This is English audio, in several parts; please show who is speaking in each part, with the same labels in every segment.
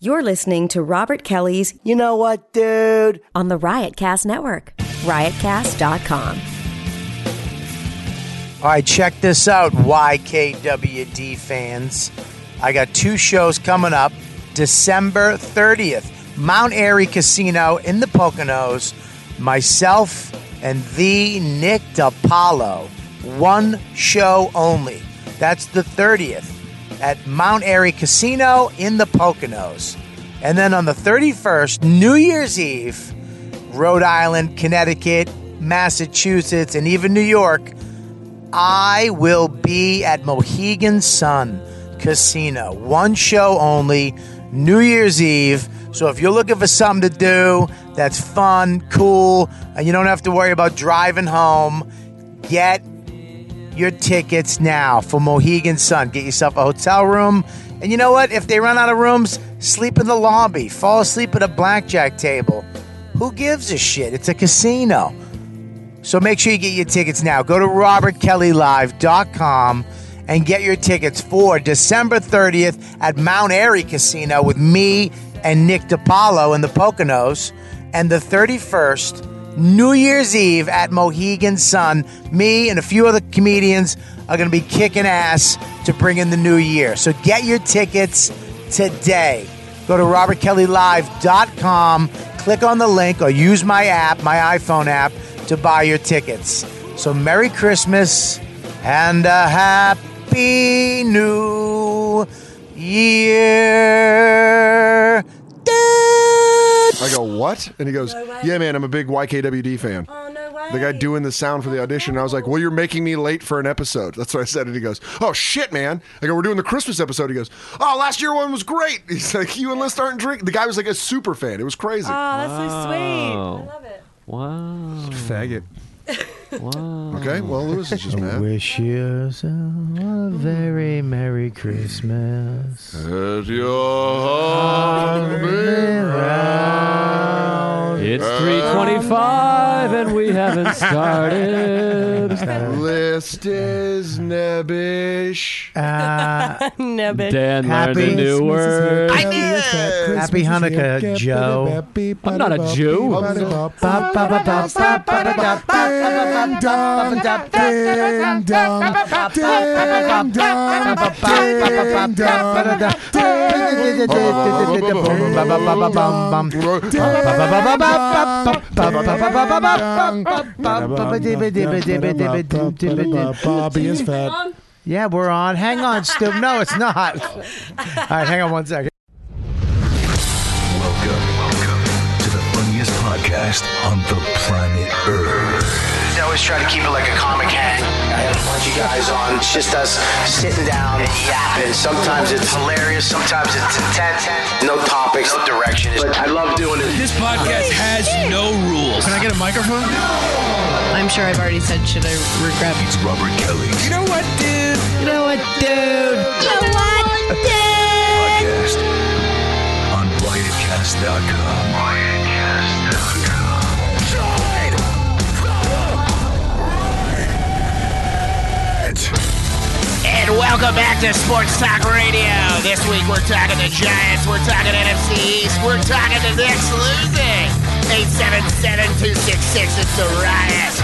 Speaker 1: You're listening to Robert Kelly's
Speaker 2: You know what, dude?
Speaker 1: on the Riotcast Network, riotcast.com.
Speaker 2: All right, check this out, YKWD fans. I got two shows coming up December 30th, Mount Airy Casino in the Poconos. Myself and the Nick DiPaolo. One show only. That's the 30th at Mount Airy Casino in the Poconos. And then on the 31st, New Year's Eve, Rhode Island, Connecticut, Massachusetts, and even New York. I will be at Mohegan Sun Casino. One show only, New Year's Eve. So if you're looking for something to do that's fun, cool, and you don't have to worry about driving home, get your tickets now for Mohegan Sun. Get yourself a hotel room. And you know what? If they run out of rooms, sleep in the lobby. Fall asleep at a blackjack table. Who gives a shit? It's a casino. So make sure you get your tickets now. Go to robertkellylive.com and get your tickets for December 30th at Mount Airy Casino with me and Nick DiPaolo in the Poconos, and the 31st, New Year's Eve at Mohegan Sun. Me and a few other comedians are going to be kicking ass to bring in the new year. So get your tickets today. Go to robertkellylive.com, click on the link, or use my app, my iPhone app, to buy your tickets. So Merry Christmas and a Happy New Year. Dude.
Speaker 3: I go, what? And he goes, yeah, man, I'm a big YKWD fan. Oh, no way. The guy doing the sound for the
Speaker 4: Oh,
Speaker 3: audition. And I was like, well, you're making me late for an episode. That's what I said. And he goes, oh, shit, man. I go, we're doing the Christmas episode. He goes, oh, last year one was great. He's like, you and List aren't drinking. The guy was like a super fan. It was crazy.
Speaker 4: Oh, that's so sweet. I love it.
Speaker 5: Wow.
Speaker 6: Faggot.
Speaker 3: okay, well, Lewis is just mad.
Speaker 6: Wish yourself a very Merry Christmas.
Speaker 3: At your heart be round.
Speaker 5: It's 325 and we haven't started.
Speaker 3: List is nebbish.
Speaker 6: Uh,
Speaker 4: Nubbin.
Speaker 5: Dan learned a
Speaker 6: Happy Christmas is
Speaker 5: new
Speaker 6: here.
Speaker 5: word.
Speaker 6: I
Speaker 3: Happy
Speaker 6: Happy Hanukkah, Joe.
Speaker 5: I'm not a Jew.
Speaker 6: ba, ba, ba, ba, ba, ba, ba, ba,
Speaker 3: Ding dong, ding dong, ding dong, ding dong.
Speaker 6: Bobby
Speaker 4: is fat.
Speaker 6: Yeah, we're on. Hang on, Stu. No, it's not. All right, hang on one second.
Speaker 7: Welcome, welcome to the funniest podcast on the planet Earth.
Speaker 2: I always try to keep it like a comic hang. I have a bunch of guys on. It's just us sitting down and yapping. Sometimes it's hilarious. Sometimes it's intense. No topics, no direction. But I love doing it.
Speaker 8: This podcast has no rules.
Speaker 6: Can I get a microphone?
Speaker 9: I'm sure I've already said should I regret.
Speaker 7: It's Robert Kelly's
Speaker 8: You know what, dude?
Speaker 6: You know what, dude?
Speaker 7: podcast on riotcast.com.
Speaker 8: And welcome back to Sports Talk Radio. This week we're talking the Giants, we're talking NFC East, we're talking the next losing. 877-266, it's the riot.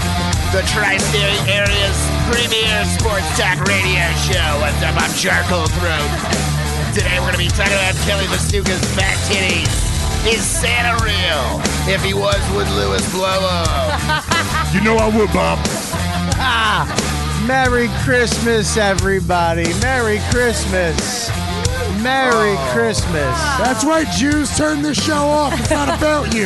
Speaker 8: The Tri-State area's premier sports talk radio show. What's up, I'm Charcoal Throat. Today we're going to be talking about Kelly Masuka's fat titties. Is Santa real? If he was, would Louis blow up?
Speaker 3: You know I would, Bob.
Speaker 6: Merry Christmas, everybody. Merry Christmas. Merry Christmas.
Speaker 3: Oh. That's right, Jews. Turn this show off. It's not about you.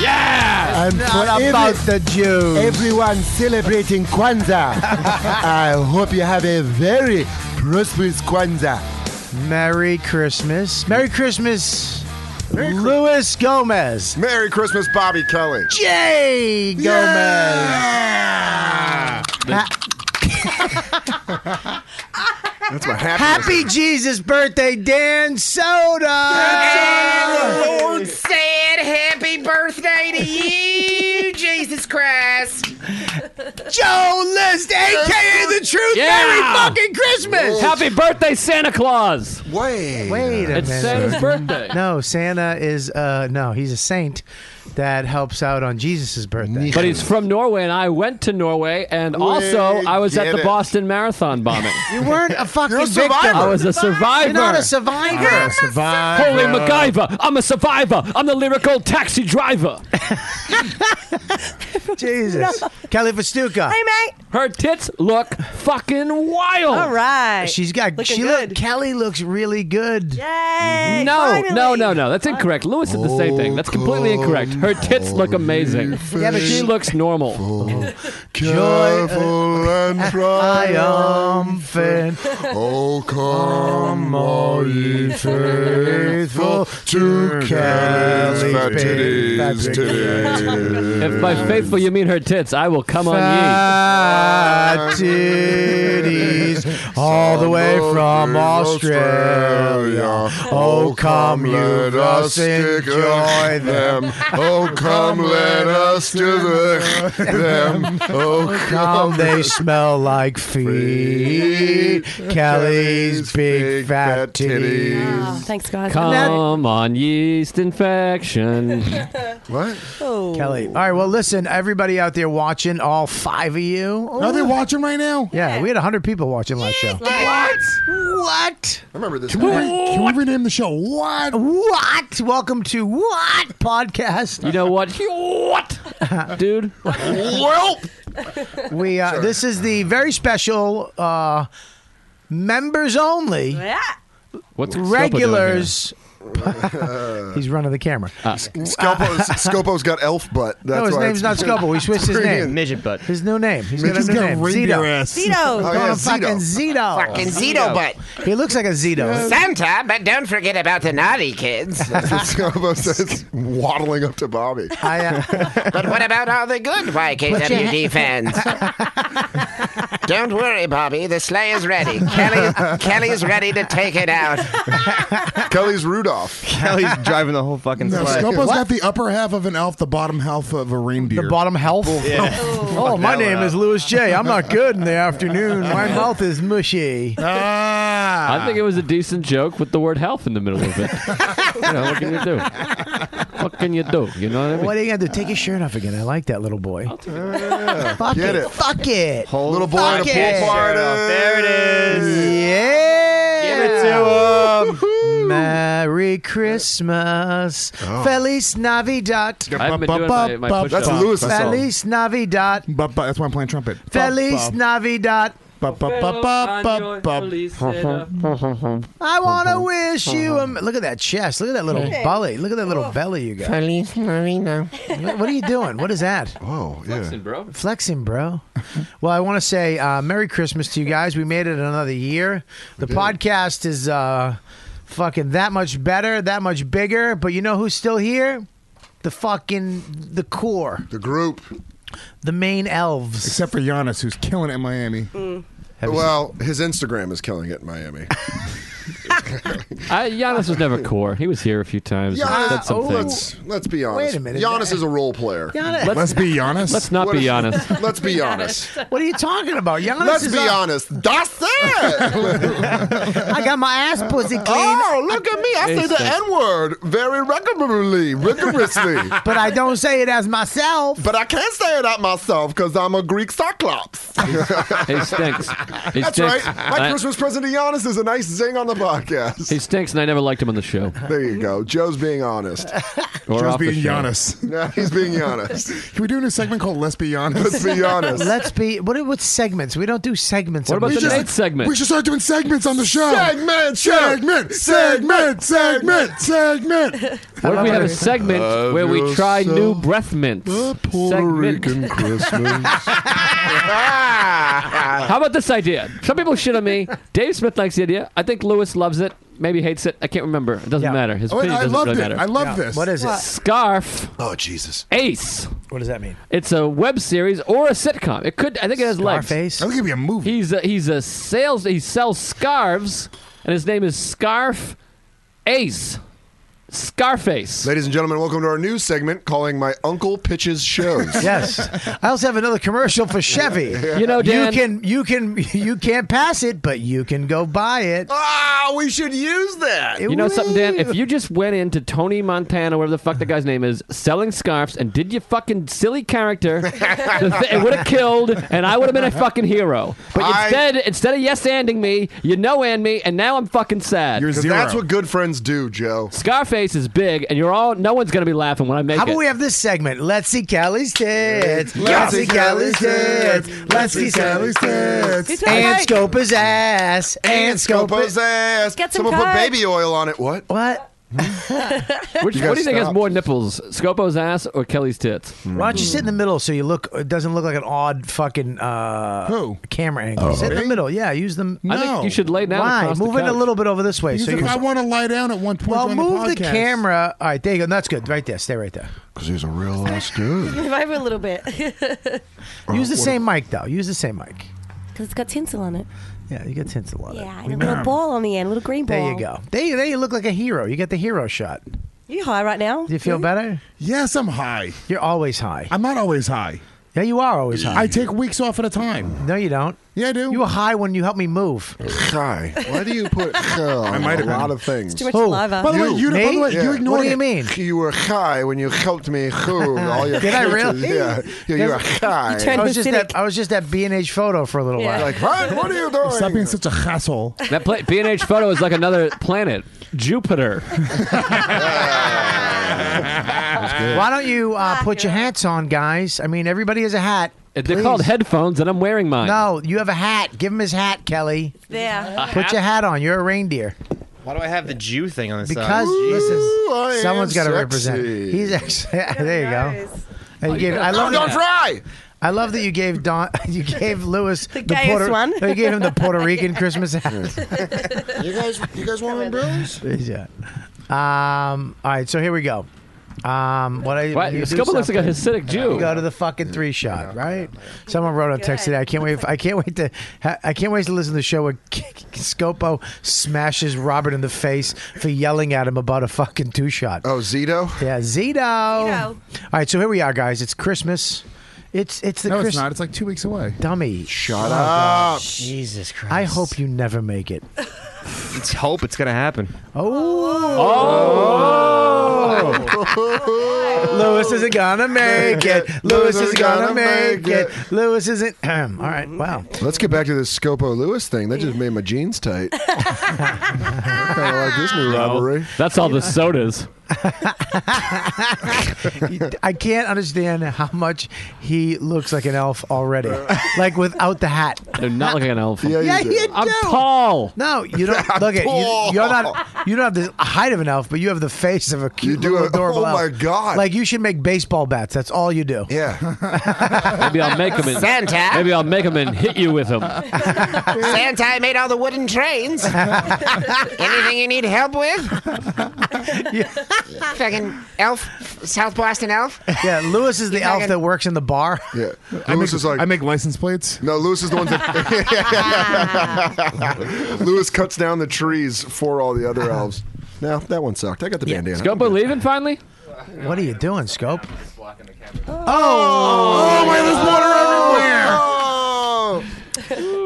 Speaker 5: Yeah!
Speaker 10: And
Speaker 6: Not
Speaker 10: for every-
Speaker 6: about the Jews.
Speaker 10: everyone celebrating Kwanzaa, I hope you have a very prosperous Kwanzaa.
Speaker 6: Merry Christmas. Merry Christmas, Luis Gomez.
Speaker 3: Merry Christmas, Bobby Kelly.
Speaker 6: Jay Gomez.
Speaker 3: That's my happy.
Speaker 6: Happy Jesus birthday, Dan Soda.
Speaker 8: Lord said happy birthday to you, Jesus Christ.
Speaker 10: Joe List, aka the Truth.
Speaker 5: Yeah.
Speaker 10: Merry fucking Christmas.
Speaker 5: Happy birthday, Santa Claus!
Speaker 3: Wait.
Speaker 10: Wait a
Speaker 5: It's
Speaker 10: minute.
Speaker 5: Santa's birthday.
Speaker 2: No, Santa is uh no, he's a saint that helps out on Jesus' birthday.
Speaker 5: But he's from Norway, and I went to Norway, and also I was at
Speaker 3: get
Speaker 5: the
Speaker 3: it.
Speaker 5: Boston Marathon bombing.
Speaker 2: You weren't a fucking
Speaker 3: You're a
Speaker 2: victim.
Speaker 3: survivor.
Speaker 5: I was a survivor.
Speaker 2: You're not a survivor.
Speaker 11: Survive.
Speaker 5: Holy MacGyver! I'm a survivor. I'm the lyrical taxi driver.
Speaker 2: Jesus. Kelly Festuca.
Speaker 4: Hey, mate.
Speaker 5: Her tits look fucking wild.
Speaker 4: All right.
Speaker 2: She's got
Speaker 4: Looking
Speaker 2: she
Speaker 4: good.
Speaker 2: look Kelly looks really good.
Speaker 4: Yay.
Speaker 5: No,
Speaker 4: finally.
Speaker 5: no, no, no. That's incorrect. Lewis did the same thing. That's completely incorrect. Her tits look amazing.
Speaker 2: Yeah, but
Speaker 5: She
Speaker 2: she-
Speaker 5: looks normal.
Speaker 3: Careful and
Speaker 2: Triumphant.
Speaker 3: triumphant. Oh, come, all ye faithful, to Cal's fat titties today.
Speaker 5: If by faithful you mean her tits, I will come on ye.
Speaker 2: Fat Ah, titties all the way from Australia. Oh, come, let us enjoy them.
Speaker 3: Oh, come, let us do the- them. Oh,
Speaker 2: Come,
Speaker 3: come,
Speaker 2: they smell like feet. Kelly's big fat titties.
Speaker 4: Oh, thanks, guys.
Speaker 5: Come on, yeast infection.
Speaker 3: What?
Speaker 4: Oh.
Speaker 2: Kelly. All right, well, listen, everybody out there watching, all five of you.
Speaker 11: Are they watching right now?
Speaker 2: Yeah, we had 100 people watching last show.
Speaker 4: What?
Speaker 2: What?
Speaker 3: I remember this.
Speaker 11: Can we rename the show? What?
Speaker 2: What? Welcome to What Podcast.
Speaker 5: You know what? What? Dude.
Speaker 2: We uh, this is the very special uh, members only
Speaker 4: Yeah.
Speaker 5: What's Scopo doing here?
Speaker 2: regulars. He's running the camera.
Speaker 3: Scopo, Scopo's got elf butt. That's
Speaker 2: no, his
Speaker 3: why
Speaker 2: name's not
Speaker 3: it's-
Speaker 2: Scoble. We switched his name.
Speaker 8: Midget butt.
Speaker 2: His new name. He's got a
Speaker 11: He's
Speaker 2: new
Speaker 11: got
Speaker 2: name.
Speaker 11: reindeer
Speaker 2: Zito.
Speaker 11: ass.
Speaker 4: Zito.
Speaker 3: Oh, yeah,
Speaker 2: Going
Speaker 3: Zito.
Speaker 2: fucking Zito.
Speaker 12: Fucking Zito butt.
Speaker 2: He looks like a Zito.
Speaker 12: Santa, but don't forget about the naughty kids.
Speaker 3: That's what Scopo says, waddling up to Bobby.
Speaker 2: I, uh,
Speaker 12: but what about all the good YKWD fans? don't worry, Bobby. The sleigh is ready. Kelly, Kelly's ready to take it out.
Speaker 3: Kelly's Rudolph.
Speaker 8: Kelly's driving the whole fucking
Speaker 11: No,
Speaker 8: sleigh.
Speaker 11: Scopo's got the upper half of an elf, the bottom half of a reindeer.
Speaker 2: the bottom health. Oh, my name is Louis J. I'm not good in the afternoon. My mouth is mushy.
Speaker 11: Ah.
Speaker 5: I think it was a decent joke with the word health in the middle of it. you know, what can you do? What can you do? You know what I mean?
Speaker 2: What are you gonna do? Take your shirt off again. I like that little boy. Fuck
Speaker 3: Get it.
Speaker 2: Fuck it.
Speaker 3: Little boy at a
Speaker 2: Fuck
Speaker 3: pool
Speaker 2: yeah.
Speaker 3: party.
Speaker 8: There it is.
Speaker 2: Yeah.
Speaker 8: Give it to him.
Speaker 2: Merry Christmas. Feliz Navidad.
Speaker 5: I've been doing my, my push-ups.
Speaker 3: That's Lewis's song.
Speaker 2: Feliz Navidad.
Speaker 11: Ba- ba- that's why I'm playing trumpet.
Speaker 2: Feliz Navidad.
Speaker 11: Ba- ba- ba- ba- ba- ba-
Speaker 2: I want to wish you a. Look at that chest. Look at that little belly. Look at that little belly you got.
Speaker 12: Oh. Feliz Navidad.
Speaker 2: What are you doing? What is that?
Speaker 3: Oh, yeah.
Speaker 5: bro.
Speaker 2: Flexing, bro. Well, I want to say uh, Merry Christmas to you guys. We made it another year. The podcast is uh, fucking that much better, that much bigger. But you know who's still here? The fucking the core,
Speaker 3: The group.
Speaker 2: the main elves.
Speaker 11: Except for Giannis, who's killing it in Miami.
Speaker 2: you
Speaker 3: Well, his Instagram is killing it in Miami.
Speaker 5: I, Giannis was never core. He was here a few times.
Speaker 3: Yeah,
Speaker 5: and said
Speaker 3: let's,
Speaker 5: some
Speaker 11: Oh,
Speaker 5: things.
Speaker 3: let's let's be honest.
Speaker 2: Wait a minute.
Speaker 3: Giannis is a role player.
Speaker 2: Giannis,
Speaker 11: Let's be Giannis.
Speaker 5: Let's not
Speaker 3: What
Speaker 5: be
Speaker 3: is-
Speaker 5: honest.
Speaker 3: Let's be honest.
Speaker 2: what are you talking about? Giannis
Speaker 3: Let's
Speaker 2: is
Speaker 3: be
Speaker 2: up.
Speaker 3: honest. That's it.
Speaker 2: I got my ass pussy clean,
Speaker 3: oh, look at me. I say the
Speaker 5: Instant.
Speaker 3: N word very regularly, rigorously.
Speaker 2: but I don't say it as myself.
Speaker 3: But I can't say it out myself because I'm a Greek cyclops.
Speaker 5: He stinks. He
Speaker 3: That's
Speaker 5: stinks.
Speaker 3: right. My
Speaker 5: I-
Speaker 3: Christmas present to Giannis is a nice zing on the podcast.
Speaker 5: He stinks, and I never liked him on the show.
Speaker 3: There you go. Joe's being honest.
Speaker 5: Or
Speaker 11: Just
Speaker 5: off the
Speaker 11: being
Speaker 5: show.
Speaker 11: Giannis.
Speaker 3: No, he's being honest.
Speaker 11: Can we do a new segment called Let's Be
Speaker 3: Let's
Speaker 11: Giannis?
Speaker 3: be honest.
Speaker 2: Let's be. What? are- What segments? We don't do segments.
Speaker 5: What
Speaker 2: on
Speaker 5: about
Speaker 2: this
Speaker 5: the
Speaker 2: show.
Speaker 5: Nate segment?
Speaker 11: We should start doing segments on the show.
Speaker 3: Segment,
Speaker 11: Segment, segment, segment, segment.
Speaker 5: What if we have a segment where we try new breath mints? Segment.
Speaker 3: Christmas. Ah.
Speaker 5: How about this idea? Some people shit on me. Dave Smith likes the idea. I think Lewis loves it. Maybe hates it. I can't remember. It doesn't
Speaker 2: Yeah.
Speaker 5: matter. His
Speaker 11: Oh, and
Speaker 5: opinion
Speaker 11: I
Speaker 5: doesn't
Speaker 11: loved
Speaker 5: really
Speaker 11: it. I
Speaker 5: matter.
Speaker 11: love this.
Speaker 2: What is it?
Speaker 5: Scarf
Speaker 3: oh Jesus!
Speaker 5: Ace.
Speaker 2: What does that mean?
Speaker 5: It's a web series or a sitcom. It could. I think it has legs.
Speaker 2: Scarface.
Speaker 11: I think it'd be a movie.
Speaker 5: He's a, he's a sales. He sells scarves, and his name is Scarf Ace. Scarface.
Speaker 3: Ladies and gentlemen, welcome to our news segment calling My Uncle Pitches Shows.
Speaker 2: Yes. I also have another commercial for Chevy.
Speaker 3: You know, Dan-
Speaker 2: you can you can you can't pass it, but you can go buy it.
Speaker 3: Ah, we should use that.
Speaker 5: You know something, Dan? If you just went into Tony Montana, whatever the fuck the guy's name is, selling scarves and did your fucking silly character, the thi- it would have killed, and I would have been a fucking hero. But
Speaker 3: I-
Speaker 5: instead, instead of yes anding me, you no and me, and now I'm fucking sad.
Speaker 3: Because That's what good friends do, Joe.
Speaker 5: Scarface is big, and you're all. No one's gonna be laughing when I make
Speaker 2: How
Speaker 5: it.
Speaker 2: about we have this segment? Let's see Callie's tits.
Speaker 5: Let's
Speaker 2: Let's
Speaker 5: see
Speaker 2: see Callie's tits. Let's see Callie's tits. And Scopa's ass. And Scopa's
Speaker 3: ass.
Speaker 2: Get
Speaker 3: Someone put baby oil on it. What?
Speaker 11: Oh,
Speaker 2: What?
Speaker 5: Which,
Speaker 2: You
Speaker 5: what
Speaker 2: gotta
Speaker 5: do you think has
Speaker 2: stop.
Speaker 5: more nipples, Scopo's ass or Kelly's tits?
Speaker 2: Why don't you sit in the middle so you look? It doesn't look like an odd fucking uh,
Speaker 5: Who?
Speaker 2: camera angle.
Speaker 5: Oh.
Speaker 2: Sit in the middle. Yeah, use them.
Speaker 5: I think No. you should lay down
Speaker 2: Why?
Speaker 5: across the
Speaker 2: Move it a
Speaker 5: couch.
Speaker 2: little bit over this way.
Speaker 6: Because
Speaker 2: so you
Speaker 6: if I
Speaker 2: can,
Speaker 6: want to lie down at one point
Speaker 2: well,
Speaker 6: during
Speaker 2: move
Speaker 6: the
Speaker 2: the,
Speaker 6: podcast.
Speaker 2: camera. All right, there you go. That's good. Right there. Stay right there.
Speaker 6: Because he's a real ass dude.
Speaker 4: Revive it a little bit.
Speaker 2: Use the same mic though. Use the same mic.
Speaker 4: Because it's got tinsel on it.
Speaker 2: Yeah, you get tinsel on it.
Speaker 4: Yeah, and a little ball on the end, a little green ball.
Speaker 2: There you go. There, you- there you look like a hero. You get the hero shot.
Speaker 4: You high right now?
Speaker 2: Do you feel better?
Speaker 6: Yes, I'm high.
Speaker 2: You're always high.
Speaker 6: I'm not always high.
Speaker 2: Yeah, you are always high.
Speaker 6: I take weeks off at a time.
Speaker 2: No, you don't.
Speaker 6: Yeah, I do.
Speaker 2: You were high when you helped me move.
Speaker 3: High. Why do you put uh, I
Speaker 6: I might
Speaker 3: might a
Speaker 6: have
Speaker 3: lot
Speaker 6: been.
Speaker 3: of things?
Speaker 6: It's too much Who? saliva. By the way, you- by the way, you ignored
Speaker 2: What do you
Speaker 6: it.
Speaker 2: mean?
Speaker 3: You were high when you helped me hold all your
Speaker 2: Did I
Speaker 3: pictures.
Speaker 2: really?
Speaker 3: Yeah, yeah you were high.
Speaker 2: I was, just at, I was just at B&H Photo for a little
Speaker 3: Yeah.
Speaker 2: while.
Speaker 3: Like, "What? What are you doing?"
Speaker 6: Stop being such a hassle.
Speaker 5: That pla- B&H photo is like another planet, Jupiter.
Speaker 2: Why don't you
Speaker 4: Ah,
Speaker 2: uh, put your hats on, guys? I mean, everybody has a hat.
Speaker 5: They're called headphones, and I'm wearing mine.
Speaker 2: No, you have a hat. Give him his hat, Kelly.
Speaker 4: There.
Speaker 2: Put your hat on. You're a reindeer.
Speaker 8: Why do I have the Jew thing on this?
Speaker 2: Because
Speaker 3: I
Speaker 2: listen,
Speaker 3: am
Speaker 2: someone's got to
Speaker 3: sexy.
Speaker 2: represent. He's actually there. You go. And
Speaker 3: Oh,
Speaker 2: you gave,
Speaker 3: yeah.
Speaker 2: I love
Speaker 3: Oh, Don
Speaker 2: that-
Speaker 3: Fry!
Speaker 2: I love that you gave Don. You gave Lewis the,
Speaker 4: gayest
Speaker 2: Puerto.
Speaker 4: one.
Speaker 2: no, You gave him the Puerto Rican Christmas hat.
Speaker 3: you guys, you guys want umbrellas?
Speaker 2: yeah. Um. All right. So here we go. Um. What I
Speaker 5: What?
Speaker 2: you do
Speaker 5: Scopa looks like a
Speaker 2: something,
Speaker 5: Hasidic Jew.
Speaker 2: Go to the fucking three shot, right? Someone wrote on text today. I can't wait. I can't wait to. ha- I can't wait to listen to the show where K- K- Scopo smashes Robert in the face for yelling at him about a fucking two shot.
Speaker 3: Oh, Zito.
Speaker 2: Yeah, Zito. All right. So here we are, guys. It's Christmas. It's it's the
Speaker 6: No,
Speaker 2: Christmas.
Speaker 6: it's not. It's like two weeks away. Oh,
Speaker 2: Dummy.
Speaker 3: Shut
Speaker 8: up. Jesus Christ.
Speaker 2: I hope you never make it.
Speaker 8: Let's hope it's gonna happen.
Speaker 2: Oh. Lewis isn't gonna make it. Lewis isn't gonna make it. Lewis isn't. All right. Wow.
Speaker 3: Let's get back to this Scopo Lewis thing. That just made my jeans tight. I kind of like this new robbery.
Speaker 5: That's all the sodas.
Speaker 2: I can't understand how much he looks like an elf already. Like without the hat.
Speaker 5: They're not looking at an elephant.
Speaker 2: Yeah, you do. I'm
Speaker 5: tall.
Speaker 2: No, you don't. Look at you. You're not. You don't have the height of an elf, but you have the face of a cute,
Speaker 3: do
Speaker 2: little
Speaker 3: have-
Speaker 2: adorable
Speaker 3: oh my
Speaker 2: elf.
Speaker 3: God.
Speaker 2: Like you should make baseball bats. That's all you do.
Speaker 3: Yeah.
Speaker 5: Maybe I'll make them. And,
Speaker 12: Santa.
Speaker 5: Maybe I'll make them and hit you with them.
Speaker 12: Santa made all the wooden trains. Anything you need help with? Fucking elf, South Boston elf.
Speaker 2: Yeah, Lewis is the elf that works in the bar.
Speaker 3: Yeah.
Speaker 6: I
Speaker 3: Lewis
Speaker 6: make,
Speaker 3: is like,
Speaker 6: I make license plates.
Speaker 3: no, Lewis is the one that. Lewis cuts down the trees for all the other elves. No, that one sucked. I got the bandana.
Speaker 5: Scopo leaving finally?
Speaker 2: What are you doing, Scope?
Speaker 3: Oh, my, there's water everywhere.
Speaker 5: Oh!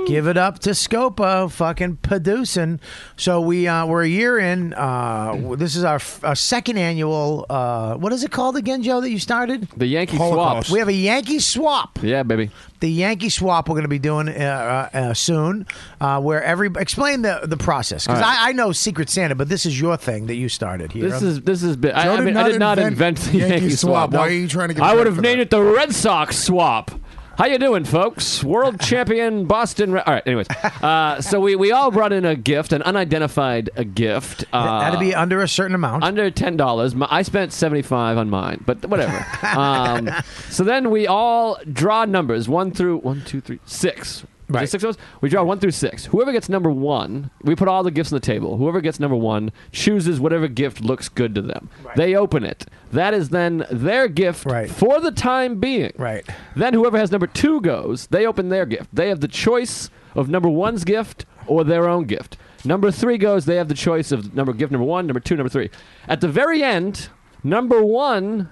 Speaker 2: Give it up to Scopo, fucking producing. So we uh, we're a year in. Uh, w- this is our, f- our second annual. Uh, what is it called again, Joe? That you started?
Speaker 5: The Yankee
Speaker 2: Swap.
Speaker 5: swaps.
Speaker 2: We have a Yankee swap.
Speaker 5: yeah, baby.
Speaker 2: The Yankee swap we're going to be doing uh, uh, uh, soon, uh, where every explain the the process because
Speaker 5: All right.
Speaker 2: I, I know Secret Santa, but this is your thing that you started here.
Speaker 5: This is this is. bi- I,
Speaker 6: Joe
Speaker 5: I
Speaker 6: did
Speaker 5: mean, I
Speaker 6: not
Speaker 5: did not invent,
Speaker 6: invent
Speaker 5: the Yankee,
Speaker 6: Yankee
Speaker 5: swap.
Speaker 6: swap.
Speaker 5: no.
Speaker 6: Why are you trying to get
Speaker 5: I
Speaker 6: credit
Speaker 5: would have
Speaker 6: for
Speaker 5: named it the Red Sox swap. How you doing, folks? World champion Boston. Re- All right. Anyways, uh, so we, we all brought in a gift, an unidentified a gift. Uh,
Speaker 2: that'd be under a certain amount.
Speaker 5: under ten dollars. I spent seventy five on mine, but whatever. um, so then we all draw numbers one through one, two, three, six. Is there
Speaker 2: Right.
Speaker 5: six of us? We draw one through six. Whoever gets number one, we put all the gifts on the table. Whoever gets number one chooses whatever gift looks good to them. They open it. That is then their gift for the time being.
Speaker 2: Right.
Speaker 5: Then whoever has number two goes. They open their gift. They have the choice of number one's gift or their own gift. Number three goes. They have the choice of number gift number one, number two, number three. At the very end, number one,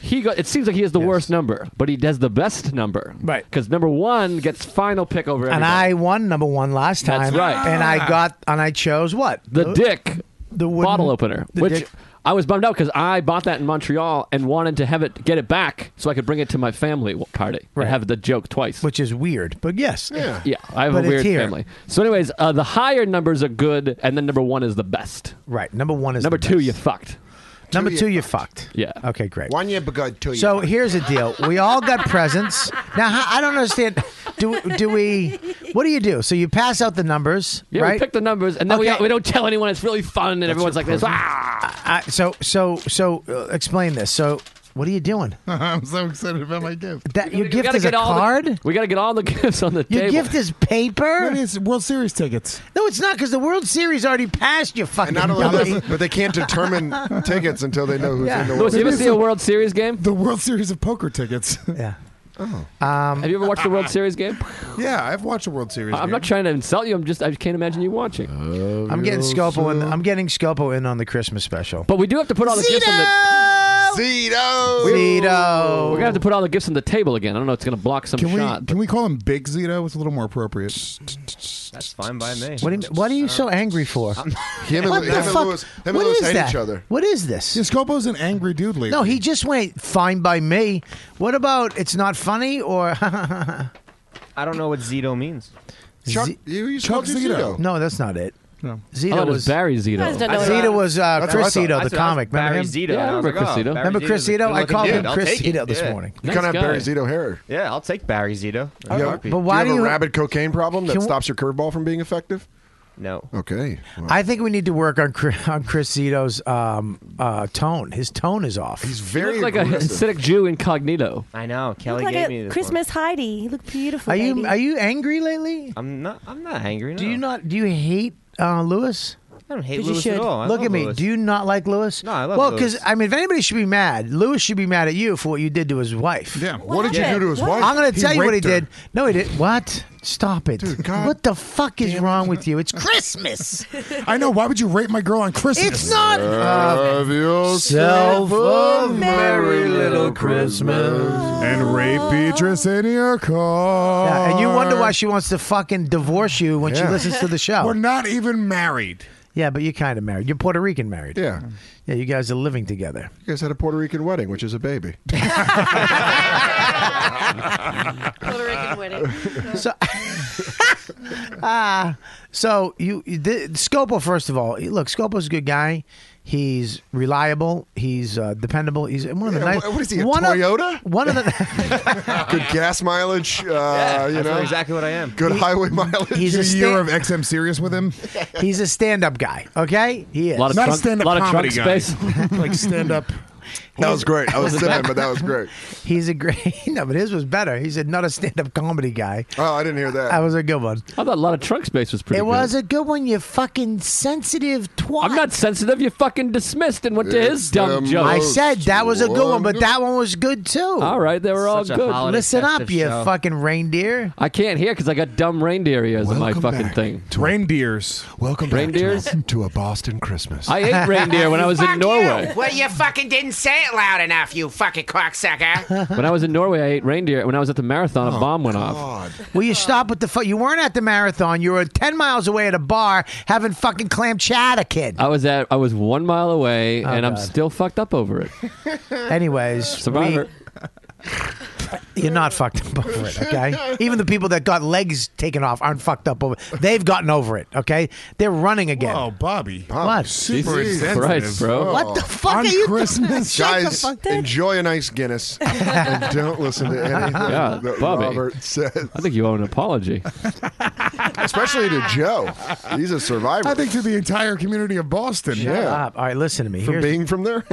Speaker 5: he got. It seems like he has the worst number, but he does the best number. Right. Because number one gets final pick over.
Speaker 2: And
Speaker 5: everybody.
Speaker 2: I won number one last time.
Speaker 5: That's right.
Speaker 2: And I got and I chose what
Speaker 5: the, dick
Speaker 2: the wooden-
Speaker 5: bottle opener,
Speaker 2: the
Speaker 5: which
Speaker 2: dick-
Speaker 5: I was bummed out because I bought that in Montreal and wanted to have it get it back so I could bring it to my family w- party
Speaker 2: Right.
Speaker 5: and have the joke twice,
Speaker 2: which is weird, but yes, yeah,
Speaker 5: Yeah, I have
Speaker 2: But
Speaker 5: a
Speaker 2: it's
Speaker 5: weird
Speaker 2: here.
Speaker 5: family. So, anyways, uh, the higher numbers are good, and then number one is the best.
Speaker 2: Right. Number one is
Speaker 5: number
Speaker 2: the
Speaker 5: two.
Speaker 2: best.
Speaker 5: You fucked.
Speaker 2: Number
Speaker 5: Two,
Speaker 2: two, you fucked.
Speaker 5: Yeah.
Speaker 2: Okay, great.
Speaker 3: One year begot two
Speaker 2: So here's the deal: we all got presents. Now how- I don't understand. Do do we? What do you do? So you pass out the numbers,
Speaker 5: Yeah,
Speaker 2: right?
Speaker 5: we pick the numbers, and then
Speaker 2: Okay.
Speaker 5: we, we don't tell anyone. It's really fun, and everyone's like this. Ah!
Speaker 2: I, so so so uh, explain this. So what are you doing?
Speaker 6: I'm so excited about my gift.
Speaker 2: That your
Speaker 5: We
Speaker 2: gift
Speaker 5: gotta
Speaker 2: is a
Speaker 5: get all the-
Speaker 2: card.
Speaker 5: we got to get all the gifts on the
Speaker 2: your
Speaker 5: table.
Speaker 2: gift is paper.
Speaker 6: Maybe it's World Series tickets.
Speaker 2: no, it's not because the World Series already passed. You fucking
Speaker 3: And not only
Speaker 2: dummy.
Speaker 3: that, but they can't determine tickets until they know who's
Speaker 2: Yeah.
Speaker 3: in the
Speaker 5: Louis,
Speaker 3: World
Speaker 5: you ever
Speaker 3: Series.
Speaker 5: see a World Series game?
Speaker 6: The World Series of poker tickets.
Speaker 2: Yeah.
Speaker 6: Oh.
Speaker 2: Um,
Speaker 5: Have you ever watched a World Series game?
Speaker 6: Yeah, I've watched a World Series.
Speaker 5: I- I'm not trying to insult you. I'm just I can't imagine you watching.
Speaker 8: Uh,
Speaker 2: I'm getting Scopo in. I'm getting Scopo in on the Christmas special.
Speaker 5: But we do have to put all the gifts on the.
Speaker 6: Zito.
Speaker 5: We're gonna have to put all the gifts on the table again. I don't know. It's gonna block some
Speaker 6: Can we
Speaker 5: shot.
Speaker 6: can we call him Big Zito? It's a little more appropriate.
Speaker 8: That's fine by me.
Speaker 2: What, do you, what are you so angry for?
Speaker 3: Him and,
Speaker 2: What
Speaker 3: Lu-
Speaker 2: the
Speaker 3: him and
Speaker 2: fuck?
Speaker 3: Lewis, him and
Speaker 2: What
Speaker 3: Lewis
Speaker 2: is
Speaker 3: hate
Speaker 2: that?
Speaker 3: each other.
Speaker 2: What is this?
Speaker 6: Yeah, Scopo's an angry dude lately.
Speaker 2: No, he just went fine by me. What about it's not funny or
Speaker 8: I don't know what Zito means.
Speaker 3: Chuck,
Speaker 2: Z-
Speaker 3: you used
Speaker 2: Chuck
Speaker 3: Chuck Zito.
Speaker 2: no, that's not it.
Speaker 6: No.
Speaker 5: Oh,
Speaker 2: Zito
Speaker 5: it was
Speaker 2: was
Speaker 5: Barry Zito. You guys don't know
Speaker 2: Zito
Speaker 5: that.
Speaker 2: was uh,
Speaker 3: That's
Speaker 2: Chris
Speaker 3: what
Speaker 2: Zito,
Speaker 3: I thought.
Speaker 2: the
Speaker 8: That's what I was-
Speaker 2: comic. Remember
Speaker 8: Barry
Speaker 2: him?
Speaker 8: Zito.
Speaker 5: Yeah, I
Speaker 8: and was
Speaker 5: remember
Speaker 8: like,
Speaker 5: Chris
Speaker 8: oh,
Speaker 5: Zito.
Speaker 8: Barry
Speaker 2: Remember
Speaker 8: Zito's
Speaker 2: Chris
Speaker 8: a
Speaker 2: Zito? I
Speaker 8: good-looking
Speaker 2: called
Speaker 8: dude.
Speaker 2: him
Speaker 8: I'll
Speaker 2: Chris
Speaker 8: take it.
Speaker 2: Zito this
Speaker 8: Yeah.
Speaker 2: morning.
Speaker 5: Nice
Speaker 3: You kind of have
Speaker 5: guy.
Speaker 3: Barry Zito hair.
Speaker 8: Yeah, I'll take Barry Zito.
Speaker 3: You have-
Speaker 2: But why
Speaker 3: do
Speaker 2: do
Speaker 3: you have a
Speaker 2: you-
Speaker 3: rabid cocaine problem that
Speaker 2: Can we-
Speaker 3: stops your curveball from being effective?
Speaker 8: No.
Speaker 3: Okay. Well,
Speaker 2: I think we need to work on Chris, on Chris Zito's um, uh, tone. His tone is off.
Speaker 3: he's
Speaker 5: You
Speaker 3: very
Speaker 5: look like
Speaker 3: aggressive.
Speaker 5: a Hasidic Jew incognito.
Speaker 8: I know.
Speaker 4: Look
Speaker 8: Kelly
Speaker 4: like
Speaker 8: gave
Speaker 4: a
Speaker 8: me this
Speaker 4: Christmas Heidi. You look beautiful.
Speaker 2: Are you
Speaker 4: baby.
Speaker 2: are you angry lately?
Speaker 8: One. I'm not. I'm not angry. No.
Speaker 2: Do you not? Do you hate uh, Lewis?
Speaker 8: I don't hate
Speaker 4: But you
Speaker 8: Lewis
Speaker 4: should.
Speaker 8: at all. I
Speaker 2: Look
Speaker 8: love
Speaker 2: at me.
Speaker 8: Lewis.
Speaker 2: Do you not like Lewis?
Speaker 8: No, I love
Speaker 2: Well,
Speaker 8: Lewis.
Speaker 2: because I mean, if anybody should be mad, Lewis should be mad at you for what you did to his wife.
Speaker 6: Yeah.
Speaker 3: What did you do
Speaker 4: happened?
Speaker 3: to his wife?
Speaker 2: I'm going to
Speaker 6: He
Speaker 2: tell you what he
Speaker 6: raped her.
Speaker 2: did. No, he did. What? Stop it.
Speaker 6: God
Speaker 2: what the fuck is wrong with you? It's Christmas.
Speaker 6: I know. Why would you rape my girl on Christmas?
Speaker 2: it's not. Uh,
Speaker 3: Have yourself a merry little Christmas.
Speaker 6: And rape Beatrice in your car.
Speaker 2: Yeah, and you wonder why she wants to fucking divorce you when she
Speaker 3: Yeah.
Speaker 2: listens to the show.
Speaker 6: We're not even married.
Speaker 2: yeah, but you're kind of married. You're Puerto Rican married.
Speaker 3: Yeah.
Speaker 2: Yeah, you guys are living together.
Speaker 3: You guys had a Puerto Rican wedding, which is a baby.
Speaker 9: Puerto Rican wedding.
Speaker 2: So, ah, so you, you did, Scopo. First of all, look, Scopo's a good guy. He's reliable. He's uh, dependable. He's one of the
Speaker 3: Yeah,
Speaker 2: nice.
Speaker 3: what is he, a
Speaker 2: one of-
Speaker 3: Toyota?
Speaker 2: one of the.
Speaker 3: Good gas mileage. Uh, you
Speaker 8: That's
Speaker 3: know,
Speaker 8: exactly what I am.
Speaker 3: Good highway mileage.
Speaker 2: he's
Speaker 6: Did
Speaker 2: a
Speaker 6: a year
Speaker 2: stand-
Speaker 6: of XM Serious with him.
Speaker 2: he's a stand-up guy. Okay, he is.
Speaker 5: A lot of
Speaker 6: Not a
Speaker 5: trunk,
Speaker 6: stand-up
Speaker 5: lot of
Speaker 6: comedy
Speaker 5: trunk
Speaker 6: guy.
Speaker 5: space.
Speaker 6: like stand up.
Speaker 3: that was great. I was sipping, but that was great.
Speaker 2: he's a great. No, but his was better. He said not a stand-up comedy guy.
Speaker 3: Oh, I didn't hear that.
Speaker 2: That was a good one.
Speaker 5: I thought a lot of trunk space was pretty.
Speaker 2: it
Speaker 5: good.
Speaker 2: was a good one. You fucking sensitive twat.
Speaker 5: I'm not sensitive. You fucking dismissed and went to his
Speaker 3: It's
Speaker 5: dumb
Speaker 3: the
Speaker 5: joke.
Speaker 2: I said that was a good one, but
Speaker 3: Wonderful.
Speaker 2: that one was good too.
Speaker 5: All right, they were all
Speaker 8: Such a
Speaker 5: good.
Speaker 8: holiday
Speaker 2: Listen up,
Speaker 8: festive
Speaker 2: you
Speaker 8: show.
Speaker 2: fucking reindeer.
Speaker 5: I can't hear because I got dumb reindeer ears in my
Speaker 6: Welcome
Speaker 5: fucking
Speaker 6: back
Speaker 5: thing.
Speaker 6: To Reindeers.
Speaker 3: Welcome
Speaker 5: Reindeers?
Speaker 3: back to a- to a Boston Christmas.
Speaker 5: I ate reindeer when I was in Norway.
Speaker 12: Well, you fucking didn't say it loud enough, you fucking cocksucker.
Speaker 5: When I was in Norway, I ate reindeer. When I was at the marathon, a bomb went off.
Speaker 3: Oh, God.
Speaker 2: Will you stop with the fu- You weren't at the marathon. You were 10 miles away at a bar having fucking clam chowder, kid.
Speaker 5: I was at I was one mile away, and I'm
Speaker 2: God.
Speaker 5: still fucked up over it.
Speaker 2: Anyways,
Speaker 5: Survivor.
Speaker 2: we- you're not fucked up over it, okay? Even the people that got legs taken off aren't fucked up over it. They've gotten over it, okay? They're running again.
Speaker 6: Oh, Bobby.
Speaker 2: What?
Speaker 6: Super
Speaker 3: Jesus Oh.
Speaker 6: insensitive.
Speaker 5: Christ, bro.
Speaker 2: What the fuck
Speaker 6: On
Speaker 2: are you
Speaker 6: Christmas.
Speaker 2: doing? Shut the
Speaker 3: Guys,
Speaker 2: fuck up.
Speaker 3: enjoy a nice Guinness and don't listen to anything
Speaker 5: Yeah,
Speaker 3: that
Speaker 5: Bobby.
Speaker 3: Robert says,
Speaker 5: I think you owe an apology.
Speaker 3: especially to Joe. He's a survivor.
Speaker 6: I think to the entire community of Boston.
Speaker 2: Shut
Speaker 3: yeah.
Speaker 2: up. All right, listen to me.
Speaker 3: from
Speaker 2: Here's-
Speaker 3: being from there.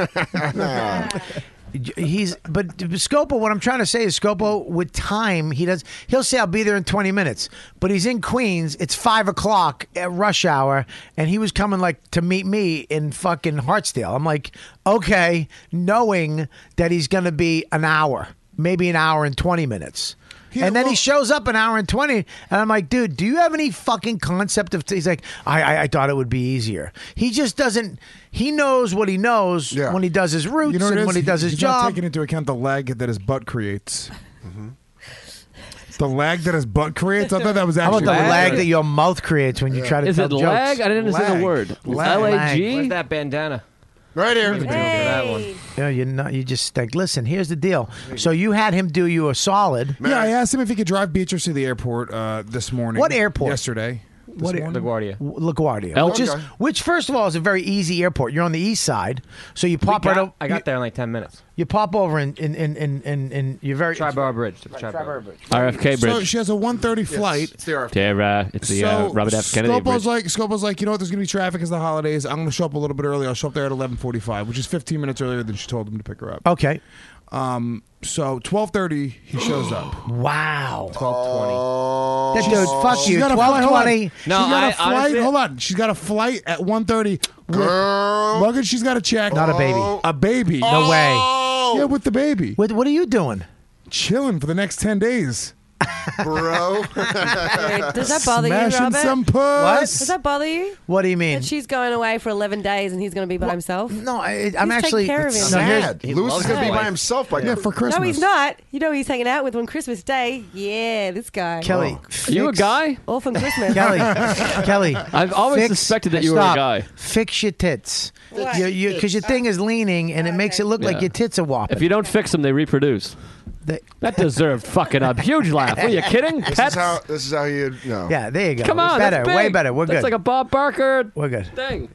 Speaker 2: He's but Scopo. What I'm trying to say is Scopo with time. He does. He'll say I'll be there in 20 minutes, but he's in Queens. It's five o'clock at rush hour, and he was coming like to meet me in fucking Hartsdale. I'm like, okay, knowing that he's gonna be an hour, maybe an hour and 20 minutes. and then he shows up an hour and 20 and i'm like dude do you have any fucking concept of t-? he's like I, I i thought it would be easier he just doesn't he knows what he knows when he does his roots
Speaker 6: You know what it
Speaker 2: and
Speaker 6: is?
Speaker 2: when he does his
Speaker 6: He's not
Speaker 2: job
Speaker 6: taking into account the lag that his butt creates.
Speaker 12: Mm-hmm.
Speaker 6: The lag that his butt creates. I thought that was
Speaker 2: how
Speaker 6: actually
Speaker 2: about the lag that your mouth creates when you try to
Speaker 6: Is
Speaker 2: tell
Speaker 6: it lag?
Speaker 2: jokes?
Speaker 6: I didn't understand the word.
Speaker 2: Lag.
Speaker 8: Where's that bandana?
Speaker 3: Right
Speaker 8: here. That one.
Speaker 2: Yeah, you're not. You just like listen. Here's the deal. So you had him do you a solid.
Speaker 6: Yeah, I asked him if he could drive Beatrice to the airport uh, this morning.
Speaker 2: What airport?
Speaker 6: Yesterday. This
Speaker 2: What air-
Speaker 6: morning.
Speaker 8: LaGuardia.
Speaker 2: W- LaGuardia,
Speaker 8: El-
Speaker 2: which is
Speaker 8: Okay.
Speaker 2: which first of all is a very easy airport. You're on the east side, so you pop
Speaker 8: We
Speaker 2: right
Speaker 8: got-
Speaker 2: over.
Speaker 8: I got there in like 10 minutes.
Speaker 2: You pop over and and and and and, and you're very.
Speaker 8: Tri-Bar Bridge. Tri-Bar
Speaker 2: Bridge.
Speaker 5: RFK
Speaker 6: So
Speaker 5: Bridge.
Speaker 6: she has a 1:30 flight.
Speaker 5: Tara, it's the uh,
Speaker 6: so
Speaker 5: Robert F. Kennedy
Speaker 6: Scopo's
Speaker 5: Bridge.
Speaker 6: like Scopo's like, you know what? There's gonna be traffic as the holidays. I'm gonna show up a little bit early. I'll show up there at 11:45, which is 15 minutes earlier than she told him to pick her up.
Speaker 2: Okay.
Speaker 6: Um. So 12:30, he shows up.
Speaker 2: wow.
Speaker 6: 12:20.
Speaker 2: That dude, fuck
Speaker 6: She's
Speaker 2: you,
Speaker 6: Oh. got a flight- hold on.
Speaker 2: 12:20.
Speaker 6: She's
Speaker 2: No,
Speaker 6: got a
Speaker 2: I-
Speaker 6: flight.
Speaker 2: honestly-
Speaker 6: hold on. She's got a flight at 1:30. with Luggage. She's got to check.
Speaker 2: Not a baby.
Speaker 6: A baby.
Speaker 2: No way.
Speaker 6: Yeah, with the baby.
Speaker 2: With what are you doing?
Speaker 6: Chilling for the next 10 days.
Speaker 11: Bro.
Speaker 9: Does that bother you,
Speaker 6: Smashing
Speaker 9: Robert?
Speaker 6: some puss. What?
Speaker 9: Does that bother you?
Speaker 2: What do you mean?
Speaker 9: That she's going away for 11 days and he's going to be by himself?
Speaker 2: No, I,
Speaker 9: he's taking care of him.
Speaker 3: sad. Lewis is going to be by
Speaker 2: life.
Speaker 3: himself by
Speaker 6: yeah for Christmas.
Speaker 9: No, he's not. You know who he's hanging out with on Christmas Day. Yeah, this guy.
Speaker 2: Kelly,
Speaker 5: Are you a guy?
Speaker 9: Orphan Christmas.
Speaker 2: Kelly, Kelly.
Speaker 5: I've always suspected that you were a
Speaker 2: stop.
Speaker 5: guy.
Speaker 2: Fix your tits.
Speaker 9: What?
Speaker 2: Because your, your, 'cause your thing is leaning and it makes it look like
Speaker 5: Yeah.
Speaker 2: your tits are whopping.
Speaker 5: If you don't fix them, they reproduce.
Speaker 2: They-
Speaker 5: that deserved fucking a huge laugh. Are you kidding?
Speaker 3: This
Speaker 5: Pets?
Speaker 3: is how. This is how you. No.
Speaker 2: yeah, there you go.
Speaker 5: Come on,
Speaker 2: better,
Speaker 5: that's
Speaker 2: way
Speaker 5: big.
Speaker 2: better. We're
Speaker 5: That's
Speaker 2: good.
Speaker 5: like a Bob Barker
Speaker 2: We're good.
Speaker 5: thing.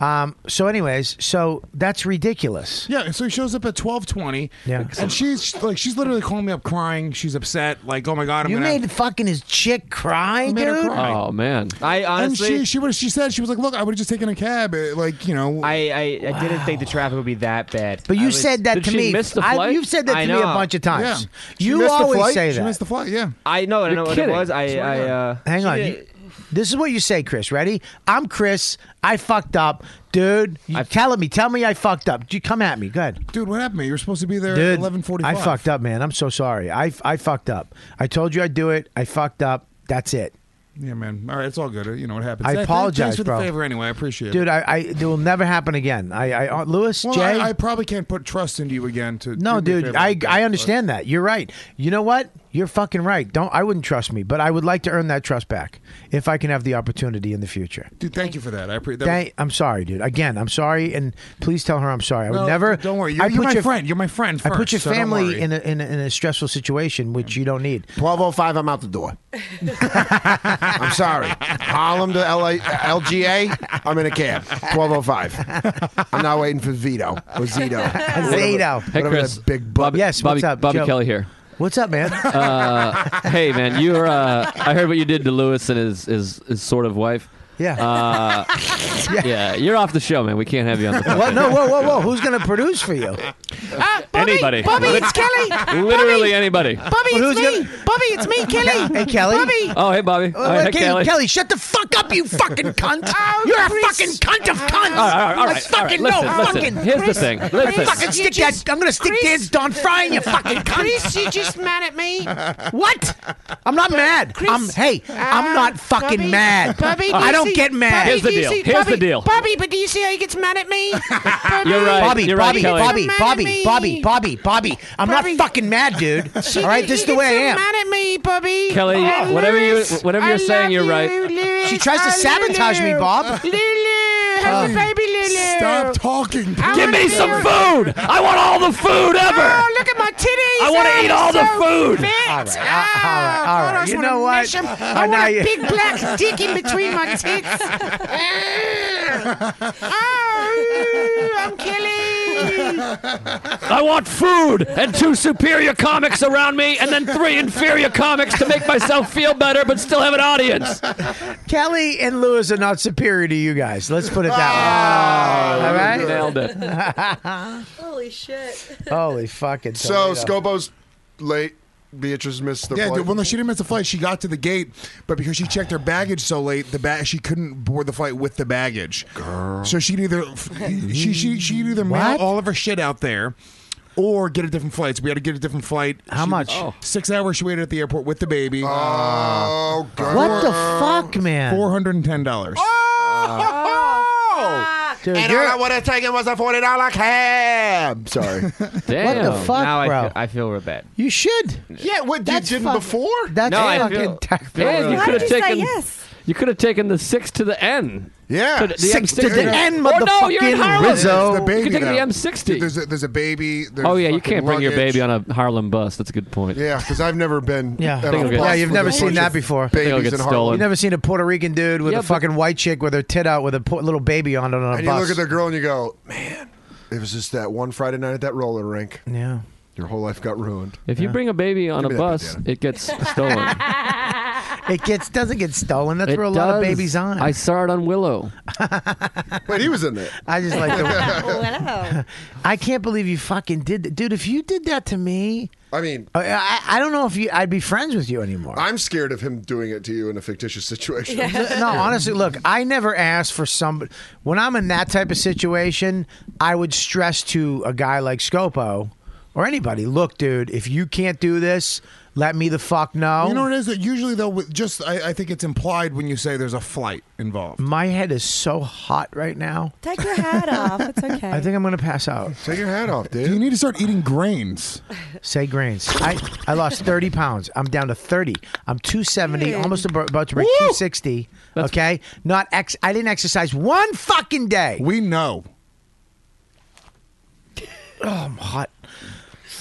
Speaker 2: Um, so, anyways, so that's ridiculous.
Speaker 6: Yeah, and so he shows up at twelve twenty.
Speaker 2: Yeah.
Speaker 6: and she's like, she's literally calling me up, crying. She's upset, like, oh my god, I'm
Speaker 2: you
Speaker 6: gonna.
Speaker 2: made fucking his chick cry,
Speaker 6: You made her
Speaker 2: dude.
Speaker 6: cry.
Speaker 5: Oh man,
Speaker 8: I honestly,
Speaker 6: and she she was she said she was like, look, I would have just taken a cab, eh, like you know.
Speaker 8: I, I, I didn't think the traffic would be that bad.
Speaker 2: But you
Speaker 8: I was-
Speaker 2: said that to me. I- you've said that
Speaker 8: I
Speaker 2: to me a
Speaker 8: know.
Speaker 2: bunch of times.
Speaker 6: Yeah.
Speaker 2: You always say
Speaker 6: She
Speaker 2: that.
Speaker 6: missed the flight. Yeah.
Speaker 8: I know. I
Speaker 5: You're
Speaker 8: know what
Speaker 5: kidding.
Speaker 8: it was. I,
Speaker 5: That's
Speaker 8: I uh,
Speaker 2: Hang on.
Speaker 8: did-
Speaker 2: You- this is what you say, Chris. Ready? I'm Chris. I fucked up, dude. You telling me? Tell me I fucked up. You come at me. Go ahead.
Speaker 6: Dude, what happened? You were supposed to be there at
Speaker 2: Dude,
Speaker 6: eleven forty
Speaker 2: I
Speaker 6: five.
Speaker 2: fucked up, man. I'm so sorry. I I fucked up. I told you I'd do it. I fucked up. That's it,
Speaker 6: Yeah, man. All right, it's all good. You know what happens.
Speaker 2: I
Speaker 6: Hey, thank-
Speaker 2: apologize,
Speaker 6: Thanks for
Speaker 2: bro.
Speaker 6: the favor, anyway. I appreciate
Speaker 2: dude.
Speaker 6: it.
Speaker 2: I, I it will never happen again. I I uh, Lewis
Speaker 6: well,
Speaker 2: Jay.
Speaker 6: I, I probably can't put trust into you again. To
Speaker 2: no,
Speaker 6: do me a
Speaker 2: dude.
Speaker 6: favor
Speaker 2: I
Speaker 6: like that,
Speaker 2: I
Speaker 6: but-
Speaker 2: understand that. You're right. You know what? You're fucking right. Don't I wouldn't trust me, but I would like to earn that trust back if I can have the opportunity in the future.
Speaker 6: Dude, thank you for that. I appreciate that.
Speaker 2: Thank, I'm sorry, dude. Again, I'm sorry, and please tell her I'm sorry. I would
Speaker 6: No,
Speaker 2: never.
Speaker 6: Don't worry. You're,
Speaker 2: I
Speaker 6: you're
Speaker 2: put
Speaker 6: my
Speaker 2: your-
Speaker 6: friend. You're my friend.
Speaker 2: I put
Speaker 6: first,
Speaker 2: your
Speaker 6: so don't
Speaker 2: family
Speaker 6: worry.
Speaker 2: in a, in a in a stressful situation which you don't need.
Speaker 11: 1205, I'm out the door. I'm sorry. Harlem to LA, LGA, I'm in a cab. 1205. I'm not waiting for Vito or Zito.
Speaker 2: Zito.
Speaker 5: Hey
Speaker 11: Whatever
Speaker 5: Chris,
Speaker 11: that big butt.
Speaker 5: Bobby,
Speaker 2: Yes,
Speaker 5: Bobby,
Speaker 2: what's up,
Speaker 5: Bobby
Speaker 2: Joe?
Speaker 5: Kelly here.
Speaker 2: What's up, man?
Speaker 5: Uh, hey man, you're. Uh, I heard what you did to Lewis and his his, his sort of wife.
Speaker 2: Yeah.
Speaker 5: Uh, yeah. you're off the show, man. We can't have you on the.
Speaker 2: what? No, whoa, whoa, whoa! Who's gonna produce for you?
Speaker 5: anybody.
Speaker 4: Kelly.
Speaker 5: Literally anybody.
Speaker 4: Bobby,
Speaker 2: Who's
Speaker 4: it's me.
Speaker 2: gonna-
Speaker 4: Bobby, it's me, Kelly.
Speaker 2: Hey, Kelly.
Speaker 4: Bobby.
Speaker 5: Oh, hey Bobby. All right, hey,
Speaker 2: Okay,
Speaker 5: Kelly.
Speaker 2: Kelly, shut the fuck up, you fucking cunt! You're a fucking cunt of cunts.
Speaker 5: All right, all right, all right,
Speaker 2: I
Speaker 5: all right.
Speaker 2: fucking
Speaker 5: Listen,
Speaker 2: know.
Speaker 5: listen.
Speaker 2: Fucking.
Speaker 5: Here's the thing. Listen.
Speaker 2: Fucking stick that! I'm gonna stick Dan's Don Fry in you, fucking cunt.
Speaker 4: Chris, you just mad at me.
Speaker 2: What? I'm not mad.
Speaker 4: Chris, uh,
Speaker 2: I'm hey, I'm not fucking
Speaker 4: Bubby,
Speaker 2: mad.
Speaker 4: Bubby, do
Speaker 2: I
Speaker 4: you
Speaker 2: don't
Speaker 4: see-
Speaker 2: get mad.
Speaker 4: Bubby,
Speaker 5: Here's the
Speaker 4: do you
Speaker 5: deal.
Speaker 4: see-
Speaker 5: Here's the
Speaker 4: Bubby-
Speaker 5: deal.
Speaker 4: Bobby, but do you see how he gets mad at me? Bobby,
Speaker 5: You're right.
Speaker 2: Bobby,
Speaker 5: You're
Speaker 2: Bobby,
Speaker 5: right, Kelly.
Speaker 2: Bobby,
Speaker 4: Mad at
Speaker 2: Bobby,
Speaker 4: me.
Speaker 2: Bobby, Bobby, Bobby. I'm
Speaker 4: Bobby.
Speaker 2: not fucking mad, dude.
Speaker 4: She-
Speaker 2: All right,
Speaker 4: he
Speaker 2: this is the way
Speaker 4: gets so
Speaker 2: I am.
Speaker 4: Mad at me, Bobby.
Speaker 5: Kelly,
Speaker 4: Oh,
Speaker 5: whatever you
Speaker 4: Lewis,
Speaker 5: whatever
Speaker 4: I
Speaker 5: you're saying,
Speaker 4: love
Speaker 5: you're right.
Speaker 4: you, Lewis.
Speaker 2: She tries to
Speaker 4: Oh,
Speaker 2: sabotage me,
Speaker 4: Lulu.
Speaker 2: Bob.
Speaker 4: Lulu, have a baby, Lulu.
Speaker 6: Stop talking.
Speaker 4: I
Speaker 5: Give
Speaker 4: wanna
Speaker 5: me
Speaker 4: be
Speaker 5: some
Speaker 4: a-
Speaker 5: food. I want all the food ever.
Speaker 4: Oh, look at my titties.
Speaker 5: I wanna
Speaker 4: Oh,
Speaker 5: eat all the
Speaker 4: so
Speaker 5: food.
Speaker 4: Fit.
Speaker 2: All right, all right, all right.
Speaker 4: Oh, I just
Speaker 2: You
Speaker 4: wanna
Speaker 2: know what?
Speaker 4: mash 'em.
Speaker 2: Oh,
Speaker 4: I
Speaker 2: now
Speaker 4: want a
Speaker 2: you-
Speaker 4: big black dick in between my tits. oh, I'm Kelly.
Speaker 5: I want food and two superior comics around me and then three inferior comics to make myself feel better but still have an audience.
Speaker 2: Kelly and Lewis are not superior to you guys. Let's put it
Speaker 5: Oh,
Speaker 2: that way. All
Speaker 5: Nailed it.
Speaker 2: right.
Speaker 9: Holy shit.
Speaker 2: Holy fucking.
Speaker 3: So
Speaker 2: Toledo.
Speaker 3: Scopo's late. Beatrice missed the
Speaker 6: Yeah,
Speaker 3: flight.
Speaker 6: dude, well, no, she didn't miss the flight. She got to the gate, but because she checked her baggage so late, the bag she couldn't board the flight with the baggage. Girl. So she'd either she she she'd either mail
Speaker 2: What?
Speaker 6: all of her shit out there, or get a different flight. So we had to get a different flight. How
Speaker 2: much?
Speaker 6: Six hours she waited at the airport with the baby.
Speaker 2: Oh, God. What the fuck, man?
Speaker 6: Four hundred and ten dollars.
Speaker 2: Dude,
Speaker 11: and all I would have taken was a forty dollar cab. Sorry.
Speaker 8: Damn.
Speaker 11: What the fuck,
Speaker 8: now I
Speaker 11: bro?
Speaker 8: feel, I feel real bad.
Speaker 2: You should.
Speaker 11: Yeah, what
Speaker 2: That's
Speaker 11: you didn't
Speaker 2: fuck-
Speaker 11: before?
Speaker 2: That's
Speaker 5: no, I
Speaker 2: fucking
Speaker 5: feel,
Speaker 2: tactful.
Speaker 5: Man, you
Speaker 9: Why
Speaker 5: could have
Speaker 9: did you say
Speaker 5: taken
Speaker 9: yes?
Speaker 5: You could have taken the six to the N.
Speaker 1: Yeah.
Speaker 5: To the- the
Speaker 1: Six to
Speaker 5: M60.
Speaker 1: the N,
Speaker 5: Oh no, you're in
Speaker 1: motherfucking
Speaker 5: Harlem.
Speaker 1: Rizzo.
Speaker 5: You
Speaker 1: Baby,
Speaker 5: can take
Speaker 1: though.
Speaker 5: the M60.
Speaker 3: There's a, there's a baby. There's
Speaker 5: oh yeah, you
Speaker 3: fucking
Speaker 5: can't bring your
Speaker 3: luggage.
Speaker 5: baby on a Harlem bus. That's a good point.
Speaker 3: Yeah, because
Speaker 11: I've never been.
Speaker 2: Yeah,
Speaker 5: Think it'll get-
Speaker 2: yeah, you've never seen that before.
Speaker 5: Think it'll get
Speaker 2: You've
Speaker 5: stolen.
Speaker 2: never seen a Puerto Rican dude with
Speaker 11: Yeah,
Speaker 2: a
Speaker 11: but-
Speaker 2: fucking white chick with her tit out with a po- little baby on it on a
Speaker 11: And you
Speaker 2: bus.
Speaker 11: look at the girl and you go, man, it was just that one Friday night at that roller rink.
Speaker 2: Yeah.
Speaker 11: Your whole life got ruined.
Speaker 5: If you bring a baby on
Speaker 11: Give me
Speaker 5: a
Speaker 11: that
Speaker 5: bus, it gets stolen.
Speaker 2: it gets doesn't get stolen. That's
Speaker 5: It
Speaker 2: where a lot of
Speaker 5: does.
Speaker 2: babies on.
Speaker 5: I saw it on Willow.
Speaker 11: Wait, he was in there.
Speaker 2: I just like the. I can't believe you fucking did that, dude. If you did that to me,
Speaker 11: I mean,
Speaker 2: I, I, I don't know if you. I'd be friends with you anymore.
Speaker 11: I'm scared of him doing it to you in a fictitious situation.
Speaker 2: no, honestly, look, I never asked for somebody. When I'm in that type of situation, I would stress to a guy like Scopo or anybody, look, dude, if you can't do this, let me the fuck know.
Speaker 6: You know what it is? That usually though, with just I, I think it's implied when you say there's a flight involved.
Speaker 2: My head is so hot right now.
Speaker 9: Take your hat off. It's okay.
Speaker 2: I think I'm going to pass out.
Speaker 11: Take your hat off, dude.
Speaker 6: You need to start eating grains.
Speaker 2: Say grains. I, I lost 30 pounds. I'm down to 30. I'm 270,
Speaker 9: Dude.
Speaker 2: almost about, about to break 260. okay? Not ex- I didn't exercise one fucking day.
Speaker 6: We know.
Speaker 2: Oh, I'm hot.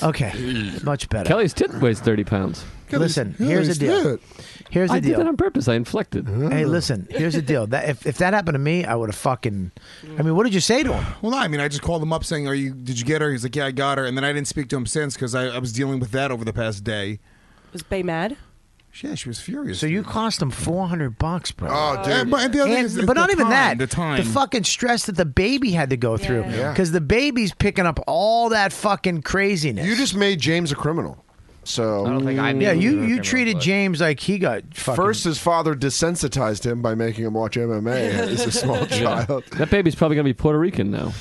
Speaker 2: Okay. Much better.
Speaker 5: Kelly's tit weighs thirty pounds.
Speaker 2: Listen, here's the deal. Here's
Speaker 5: I
Speaker 2: the
Speaker 5: did that
Speaker 2: deal.
Speaker 5: on purpose. I inflected.
Speaker 2: Hey, listen. Here's the deal. That if, if that happened to me, I would have fucking. I mean, what did you say to him?
Speaker 6: Well, no, I mean, I just called him up saying, "Are you? Did you get her?" He's like, "Yeah, I got her." And then I didn't speak to him since because I, I was dealing with that over the past day.
Speaker 9: Was Bay mad?
Speaker 6: Yeah, she was furious.
Speaker 2: So you cost him four hundred bucks, bro.
Speaker 6: Oh, dude. And- but- and the other thing is-
Speaker 2: but
Speaker 6: the
Speaker 2: not even
Speaker 6: time,
Speaker 2: that.
Speaker 6: the time.
Speaker 2: fucking stress that the baby had to go through
Speaker 11: Yeah.
Speaker 2: because the baby's picking up all that fucking craziness.
Speaker 11: You just made James a criminal. So I don't think I
Speaker 2: yeah, you you treated James like he got fucking.
Speaker 11: First, his father desensitized him by making him watch MMA as a small
Speaker 5: Yeah.
Speaker 11: child.
Speaker 5: That baby's probably gonna be Puerto Rican now.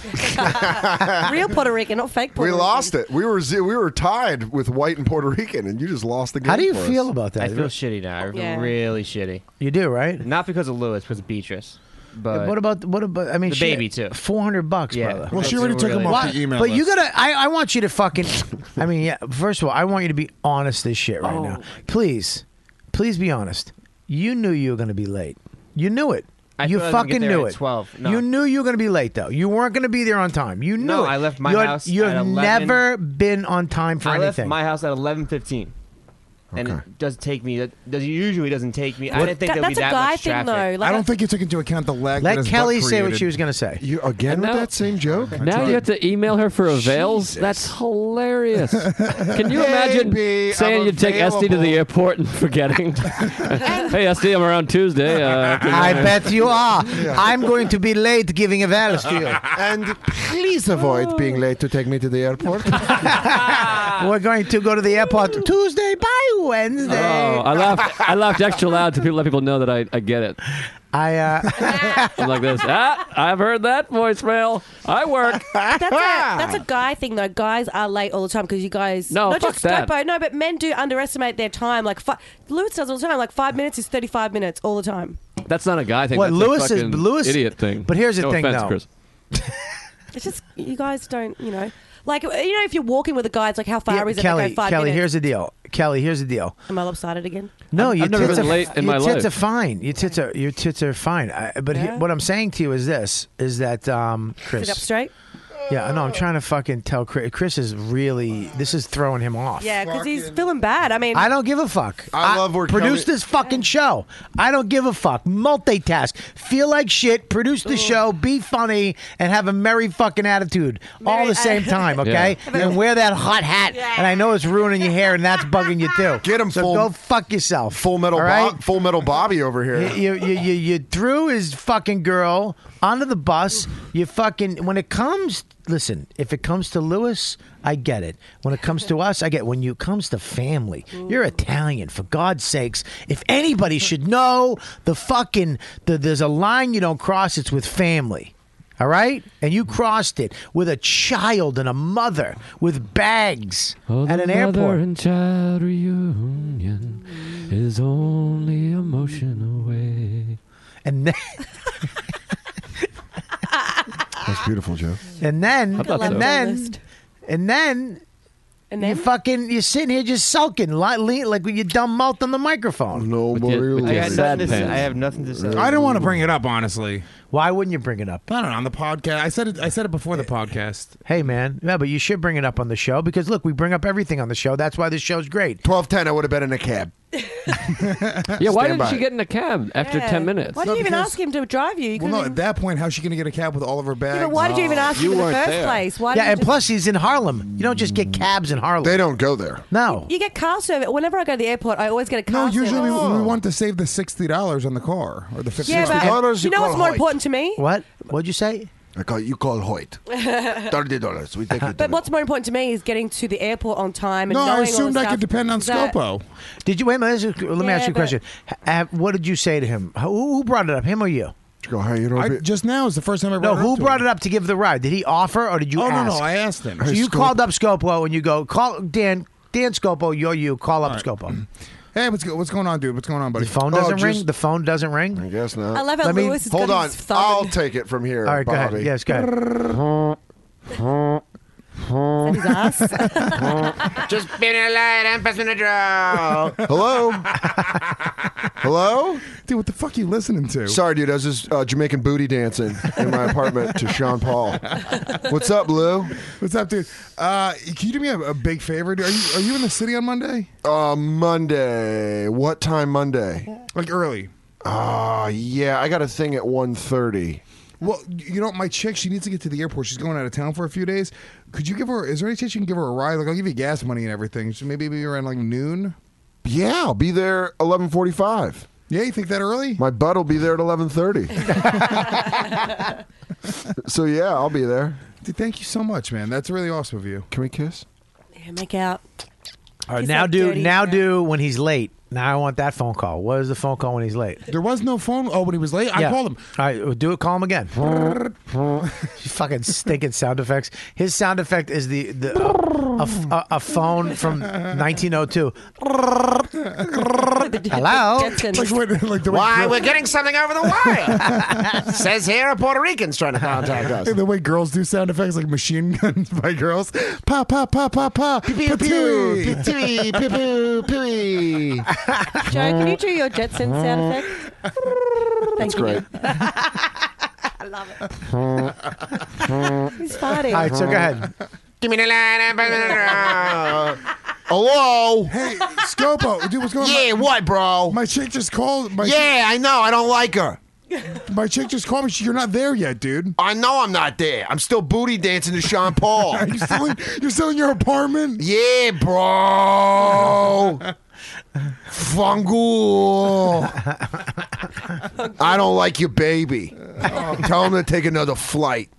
Speaker 9: Real Puerto Rican, not fake
Speaker 11: We
Speaker 9: Puerto
Speaker 11: lost it. We were ze- we were tied with white and Puerto Rican, and you just lost the game. for us.
Speaker 8: I feel shitty now. I feel
Speaker 9: Yeah.
Speaker 8: really shitty.
Speaker 2: You do, right?
Speaker 8: Not because of Lewis, because of Beatrice. But
Speaker 2: what about what about? I mean,
Speaker 8: The
Speaker 2: shit,
Speaker 8: baby, too.
Speaker 2: Four hundred bucks,
Speaker 8: Yeah.
Speaker 2: brother.
Speaker 8: Well, she already That's took really- him off
Speaker 2: Why-
Speaker 8: the email
Speaker 2: But you
Speaker 8: list.
Speaker 2: gotta. I, I want you to fucking. I mean, yeah. First of all, I want you to be honest as shit right
Speaker 8: Oh,
Speaker 2: now. Please, please be honest. You knew you were gonna be late. You knew it.
Speaker 8: I
Speaker 2: you
Speaker 8: thought I was gonna get
Speaker 2: fucking
Speaker 8: there
Speaker 2: knew
Speaker 8: at
Speaker 2: it.
Speaker 8: 12. No.
Speaker 2: You knew you were going to be late, though. You weren't going to be there on time. You knew
Speaker 8: No,
Speaker 2: it.
Speaker 8: I left my
Speaker 2: you had-
Speaker 8: house
Speaker 2: You
Speaker 8: at
Speaker 2: have
Speaker 8: 11.
Speaker 2: never been on time for
Speaker 8: I left
Speaker 2: anything.
Speaker 8: my house at eleven fifteen. And it does take me. It does usually doesn't take me. I
Speaker 9: What-
Speaker 8: didn't think
Speaker 9: That-
Speaker 8: there'd be
Speaker 9: that's a
Speaker 8: that
Speaker 9: guy
Speaker 8: much
Speaker 9: thing,
Speaker 8: traffic.
Speaker 9: though. Like,
Speaker 6: I don't think you took into account the lag. that
Speaker 2: Let
Speaker 6: his
Speaker 2: Kelly
Speaker 6: butt
Speaker 2: say what
Speaker 6: created.
Speaker 2: she was going to say.
Speaker 11: You again
Speaker 5: now-
Speaker 11: with that same joke?
Speaker 5: now you have to email her for avails. That's hilarious. Can you imagine
Speaker 11: Baby, I'm
Speaker 5: saying you'd take Esty to the airport and forgetting? hey Esty, I'm around Tuesday. Uh,
Speaker 2: I bet you are. I'm going to be late giving a vows to you.
Speaker 11: And please avoid being late to take me to the airport.
Speaker 2: We're going to go to the airport Tuesday by Wednesday.
Speaker 5: Oh, I laughed. I laughed extra loud to people, let people know that I, I get it.
Speaker 2: I uh,
Speaker 5: I'm like this. Ah, I've heard that voicemail. I work.
Speaker 9: that's, a, that's a guy thing, though. Guys are late all the time because you guys.
Speaker 5: No,
Speaker 9: not
Speaker 5: fuck
Speaker 9: just
Speaker 5: that.
Speaker 9: Scopo, no, but men do underestimate their time. Like, fi- Lewis does all the time. Like, five minutes is 35 minutes all the time.
Speaker 5: That's not a guy thing.
Speaker 2: What,
Speaker 5: That's
Speaker 2: Lewis
Speaker 5: a
Speaker 2: is-
Speaker 5: fucking
Speaker 2: Lewis-
Speaker 5: idiot thing.
Speaker 2: but here's the
Speaker 5: no
Speaker 2: thing,
Speaker 5: offense,
Speaker 2: though.
Speaker 5: Chris.
Speaker 9: It's just, you guys don't, you know. Like, you know, if you're walking with a guy, it's like, how far
Speaker 2: Yeah,
Speaker 9: is it? I
Speaker 2: Kelly,
Speaker 9: go five
Speaker 2: Kelly,
Speaker 9: minutes.
Speaker 2: here's the deal. Kelly, here's the deal.
Speaker 9: Am I lopsided again?
Speaker 2: No, your
Speaker 5: I've never
Speaker 2: tits
Speaker 5: been
Speaker 2: are,
Speaker 5: late in
Speaker 2: your
Speaker 5: my
Speaker 2: tits
Speaker 5: life.
Speaker 2: are fine. Your tits are your tits are fine. I, but he-
Speaker 9: Yeah.
Speaker 2: what I'm saying to you is this: is that um, Chris?
Speaker 9: Sit up straight?
Speaker 2: Yeah, I know. I'm trying to fucking tell Chris. Chris is really. This is throwing him off.
Speaker 9: Yeah, because he's feeling bad. I mean,
Speaker 2: I don't give a fuck.
Speaker 11: I love where
Speaker 2: produce
Speaker 11: Kelly-
Speaker 2: this fucking show. I don't give a fuck. Multitask, feel like shit, produce the show, be funny, and have a merry fucking attitude all
Speaker 9: Merry-
Speaker 2: the same time. Okay,
Speaker 5: Yeah.
Speaker 2: and wear that hot hat. And I know it's ruining your hair, and that's bugging you too.
Speaker 11: Get him
Speaker 2: So
Speaker 11: full-
Speaker 2: go fuck yourself.
Speaker 11: Full metal,
Speaker 2: All right?
Speaker 11: Bob, full metal Bobby over here.
Speaker 2: You, you, you, you, you threw his fucking girl onto the bus. You fucking, when it comes, listen, if it comes to Lewis, I get it. When it comes to us, I get When you comes to family, you're Italian, for God's sakes. If anybody should know the fucking, the, there's a line you don't cross, it's with family. All right, and you crossed it with a child and a mother with bags at an airport.
Speaker 5: and child reunion is only emotion away.
Speaker 2: And then,
Speaker 3: That's beautiful, Joe.
Speaker 2: and then,
Speaker 3: I thought so.
Speaker 2: and then, and then, and then, you fucking you're sitting here just sulking, like, le- like with your dumb mouth on the microphone.
Speaker 3: No
Speaker 8: I, had nothing to say. I have nothing to say.
Speaker 6: I don't want to bring it up, honestly.
Speaker 2: Why wouldn't you bring it up?
Speaker 6: I don't know. On the podcast, I said it. I said it before the podcast.
Speaker 2: Hey man, yeah, but you should bring it up on the show because look, we bring up everything on the show. That's why this show's great.
Speaker 3: Twelve ten, I would have been in a cab.
Speaker 5: Yeah, why
Speaker 6: Stand
Speaker 5: didn't
Speaker 6: by
Speaker 5: she
Speaker 6: it.
Speaker 5: get in a cab after
Speaker 9: Yeah.
Speaker 5: 10 minutes?
Speaker 9: Why did you even ask him to drive you? you
Speaker 6: Well, no.
Speaker 9: could've-
Speaker 6: At that point, how's she going to get a cab with all of her bags?
Speaker 9: Yeah, but why did you even ask him in the first place? Why?
Speaker 2: yeah,
Speaker 9: did
Speaker 2: and plus he's in Harlem. You don't just get
Speaker 3: Mm.
Speaker 2: cabs in Harlem. They
Speaker 3: don't go there.
Speaker 2: No.
Speaker 9: You get car service. Whenever I go to the airport, I always get a car
Speaker 6: No, usually we,
Speaker 9: service.
Speaker 6: we want to save the sixty dollars on the car or the fifty.
Speaker 9: Yeah, but you know what's more important to me?
Speaker 2: What? What'd you say?
Speaker 3: I call you call Hoyt. Thirty dollars. We take it.
Speaker 9: But what's more important to me is getting to the airport on time and
Speaker 6: No, I
Speaker 9: knowing
Speaker 6: assumed
Speaker 9: all
Speaker 6: I
Speaker 9: the
Speaker 6: could depend on
Speaker 9: Scopo.
Speaker 2: Did you wait? a minute, Let me, let me
Speaker 9: Yeah,
Speaker 2: ask you a
Speaker 9: but-
Speaker 2: question. Ha- have- what did you say to him? Who, who brought it up? Him or you?
Speaker 3: Go, hey, you know,
Speaker 6: I, just now is the first time I
Speaker 2: no,
Speaker 6: brought it
Speaker 2: who
Speaker 6: up to
Speaker 2: brought it up to give the ride? Did he offer or did you
Speaker 6: Oh, no,
Speaker 2: ask?
Speaker 6: no, I asked him.
Speaker 2: So
Speaker 6: Hey,
Speaker 2: you
Speaker 6: Scopo.
Speaker 2: called up Scopo and you go, call Dan, Dan Scopo, you're you, call up Scopo.
Speaker 6: Hey, what's go- what's going on, dude? What's going on, buddy?
Speaker 2: The phone
Speaker 6: Oh,
Speaker 2: doesn't ring?
Speaker 6: just-
Speaker 2: The phone doesn't ring? I
Speaker 3: guess not.
Speaker 9: I love how
Speaker 2: Let me-
Speaker 9: Lewis has
Speaker 3: Hold
Speaker 9: got
Speaker 3: on.
Speaker 9: his thumb.
Speaker 3: I'll take it from here.
Speaker 2: All right, go ahead.
Speaker 3: Bobby.
Speaker 2: Yes, go
Speaker 3: ahead.
Speaker 4: Just spin a light and pass me the draw.
Speaker 3: Hello. Hello.
Speaker 6: Dude, what the fuck you listening to?
Speaker 3: Sorry, dude. I was just uh, Jamaican booty dancing in my apartment to Sean Paul. What's up, Lou?
Speaker 6: What's up, dude? Uh, can you do me a, a big favor? dude? Are you are you in the city on Monday?
Speaker 3: Uh, Monday. What time Monday?
Speaker 6: Like early?
Speaker 3: Ah, yeah. I got a thing at 1.30.
Speaker 6: Well, you know, my chick, she needs to get to the airport. She's going out of town for a few days. Could you give her? Is there any chance you can give her a ride? Like, I'll give you gas money and everything. So maybe be around like noon.
Speaker 3: Yeah, I'll be there 11:45.
Speaker 6: Yeah, you think that early?
Speaker 3: My butt will be there at 11:30. so yeah, I'll be there.
Speaker 6: Dude, thank you so much, man. That's really awesome of you.
Speaker 3: Can we kiss?
Speaker 9: Yeah, make out.
Speaker 2: All right,
Speaker 9: He's
Speaker 2: now
Speaker 9: like
Speaker 2: do
Speaker 9: dirty
Speaker 2: now do when he's late. Now I want that phone call. What is the phone call when he's late?
Speaker 6: There was no phone. Oh, when he was late, I
Speaker 2: Yeah.
Speaker 6: called him.
Speaker 2: All right, well, do it. Call him again. You fucking stinking sound effects. His sound effect is the the a, f- a- a phone from 1902. Hello.
Speaker 6: Like, when, like the way
Speaker 4: Why
Speaker 6: girl-
Speaker 4: we're getting something over the wire? Says here a Puerto Rican's trying to contact us.
Speaker 6: Hey, the way girls do sound effects like machine guns by girls. Pa pa pa pa pa. Patooey.
Speaker 9: Joe, can you do your Jetson sound effect? Thank you.
Speaker 3: great.
Speaker 9: I love it. He's farting.
Speaker 2: All right, so go ahead.
Speaker 4: Give me the line and pass me the draw.
Speaker 3: Hello.
Speaker 6: Hey, Scopo, dude, what's going on?
Speaker 4: Yeah, what,
Speaker 6: bro? My chick just called. My
Speaker 4: Yeah, I know. I don't like her.
Speaker 6: chick, my chick just called me. She, you're not there yet, dude.
Speaker 3: I know I'm not there. I'm still booty dancing to Sean Paul.
Speaker 6: Are you still in, you're still in your apartment?
Speaker 3: yeah, bro. Fungal. I don't like your baby. Tell him to take another flight.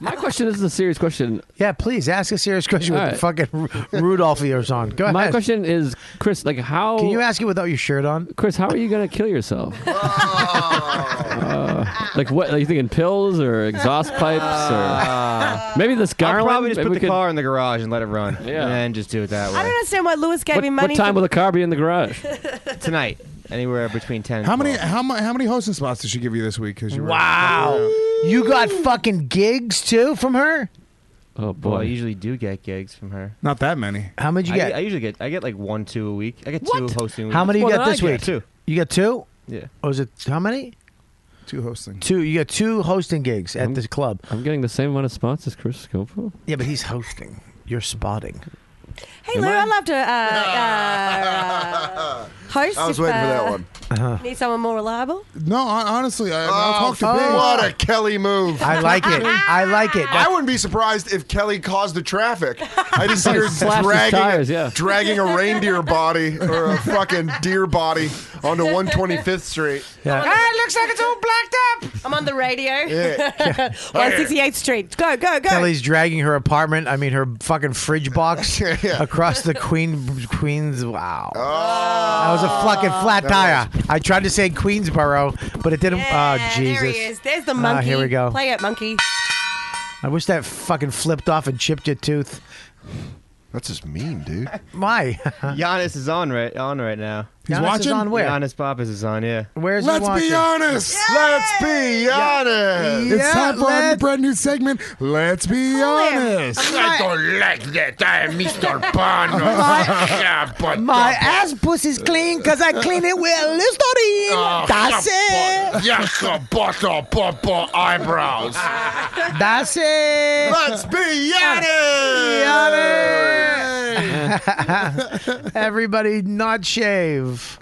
Speaker 5: My question this is a serious question.
Speaker 2: Yeah, please ask a serious question with
Speaker 5: All
Speaker 2: the fucking Ru- Rudolph ears on. Go ahead.
Speaker 5: My question is, Chris, like how
Speaker 2: Can you ask it without your shirt on?
Speaker 5: Chris, how are you gonna kill yourself?
Speaker 8: Oh.
Speaker 5: Uh, like what? Are you thinking pills or exhaust pipes or maybe this
Speaker 8: I'll
Speaker 5: garland?
Speaker 8: probably just
Speaker 5: Maybe
Speaker 8: put
Speaker 5: we
Speaker 8: the
Speaker 5: could-
Speaker 8: car in the garage and let it run.
Speaker 5: Yeah.
Speaker 8: And then just do it that
Speaker 9: I don't
Speaker 8: way.
Speaker 9: understand why Lewis gave
Speaker 5: What,
Speaker 9: me
Speaker 5: what
Speaker 9: money.
Speaker 5: time
Speaker 9: for-
Speaker 5: will the car be in the garage?
Speaker 8: Tonight, anywhere between 10 and
Speaker 6: How many
Speaker 8: 12.
Speaker 6: how, mu- how many hosting spots did she give you this week? 'Cause you were-
Speaker 2: Wow. You got fucking gigs too from her?
Speaker 5: Oh
Speaker 8: Well, I
Speaker 5: boy.
Speaker 8: usually do get gigs from her.
Speaker 6: Not that many.
Speaker 2: How many did you
Speaker 8: I,
Speaker 2: get?
Speaker 8: I usually get I get like one, two a week. I get two hosting. a week.
Speaker 2: how many you
Speaker 8: More
Speaker 2: got
Speaker 8: than I
Speaker 2: this
Speaker 8: get.
Speaker 2: week?
Speaker 8: Two.
Speaker 2: You got two?
Speaker 8: Yeah.
Speaker 2: Or is it how many?
Speaker 6: Two hosting.
Speaker 2: Two. You got two hosting gigs
Speaker 8: Mm-hmm.
Speaker 2: at this club.
Speaker 5: I'm getting the same amount of spots as Chris Scopo.
Speaker 2: Yeah, but he's hosting. You're spotting.
Speaker 9: Hey, Lou, I? would love to
Speaker 2: Ah.
Speaker 9: uh, uh, uh, host.
Speaker 3: I was
Speaker 9: if,
Speaker 3: waiting for
Speaker 9: uh,
Speaker 3: that one.
Speaker 9: Need someone more reliable?
Speaker 6: No, hon- honestly, I, I'll talk to
Speaker 2: Oh, fuck.
Speaker 6: Bing.
Speaker 3: Oh, What a Kelly move.
Speaker 2: I like it. I like it.
Speaker 3: I wouldn't be surprised if Kelly caused the traffic. I just see her
Speaker 5: Slashed his
Speaker 3: dragging,
Speaker 5: tires, yeah.
Speaker 3: dragging a reindeer body or a fucking deer body onto 125th Street.
Speaker 4: Ah, it looks like it's all blacked up.
Speaker 9: I'm on the radio.
Speaker 3: Yeah.
Speaker 9: 168th Street. Go, go, go.
Speaker 2: Kelly's dragging her apartment. I mean, her fucking fridge box
Speaker 3: Yeah, yeah.
Speaker 2: across the Queen Queens. Wow.
Speaker 3: Oh,
Speaker 2: that was a fucking flat tire. I tried to say Queensboro, but it didn't. oh Jesus!
Speaker 9: There he is. There's the
Speaker 2: Ah,
Speaker 9: monkey.
Speaker 2: here we go.
Speaker 9: Play it, monkey.
Speaker 2: I wish that fucking flipped off and chipped your tooth.
Speaker 11: That's just mean, dude.
Speaker 2: My.
Speaker 8: Giannis is on right on right now.
Speaker 2: He's Giannis is watching? on where?
Speaker 8: Giannis Papas is on. Yeah.
Speaker 2: Where's
Speaker 6: Let's be honest. Let's be honest. It's
Speaker 8: Yeah,
Speaker 6: time for our
Speaker 8: let's-
Speaker 6: brand new segment. Let's be honest.
Speaker 12: I don't like that. I am Mr. Bono. Yeah, but-
Speaker 6: my
Speaker 2: ass pussy's clean because I clean it with Listerine.
Speaker 12: Oh, yeah, but- Yes, a butter, butter eyebrows.
Speaker 2: That's it.
Speaker 12: Let's be
Speaker 2: honest. Everybody, not shave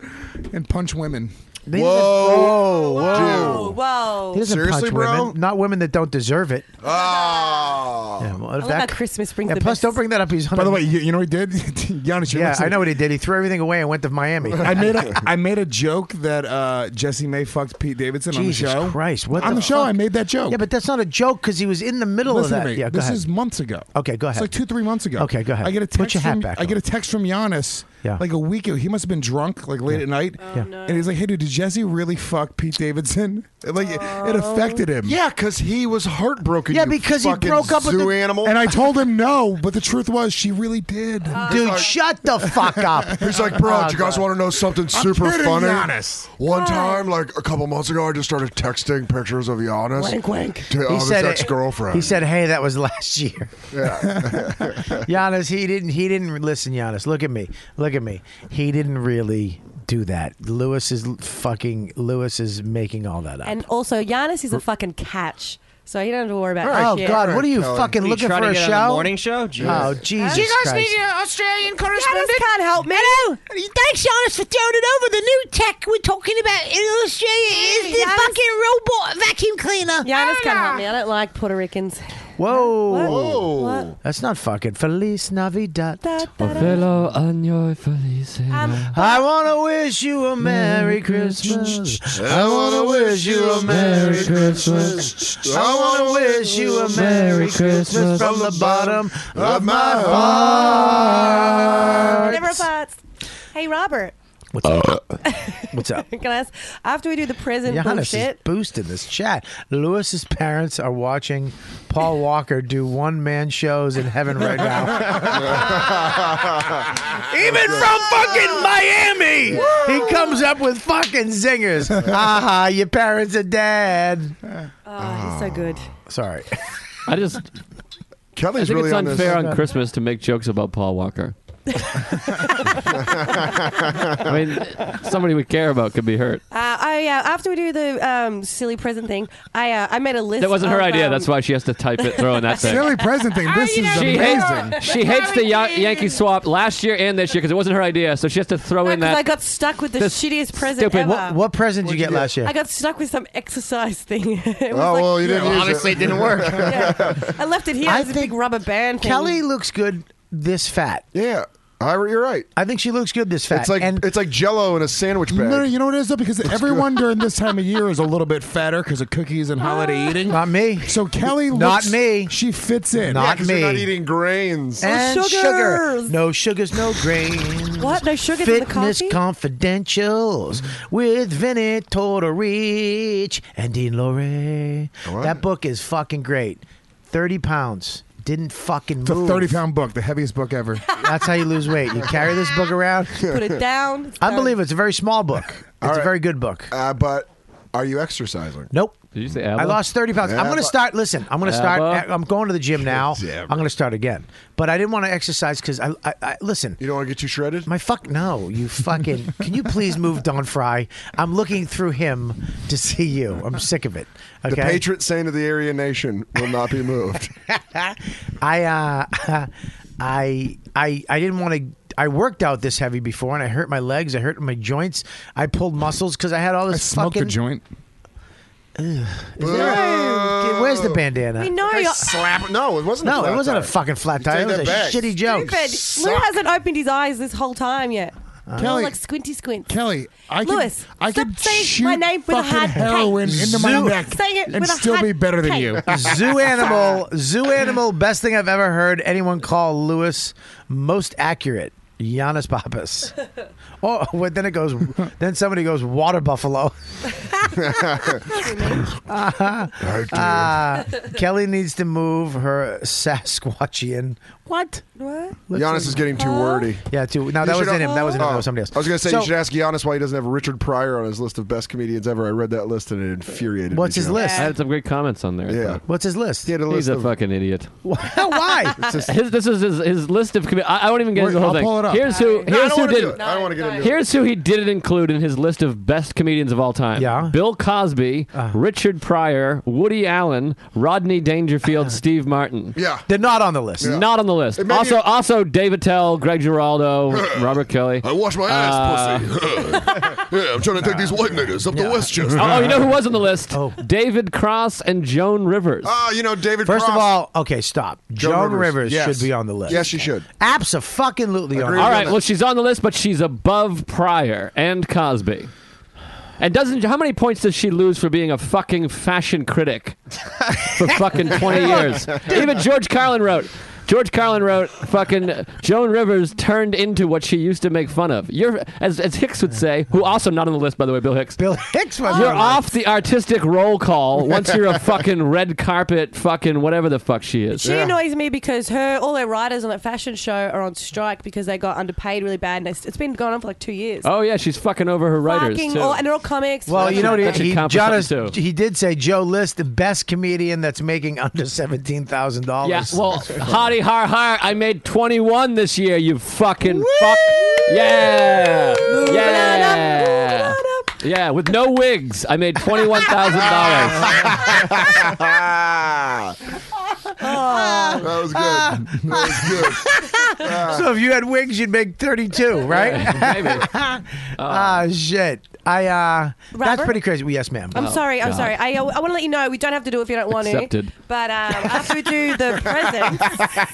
Speaker 6: and punch women.
Speaker 2: Whoa,
Speaker 6: Whoa,
Speaker 2: whoa,
Speaker 6: dude.
Speaker 9: whoa!
Speaker 2: He doesn't
Speaker 6: Seriously,
Speaker 2: punch
Speaker 6: bro?
Speaker 2: women, not women that don't deserve it.
Speaker 11: Oh.
Speaker 2: Yeah, well,
Speaker 9: I love how Christmas brings
Speaker 2: and
Speaker 9: the
Speaker 2: plus,
Speaker 9: best.
Speaker 2: don't bring that up. He's
Speaker 6: By the way, you, you know what he did? Giannis, you're
Speaker 2: yeah,
Speaker 6: listening-
Speaker 2: I know what he did. He threw everything away and went to Miami.
Speaker 6: I made a I made a joke that uh, Jesse May fucked Pete Davidson
Speaker 2: Jesus
Speaker 6: on the show.
Speaker 2: Christ! What
Speaker 6: on the,
Speaker 2: the
Speaker 6: show?
Speaker 2: fuck?
Speaker 6: I made that joke.
Speaker 2: Yeah, but that's not a joke because he was in the middle
Speaker 6: Listen
Speaker 2: of
Speaker 6: to
Speaker 2: that.
Speaker 6: me.
Speaker 2: Yeah, go
Speaker 6: this
Speaker 2: ahead.
Speaker 6: is months ago.
Speaker 2: Okay, go
Speaker 6: It's
Speaker 2: ahead.
Speaker 6: like two, three months ago.
Speaker 2: Okay, go ahead.
Speaker 6: I get a
Speaker 2: Put
Speaker 6: text
Speaker 2: your hat
Speaker 6: from,
Speaker 2: back
Speaker 6: I
Speaker 2: on.
Speaker 6: get a text from Giannis.
Speaker 2: Yeah.
Speaker 6: Like a week ago, he must have been drunk, like late at night.
Speaker 2: Yeah.
Speaker 6: And he's like, "Hey, dude, did Jesse really fuck Pete Davidson? Like, it- it affected
Speaker 2: Oh.
Speaker 6: him.
Speaker 11: Yeah, because he was heartbroken.
Speaker 2: Yeah,
Speaker 11: you
Speaker 2: because he
Speaker 11: fucking
Speaker 2: broke up with
Speaker 11: zoo
Speaker 2: the-
Speaker 11: animal.
Speaker 6: And I told him no, but the truth was, she really did.
Speaker 2: Dude, shut the fuck up.
Speaker 11: He's like, bro,
Speaker 2: Oh,
Speaker 11: do you guys
Speaker 2: God.
Speaker 11: want to know something super
Speaker 6: kidding,
Speaker 11: funny?
Speaker 6: Giannis.
Speaker 11: One time, like a couple months ago, I just started texting pictures of Giannis
Speaker 6: Wank, wank.
Speaker 11: to
Speaker 2: He
Speaker 11: uh, his
Speaker 2: said it-
Speaker 11: ex-girlfriend.
Speaker 2: He said, "Hey, that was last year."
Speaker 11: Yeah.
Speaker 2: Giannis, he didn't. He didn't listen. Giannis, look at me. Look at me. He didn't really do that. Lewis is fucking. Lewis is making all that up.
Speaker 9: And also, Giannis is a fucking catch, so he don't have to worry about.
Speaker 2: Oh
Speaker 9: shit.
Speaker 2: God! What are you fucking
Speaker 8: You
Speaker 2: looking
Speaker 8: trying
Speaker 2: for
Speaker 8: to
Speaker 2: a
Speaker 8: get
Speaker 2: show?
Speaker 8: on the morning show?
Speaker 2: Oh
Speaker 8: Jesus.
Speaker 2: Jesus!
Speaker 8: Do you guys
Speaker 2: Christ.
Speaker 8: need
Speaker 1: an Australian
Speaker 9: correspondent? can't help me.
Speaker 1: Thanks, Giannis, for throwing it over. The new tech we're talking about in Australia is the
Speaker 9: Giannis-
Speaker 1: fucking robot vacuum cleaner.
Speaker 9: Giannis can't help me. I don't like Puerto Ricans.
Speaker 2: Whoa!
Speaker 9: Whoa. What?
Speaker 2: That's not fucking Feliz Navidad.
Speaker 5: Velo año feliz.
Speaker 2: I wanna wish you a Merry Christmas. I wanna wish you a Merry Christmas. I wanna wish you a Merry Christmas from the bottom of my heart.
Speaker 9: Never thought. Hey, Robert.
Speaker 2: What's up? What's up?
Speaker 9: Can I ask? After we do the present
Speaker 2: Giannis is
Speaker 9: bullshit,
Speaker 2: boosting this chat. Lewis's parents are watching Paul Walker do one man shows in heaven right now. Even from fucking Miami, he comes up with fucking zingers. Haha, your parents are dead.
Speaker 9: oh, he's so good.
Speaker 2: Sorry.
Speaker 5: I just.
Speaker 11: Kelly's
Speaker 5: I think
Speaker 11: really
Speaker 5: it's
Speaker 11: on this.
Speaker 5: unfair on Christmas to make jokes about Paul Walker. I mean, somebody we care about could be hurt.
Speaker 9: Uh, I uh, after we do the um, silly present thing, I uh, I made a list.
Speaker 5: That wasn't her
Speaker 9: of,
Speaker 5: idea.
Speaker 9: um,
Speaker 5: That's why she has to type it, throw in that thing.
Speaker 6: Silly present thing. This is
Speaker 5: She
Speaker 6: amazing.
Speaker 5: hates, she hates the Ya- Yankee swap last year and this year because it wasn't her idea, so she has to throw in
Speaker 9: Because
Speaker 5: that.
Speaker 9: I got stuck with the
Speaker 5: this
Speaker 9: shittiest present
Speaker 5: stupid-
Speaker 9: ever.
Speaker 5: What-
Speaker 2: What present did you get
Speaker 5: you
Speaker 2: last year?
Speaker 9: I got stuck with some exercise thing. It was
Speaker 2: Oh,
Speaker 9: like-
Speaker 2: well, you didn't Yeah, use
Speaker 8: obviously it. it didn't work.
Speaker 9: I left it here.
Speaker 2: I
Speaker 9: I think a big rubber band. Thing.
Speaker 2: Kelly looks good this fat.
Speaker 11: Yeah, I, you're right.
Speaker 2: I think she looks good this fat.
Speaker 11: It's like
Speaker 2: and
Speaker 11: it's like Jello in a sandwich bag.
Speaker 6: No, you know what it is though, because everyone during this time of year is a little bit fatter because of cookies and
Speaker 3: Ah.
Speaker 6: holiday eating.
Speaker 2: Not me.
Speaker 6: So Kelly,
Speaker 2: Not
Speaker 6: looks-
Speaker 2: me.
Speaker 6: She fits in.
Speaker 2: Not Yeah, 'cause you're me. not
Speaker 11: eating grains.
Speaker 2: and sugar.
Speaker 9: sugars.
Speaker 2: No sugars, no grains.
Speaker 9: What? No sugars in the
Speaker 2: Fitness
Speaker 9: coffee?
Speaker 2: Confidentials with Vinny Tortorich and Dean Lorre. That book is fucking great. 30 pounds. Didn't fucking
Speaker 6: It's a
Speaker 2: move.
Speaker 6: thirty-pound book, the heaviest book ever.
Speaker 2: That's how you lose weight. You carry this book around.
Speaker 9: Put it down.
Speaker 2: I believe it's a very small book. It's a very good book.
Speaker 11: Uh, but are you exercising?
Speaker 2: Nope.
Speaker 5: Did you say
Speaker 2: I lost 30 pounds. I'm going
Speaker 11: Abba.
Speaker 2: to start. Listen, I'm going to start.
Speaker 11: Abba.
Speaker 2: I'm going to the gym now.
Speaker 11: Yeah,
Speaker 2: I'm going to start again. But I didn't want to exercise because I, I, I. Listen.
Speaker 11: You don't want to get too shredded?
Speaker 2: My fuck. No. You fucking. can you please move Don Fry? I'm looking through him to see you. I'm sick of it. Okay.
Speaker 11: The patron saint of the Aryan nation will not be moved.
Speaker 2: I uh, I I I didn't want to. I worked out this heavy before, and I hurt my legs. I hurt my joints. I pulled muscles because I had all this
Speaker 6: Smoked
Speaker 2: fucking.
Speaker 6: a joint.
Speaker 2: Is there a- Okay, where's the bandana?
Speaker 9: We know you.
Speaker 11: Slap. No, it wasn't.
Speaker 2: no,
Speaker 11: a
Speaker 2: it
Speaker 11: flat
Speaker 2: wasn't a
Speaker 11: tire.
Speaker 2: fucking flat
Speaker 11: You
Speaker 2: tire. It
Speaker 11: take
Speaker 2: was a
Speaker 11: that back.
Speaker 2: shitty joke.
Speaker 9: Stupid. Lou hasn't opened his eyes this whole time yet. He's all
Speaker 6: Kelly-
Speaker 9: like squinty squint.
Speaker 6: Kelly, I could-
Speaker 9: Lewis,
Speaker 6: I
Speaker 9: stop
Speaker 6: could
Speaker 9: saying
Speaker 6: shoot
Speaker 9: my name with a
Speaker 6: fucking
Speaker 9: hard
Speaker 6: heroin
Speaker 9: K.
Speaker 6: into my
Speaker 9: Zoo-
Speaker 6: neck
Speaker 9: Saying it
Speaker 6: and
Speaker 9: with a
Speaker 6: still
Speaker 9: hard
Speaker 6: be better than
Speaker 9: K.
Speaker 6: you.
Speaker 2: zoo animal, zoo animal. Best thing I've ever heard anyone call Lewis most accurate. Giannis Papas. oh, well, then it goes. then somebody goes water buffalo. Uh-huh. Uh, Kelly needs to move her Sasquatchian. What?
Speaker 9: What?
Speaker 3: Giannis is getting too wordy.
Speaker 2: Yeah, too. No, that
Speaker 3: You should
Speaker 2: wasn't
Speaker 3: al-
Speaker 2: him. That wasn't him. That
Speaker 3: Oh.
Speaker 2: was somebody else.
Speaker 3: I was gonna say
Speaker 2: So-
Speaker 3: you should ask Giannis why he doesn't have Richard Pryor on his list of best comedians ever. I read that list and it infuriated
Speaker 2: What's
Speaker 3: me.
Speaker 2: his
Speaker 3: John.
Speaker 2: list?
Speaker 5: I had some great comments on there. Yeah.
Speaker 2: What's his list? He
Speaker 3: had a
Speaker 5: He's
Speaker 3: list
Speaker 5: a
Speaker 3: of-
Speaker 5: fucking idiot.
Speaker 2: Why?
Speaker 5: his, this is his, his list of. commi- I, I won't even get
Speaker 3: Wait,
Speaker 5: into the whole
Speaker 3: I'll
Speaker 5: thing.
Speaker 3: pull it up.
Speaker 5: Here's who.
Speaker 3: No, I
Speaker 5: Here's
Speaker 3: don't
Speaker 5: who
Speaker 3: wanna
Speaker 5: did.
Speaker 3: do it. I don't wanna get into it.
Speaker 5: Here's who he didn't include in his list of best comedians of all time. Yeah. Bill Cosby, Richard Pryor, Woody Allen, Rodney Dangerfield, Steve Martin.
Speaker 3: Yeah.
Speaker 2: They're not on the list.
Speaker 5: Not on the list.
Speaker 3: It may be-
Speaker 5: Also, also Dave Attell, Greg Giraldo, Robert Kelly. I
Speaker 3: wash my
Speaker 5: ass,
Speaker 3: yeah, I'm trying to take these white niggas up to Westchester.
Speaker 5: oh, you know who was on the list? David Cross and Joan Rivers.
Speaker 3: Ah, you know David.
Speaker 2: First of
Speaker 3: Cross.
Speaker 2: all, okay, stop. Joan, Rivers,
Speaker 3: Yes.
Speaker 2: should be on the list.
Speaker 3: Yes, she should.
Speaker 2: Absolutely on.
Speaker 5: All right, well, she's on the list, but she's above Pryor and Cosby. And doesn't how many points does she lose for being a fucking fashion critic for fucking twenty years? Even George Carlin wrote. George Carlin wrote, "Fucking Joan Rivers turned into what she used to make fun of." You're, as, as Hicks would say, who also not on the list by the way, Bill Hicks.
Speaker 2: Bill Hicks was.
Speaker 5: You're
Speaker 2: on the
Speaker 5: off the artistic roll call once you're a fucking red carpet, fucking whatever the fuck she is.
Speaker 9: She annoys me because her all her writers on that fashion show are on strike because they got underpaid really bad, and it's, it's been going on for like two years.
Speaker 5: Oh yeah, she's fucking over her writers
Speaker 9: Fucking
Speaker 5: too.
Speaker 9: all- and they're all comics.
Speaker 2: Well, you know what he,
Speaker 5: That should
Speaker 2: he,
Speaker 5: count for
Speaker 2: John
Speaker 5: something,
Speaker 2: is- he did say Joe List, the best comedian that's making under seventeen thousand
Speaker 5: Yeah,
Speaker 2: dollars.
Speaker 5: well, hottie har har, I made 21 this year, you fucking fuck. Yeah. Yeah. Yeah, with no wigs, I made $21,000.
Speaker 3: that was good.
Speaker 2: ah.
Speaker 3: That was good. Ah.
Speaker 2: so if you had wings, you'd make thirty-two, right?
Speaker 5: Maybe.
Speaker 2: Ah, shit. I uh, that's
Speaker 9: Robert?
Speaker 2: pretty crazy. Well, yes, ma'am. Uh,
Speaker 9: I'm sorry. I'm sorry. I, I want to let you know we don't have to do it if you don't want
Speaker 2: Accepted.
Speaker 9: to. But um, after we do the present,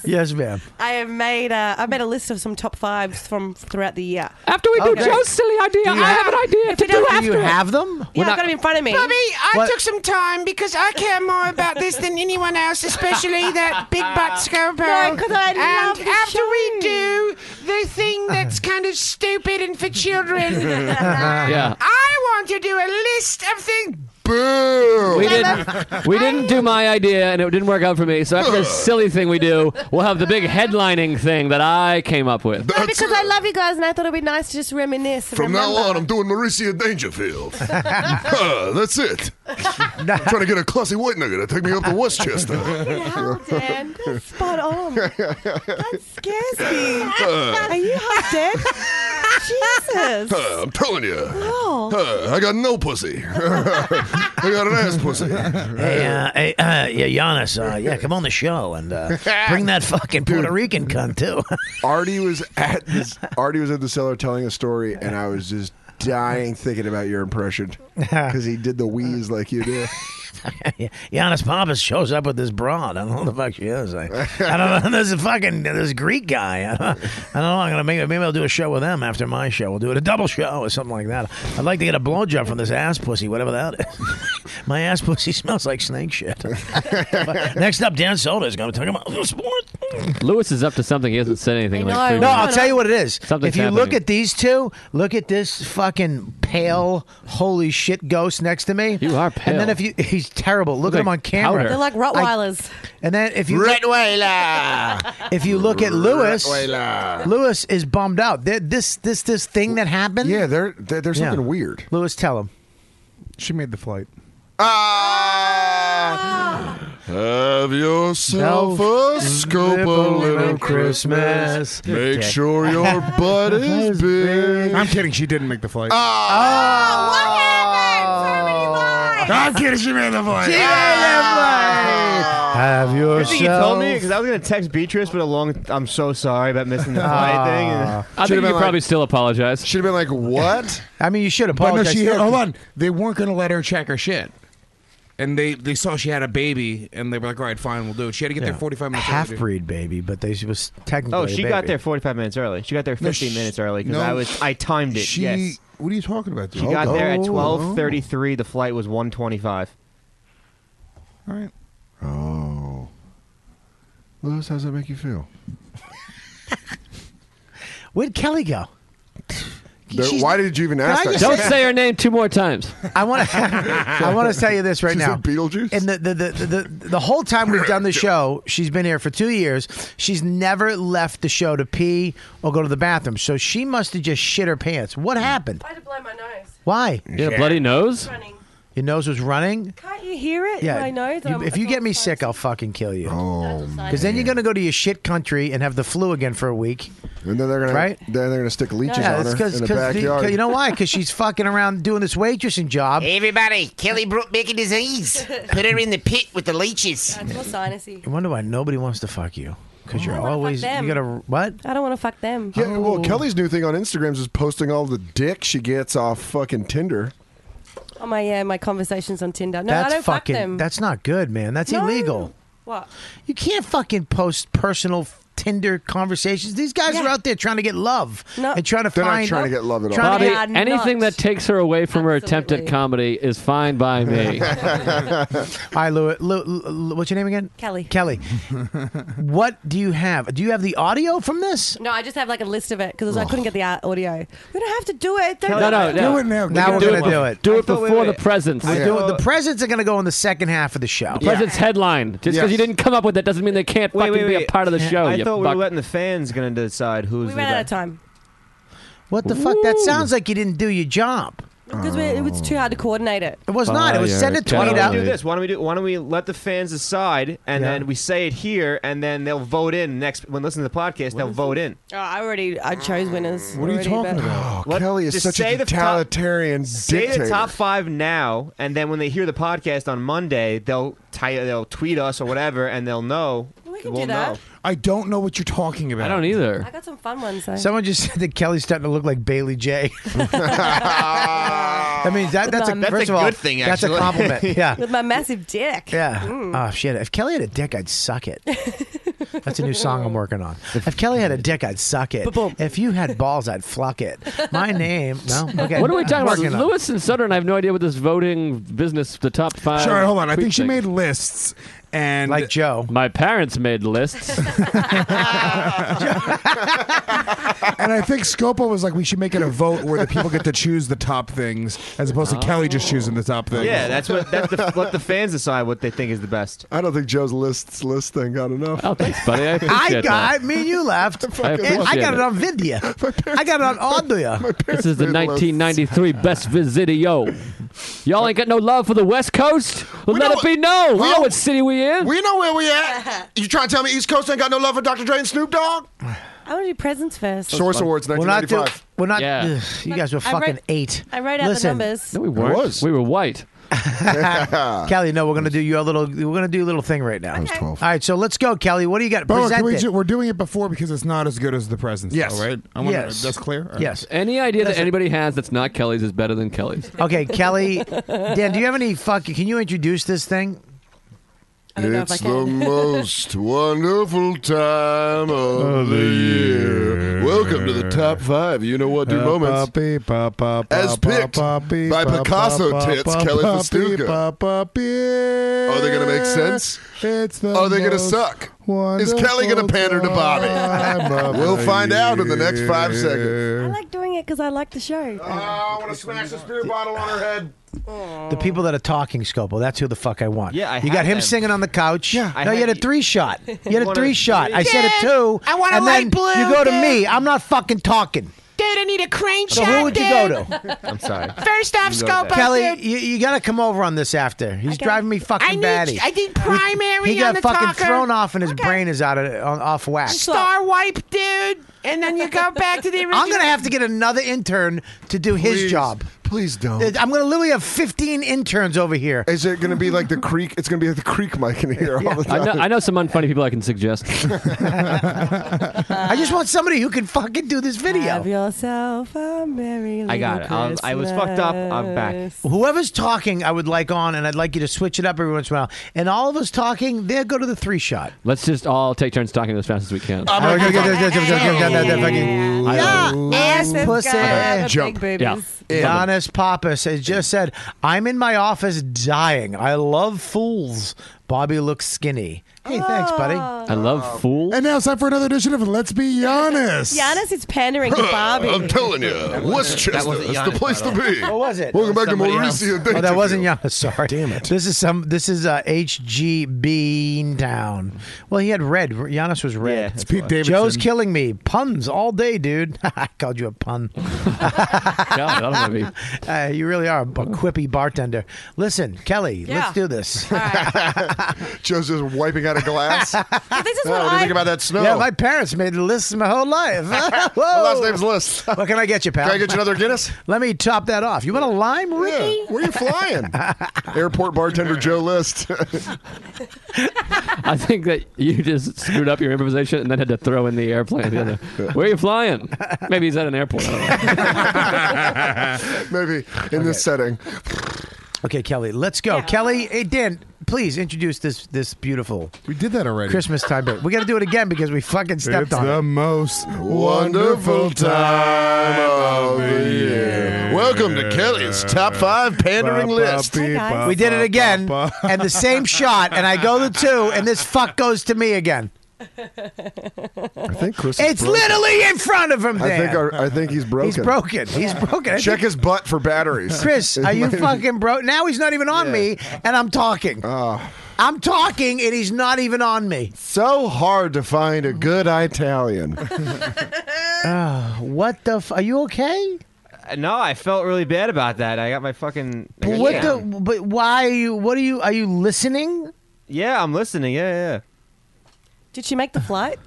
Speaker 2: yes, ma'am.
Speaker 9: I have made a, I made a list of some top fives from throughout the year.
Speaker 5: After we
Speaker 2: do Okay. Joe's
Speaker 5: silly idea,
Speaker 2: Oh, Do you I have- have an
Speaker 5: idea
Speaker 9: If to we do don't-
Speaker 2: Do you have them?
Speaker 9: Yeah, I've got them in front of me.
Speaker 1: Bobby, I
Speaker 2: What?
Speaker 1: took some time because I care more about this than anyone else, especially that big butt scope.
Speaker 9: No, 'cause I love
Speaker 1: And
Speaker 9: the
Speaker 1: after we do the thing that's kind of stupid and for children,
Speaker 5: Yeah.
Speaker 1: I want to do a list of things.
Speaker 3: Boo!
Speaker 5: We didn't, we didn't do my idea, and it didn't work out for me. So after this silly thing we do, we'll have the big headlining thing that I came up with.
Speaker 9: No, because I love you guys, and I thought it'd be nice to just reminisce. and
Speaker 11: From now
Speaker 9: remember.
Speaker 11: on, I'm doing Mauricia Dangerfield.
Speaker 3: Ah,
Speaker 11: Huh, that's it. I'm trying to get a classy white nigga to take me up to Westchester.
Speaker 9: Oh, Dan, that's spot on. That scares me.
Speaker 11: Uh.
Speaker 9: Are you half dead?
Speaker 2: Uh.
Speaker 9: Jesus.
Speaker 11: Huh, Uh, I'm telling you.
Speaker 9: No.
Speaker 11: Huh, I got no pussy. I got an ass pussy.
Speaker 2: Hey, uh, hey, uh, yeah, Giannis. Uh, yeah, come on the show and uh, bring that fucking Puerto Rican cunt too.
Speaker 3: Artie was at this. Artie was at the cellar telling a story, and I was just dying thinking about your impression because he did the wheeze like you did.
Speaker 2: Giannis Pappas shows up with this broad. I don't know what the fuck she is. I, I don't know. This is fucking this Greek guy. I don't, I don't know. I'm gonna maybe maybe I'll do a show with them after my show. We'll do it a double show or something like that. I'd like to get a blowjob from this ass pussy, whatever that is. my ass pussy smells like snake shit. Next up, Dan Soda is gonna talk about sports.
Speaker 5: Lewis is up to something. He hasn't said anything. like three
Speaker 2: No,
Speaker 5: minutes.
Speaker 2: I'll tell you what it is.
Speaker 5: Something's
Speaker 2: if you look
Speaker 5: happening.
Speaker 2: at these two, look at this fucking pale, holy shit ghost next to me. You are
Speaker 5: pale.
Speaker 2: And then if you, he's terrible. Look, at him on
Speaker 5: like
Speaker 2: camera.
Speaker 5: powder. They're
Speaker 9: like Rottweilers.
Speaker 2: I- and then if you look, if you look at Lewis,
Speaker 3: Rottweiler.
Speaker 2: Lewis is bummed out. There- this this this thing that happened.
Speaker 3: Yeah, there, there there's
Speaker 2: Yeah.
Speaker 3: something weird.
Speaker 2: Lewis, tell him.
Speaker 6: She made the flight.
Speaker 11: Have yourself a scope a little Christmas. Make sure your butt is big.
Speaker 6: I'm kidding. She didn't make the flight.
Speaker 3: Uh,
Speaker 11: Ah. Oh,
Speaker 2: Oh.
Speaker 11: I'm kidding. She made the flight.
Speaker 2: Have
Speaker 8: Good thing you told me because I was gonna text Beatrice with a long. I'm so sorry about missing the flight thing.
Speaker 5: I think you could probably still apologize.
Speaker 3: Should have been like, what?
Speaker 2: I mean, you should
Speaker 6: But no,
Speaker 2: apologize.
Speaker 6: she hold on. They weren't going to let her check her shit. And they, they saw she had a baby, and they were like, "All right, fine, we'll do it." She had to get there 45 minutes. early.
Speaker 2: Half breed baby, but they she was technically.
Speaker 8: Oh,
Speaker 2: a
Speaker 8: she
Speaker 2: baby.
Speaker 8: got there 45 minutes early. She got there 15
Speaker 6: No, she-
Speaker 8: minutes early because
Speaker 6: no,
Speaker 8: I was I timed it.
Speaker 6: She,
Speaker 8: yes,
Speaker 6: what are you talking about?
Speaker 8: she
Speaker 6: dude?
Speaker 8: got there at
Speaker 6: Oh.
Speaker 8: 12:33. The flight was 1:25.
Speaker 6: All right.
Speaker 3: Oh. Lewis, how does that make you feel?
Speaker 2: Where'd Kelly go?
Speaker 3: There- why did you even
Speaker 2: Can
Speaker 3: ask
Speaker 2: I
Speaker 3: that?
Speaker 2: just Don't say- say
Speaker 5: Say her name two more times.
Speaker 2: I want to. I want to tell you this right
Speaker 5: She
Speaker 2: now.
Speaker 5: said
Speaker 2: Beetlejuice. And the the, the the the the whole time we've done the show, she's been here for two years. She's never left the show to pee or go to the bathroom. So she must have just shit her pants. What happened?
Speaker 9: I had to blow my nose.
Speaker 2: Why?
Speaker 5: You had a bloody nose.
Speaker 2: Your nose was running.
Speaker 9: Can't you hear it? in My nose.
Speaker 2: You-
Speaker 9: I'm-
Speaker 2: if you get me sick, I'll fucking kill you.
Speaker 3: Oh,
Speaker 2: because then you're gonna go to your shit country and have the flu again for a week.
Speaker 3: And then they're gonna
Speaker 2: right.
Speaker 3: Then they're gonna stick leeches
Speaker 2: yeah,
Speaker 3: on
Speaker 2: it's
Speaker 3: her
Speaker 2: because
Speaker 3: in the backyard.
Speaker 2: you know why? Because she's fucking around doing this waitressing job.
Speaker 4: Hey, everybody, Kelly brought back a disease. Put her in the pit with the leeches.
Speaker 9: That's more sinusy.
Speaker 2: I wonder why nobody wants to fuck you. Because you're always
Speaker 9: them.
Speaker 2: you gotta what?
Speaker 9: I don't want to fuck them.
Speaker 3: Yeah, well, Kelly's new thing on Instagram is posting all the dick she gets off fucking Tinder.
Speaker 9: Oh my, yeah, my conversations on Tinder. No,
Speaker 2: that's
Speaker 9: I don't
Speaker 2: fucking.
Speaker 9: fuck them.
Speaker 2: That's not good, man. That's
Speaker 9: No.
Speaker 2: illegal.
Speaker 9: what?
Speaker 2: You can't fucking post personal f- Tinder conversations. These guys are out there trying to get love
Speaker 9: no.
Speaker 2: and trying to
Speaker 3: They're not
Speaker 2: find.
Speaker 3: trying to get love at all.
Speaker 2: trying
Speaker 5: Bobby,
Speaker 2: to-
Speaker 5: anything that takes her away from her attempt at comedy is fine by me.
Speaker 2: all right, Lou, Lou, Lou- What's your name again?
Speaker 9: Kelly.
Speaker 2: Kelly. what do you have? Do you have the audio from this?
Speaker 9: No, I just have like a list of it because I couldn't get the uh, audio. We don't have to do it. Don't
Speaker 5: No, no, no.
Speaker 2: Now we're
Speaker 5: do
Speaker 2: gonna do it.
Speaker 5: Do it before the presents.
Speaker 2: We're doing- the presents are gonna go in the second half of the show.
Speaker 5: The president's headline. Just because
Speaker 2: Yes.
Speaker 5: you didn't come up with it doesn't mean they can't
Speaker 8: Wait,
Speaker 5: fucking
Speaker 8: wait, wait.
Speaker 5: be a part of the show.
Speaker 8: I
Speaker 5: you
Speaker 8: thought we
Speaker 5: fuck.
Speaker 8: were letting the fans gonna decide who's.
Speaker 9: We ran out of time
Speaker 2: What the fuck? That sounds like you didn't do your job.
Speaker 9: because it was too hard to coordinate it.
Speaker 2: It was not. It was send a
Speaker 8: Why
Speaker 2: tweet
Speaker 8: don't we do
Speaker 2: out.
Speaker 8: this? Why don't we do? Why don't we let the fans decide, and then we say it here, and then they'll vote in next when listening to the podcast. they'll vote in.
Speaker 9: Oh, I already I chose winners.
Speaker 8: What are you
Speaker 9: already,
Speaker 8: talking
Speaker 9: but-
Speaker 8: about?
Speaker 3: Oh,
Speaker 8: Let-
Speaker 3: Kelly is
Speaker 8: just
Speaker 3: such
Speaker 8: say
Speaker 3: a
Speaker 8: the top-
Speaker 3: totalitarian
Speaker 8: Say
Speaker 3: dictator.
Speaker 8: the top five now, and then when they hear the podcast on Monday, they'll ty- they'll tweet us or whatever, and they'll know. We
Speaker 9: can
Speaker 8: will
Speaker 9: do that.
Speaker 8: Know.
Speaker 6: I don't know what you're talking about. I
Speaker 5: don't either.
Speaker 9: I got some fun ones. Though.
Speaker 2: Someone just said that Kelly's starting to look like Bailey J. that means that, that's a
Speaker 9: That's a
Speaker 2: first of all,
Speaker 9: good thing,
Speaker 2: That's a
Speaker 9: actually.
Speaker 2: compliment. Yeah.
Speaker 9: With my massive dick.
Speaker 2: Yeah.
Speaker 9: Mm.
Speaker 2: Oh shit! If Kelly had a dick, I'd suck it. That's a new song I'm working on. If Kelly had a dick, I'd suck it. If you had balls, I'd fluck it. My name. No. Okay.
Speaker 5: What are we talking about?
Speaker 2: Working on it.
Speaker 5: Lewis and Sutter, and I have no idea what this voting business, the top five.
Speaker 6: Sorry, hold on. I
Speaker 5: tweet
Speaker 6: think she
Speaker 5: thing.
Speaker 6: made lists and like
Speaker 2: Joe.
Speaker 5: My parents made lists.
Speaker 6: and I think Scopo was like, we should make it a vote where the people get to choose the top things, as opposed to Kelly just choosing the top things.
Speaker 8: Yeah, that's what that's the, let the fans decide what they think is the best.
Speaker 3: I don't think Joe's lists list thing got enough.
Speaker 5: Oh, thanks, buddy. I
Speaker 2: I got. Me and you laughed.
Speaker 3: I
Speaker 2: And I
Speaker 5: appreciate
Speaker 2: got it
Speaker 5: it.
Speaker 2: on Vidya. I got it on audio.
Speaker 5: This is the 1993 best video. Y'all ain't got no love for the West Coast. Well, let it be known. We know what city we in.
Speaker 11: We know where we at. You trying to tell me East Coast ain't got no love for Dr. Dre and Snoop Dogg?
Speaker 9: I want to do presents first.
Speaker 11: Source Awards
Speaker 2: We're not doing.
Speaker 11: 1995.
Speaker 2: We're not.
Speaker 5: Yeah.
Speaker 2: ugh, you guys were
Speaker 9: I wrote-
Speaker 2: fucking eight.
Speaker 9: I wrote out
Speaker 2: Listen,
Speaker 9: the numbers.
Speaker 5: No, we weren't. We were white.
Speaker 2: Kelly, no, we're gonna do your little. We're gonna do a little thing right now. All right, so let's go, Kelly. What do you got?
Speaker 6: Boa, can
Speaker 2: Present
Speaker 6: we
Speaker 2: it.
Speaker 6: do, we're doing it before because it's not as good as the presents.
Speaker 2: Yes.
Speaker 6: though, right? I wanna-
Speaker 2: Yes.
Speaker 6: That's clear. All right.
Speaker 2: Yes.
Speaker 5: Any idea that
Speaker 2: Listen.
Speaker 5: anybody has that's not Kelly's is better than Kelly's.
Speaker 2: Okay, Kelly. Dan, do you have any fucking? Can you introduce this thing?
Speaker 11: It's the most wonderful time of, the year. Welcome to the top five. You know what? Do moments as picked by Picasso tits Kelly Festuca. Are they going to make sense?
Speaker 6: It's the
Speaker 11: Are they going to
Speaker 6: most
Speaker 11: Oh, suck? Is Kelly going to pander to Bobby? We'll find out in the next five seconds.
Speaker 9: I like doing it because I like the show.
Speaker 11: I want to smash this beer bottle on her head.
Speaker 2: The people that are talking, Scopo. That's who the fuck I want.
Speaker 11: Yeah, I
Speaker 2: you got
Speaker 11: had
Speaker 2: him
Speaker 11: them.
Speaker 2: singing on the couch. Yeah,
Speaker 11: I
Speaker 2: no, you
Speaker 11: had
Speaker 2: had a
Speaker 11: you.
Speaker 2: three shot. You had a
Speaker 11: Wanted
Speaker 2: three
Speaker 11: a
Speaker 2: shot.
Speaker 11: three.
Speaker 2: I said a
Speaker 11: Dad,
Speaker 2: two.
Speaker 11: I want a
Speaker 2: and then
Speaker 11: light blue,
Speaker 2: You go to
Speaker 11: Dad.
Speaker 2: me. I'm not fucking talking.
Speaker 1: Dad, I need a crane
Speaker 2: So
Speaker 1: shot.
Speaker 2: who would you go
Speaker 1: Dad.
Speaker 2: to?
Speaker 8: I'm sorry.
Speaker 1: First off,
Speaker 8: You know that.
Speaker 1: Scopo.
Speaker 2: Kelly,
Speaker 1: Dad.
Speaker 2: you, you got to come over on this after. He's driving me fucking
Speaker 1: I need-
Speaker 2: batty.
Speaker 1: I need primary
Speaker 2: He got
Speaker 1: on the
Speaker 2: fucking
Speaker 1: talker.
Speaker 2: thrown off, and his brain is out of on, off whack.
Speaker 1: Star wipe, dude. And then you go back to the original.
Speaker 2: I'm gonna have to get another intern to do his
Speaker 3: Please,
Speaker 2: job. Uh,
Speaker 3: Please don't.
Speaker 2: I'm gonna literally have 15 interns over here.
Speaker 3: Is it going to be like the creek? It's going to be like the creek mic in here all the
Speaker 5: I
Speaker 3: time.
Speaker 5: know, I know some unfunny people I can suggest.
Speaker 2: I just want somebody who can fucking do this video.
Speaker 9: Have yourself a merry
Speaker 8: I got it.
Speaker 9: little
Speaker 8: I'll- I was fucked up. I'm back.
Speaker 2: Whoever's talking, I would like on, and I'd like you to switch it up every once in a while. And all of us talking, there go to the three shot.
Speaker 5: Let's just all take turns talking as fast as we can.
Speaker 2: Oh, yeah, yeah, yeah, yeah, yeah, yeah, yeah. Yeah, ass
Speaker 9: Massive
Speaker 2: pussy.
Speaker 9: guy with big Jump. boobies. Yeah.
Speaker 2: Giannis Pappas has just said, "I'm in my office dying. I love fools." Bobby looks skinny. Hey, thanks, buddy.
Speaker 5: I love fool.
Speaker 6: And now it's time for another edition of Let's Be Honest.
Speaker 9: Giannis is pandering to Barbie.
Speaker 11: I'm telling you, Westchester
Speaker 2: that
Speaker 11: is
Speaker 2: wasn't
Speaker 11: the
Speaker 2: Giannis
Speaker 11: place to
Speaker 2: at all.
Speaker 11: be.
Speaker 2: What was it?
Speaker 11: Welcome back to Mauricio.
Speaker 2: Oh, that
Speaker 11: Dangerfield.
Speaker 2: wasn't Giannis. Sorry. Damn it. This is some. This is uh, H.G. Beantown. Well, he had red. Giannis was red.
Speaker 6: it's Pete Davidson.
Speaker 2: Joe's killing me. Puns all day, dude. I called you a pun. Uh, you really are a b- quippy bartender. Listen, Kelly,
Speaker 6: Yeah.
Speaker 2: let's do this.
Speaker 3: Joe's just wiping out a glass.
Speaker 9: this
Speaker 3: is
Speaker 2: do
Speaker 3: what do you I- think about that snow?
Speaker 2: Yeah, my parents made the list my whole life. my
Speaker 3: last name's List.
Speaker 2: what can I get you, pal?
Speaker 3: Can I get you another Guinness?
Speaker 2: Let me top that off. You want a lime, Ricky?
Speaker 3: Where are you flying? Airport bartender Joe List.
Speaker 5: I think that you just screwed up your improvisation and then had to throw in the airplane. The other. Where are you flying? Maybe he's at an airport.
Speaker 3: Maybe in this setting.
Speaker 2: Okay, Kelly, let's go. Kelly, hey Dan, please introduce this this beautiful.
Speaker 6: We did that already.
Speaker 2: Christmas time break. We got to do it again because we fucking stepped
Speaker 6: It's
Speaker 2: on
Speaker 6: the
Speaker 2: it.
Speaker 6: most
Speaker 11: Wonderful time of the year. Welcome to Kelly's Top 5 Pandering List.
Speaker 2: We did it again, and the same shot, and I go the two, and this fuck goes to me again.
Speaker 3: I think Chris. is
Speaker 2: It's
Speaker 3: broken.
Speaker 2: literally in front of him.
Speaker 3: I think
Speaker 2: Dan.
Speaker 3: our, I think he's broken.
Speaker 2: He's broken. He's broken. I
Speaker 3: Check
Speaker 2: think-
Speaker 3: his butt for batteries.
Speaker 2: Chris, are you fucking broke? Now he's not even on
Speaker 3: Yeah. Ah.
Speaker 2: me, and I'm talking. I'm talking, and he's not even on me.
Speaker 3: So hard to find a good Italian.
Speaker 2: Ah, what the? F- are you okay?
Speaker 8: Uh, No, I felt really bad about that. I got my fucking. I
Speaker 2: But
Speaker 8: got
Speaker 2: what
Speaker 8: down.
Speaker 2: the? But why are you? What are you? Are you listening?
Speaker 8: Yeah, I'm listening. Yeah, yeah.
Speaker 9: Did she make the flight?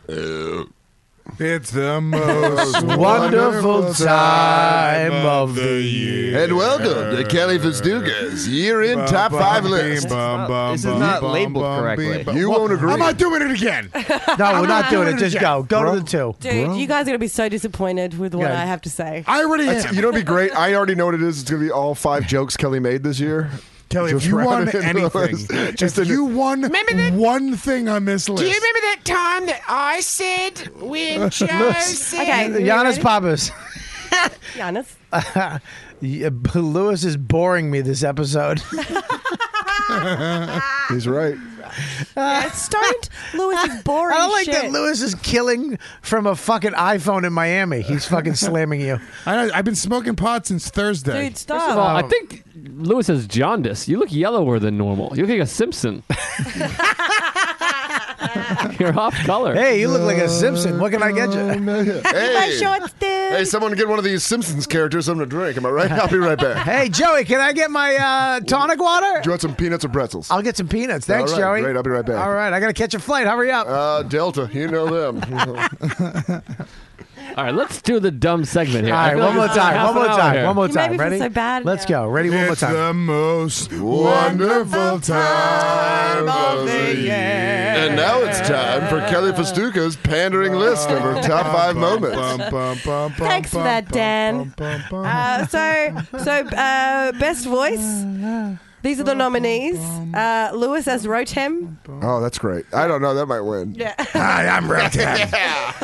Speaker 6: It's the most
Speaker 11: wonderful
Speaker 2: time of
Speaker 6: the year.
Speaker 11: And welcome to Kelly Fitzdugas' year in
Speaker 6: Bum,
Speaker 11: top
Speaker 6: bum,
Speaker 11: five
Speaker 6: bum,
Speaker 11: list.
Speaker 6: bum, bum,
Speaker 11: This is
Speaker 6: bum,
Speaker 11: not
Speaker 6: bum,
Speaker 11: labeled
Speaker 6: bum,
Speaker 11: correctly.
Speaker 6: bum.
Speaker 11: You won't agree.
Speaker 6: I'm not doing it again.
Speaker 2: No, we're
Speaker 6: I'm
Speaker 2: not doing it.
Speaker 6: doing
Speaker 2: Just
Speaker 6: again.
Speaker 2: go. Go to the two.
Speaker 9: Dude, you guys are gonna be so disappointed with what I have to say.
Speaker 6: I already
Speaker 3: That's- you know, it'd be great. I already know what it is. It's gonna be all five jokes Kelly made this year.
Speaker 6: Kelly, if
Speaker 3: Just
Speaker 6: you
Speaker 3: round
Speaker 6: won
Speaker 3: it into
Speaker 6: anything,
Speaker 3: those. just
Speaker 6: if
Speaker 3: a,
Speaker 6: you won one thing on this list.
Speaker 4: Do you remember that time that I said when Joe said?
Speaker 2: Giannis Pappas.
Speaker 9: Giannis.
Speaker 2: Yeah, but Lewis is boring me this episode.
Speaker 3: He's right.
Speaker 9: Yeah, it's stoned. Lewis is boring.
Speaker 2: I don't like
Speaker 9: shit.
Speaker 2: that Lewis is killing from a fucking iPhone in Miami. He's fucking slamming you.
Speaker 6: I, I've been smoking pot since Thursday.
Speaker 9: Dude, stop.
Speaker 5: First of all, I think Lewis has jaundice. You look yellower than normal. You look like a Simpson. You're off color.
Speaker 2: Hey, you look like a Simpson. What can I get you?
Speaker 11: Hey.
Speaker 9: shorts,
Speaker 11: Hey, someone get one of these Simpsons characters something to drink. Am I right? I'll be right back.
Speaker 2: Hey, Joey, can I get my uh, tonic water?
Speaker 11: Do you want some peanuts or pretzels?
Speaker 2: I'll get some peanuts. Thanks,
Speaker 11: All right,
Speaker 2: Joey.
Speaker 11: Great. I'll be right back.
Speaker 2: All right, I got to catch a flight. Hurry up.
Speaker 11: Uh, Delta, you know them.
Speaker 5: All right, let's do the dumb segment
Speaker 2: All
Speaker 5: here. I
Speaker 2: right,
Speaker 5: feel
Speaker 2: one
Speaker 5: like
Speaker 2: more
Speaker 5: it's half
Speaker 2: time. One
Speaker 5: an
Speaker 2: more
Speaker 5: hour
Speaker 2: time.
Speaker 5: here.
Speaker 2: One more
Speaker 9: You made
Speaker 2: time.
Speaker 9: me feel
Speaker 2: Ready?
Speaker 9: so bad
Speaker 2: Let's go. Ready? One more
Speaker 6: it's
Speaker 2: time.
Speaker 11: uh,
Speaker 6: the most wonderful time of the year.
Speaker 11: and now it's time for Kelly Festuca's pandering list of her top five moments.
Speaker 9: Thanks for that, Dan. Uh, so, so uh, best voice. These are the nominees. Uh, Lewis as Rotem.
Speaker 11: Oh, that's great. I don't know. That might win.
Speaker 9: Yeah.
Speaker 6: Hi, I'm Rotan.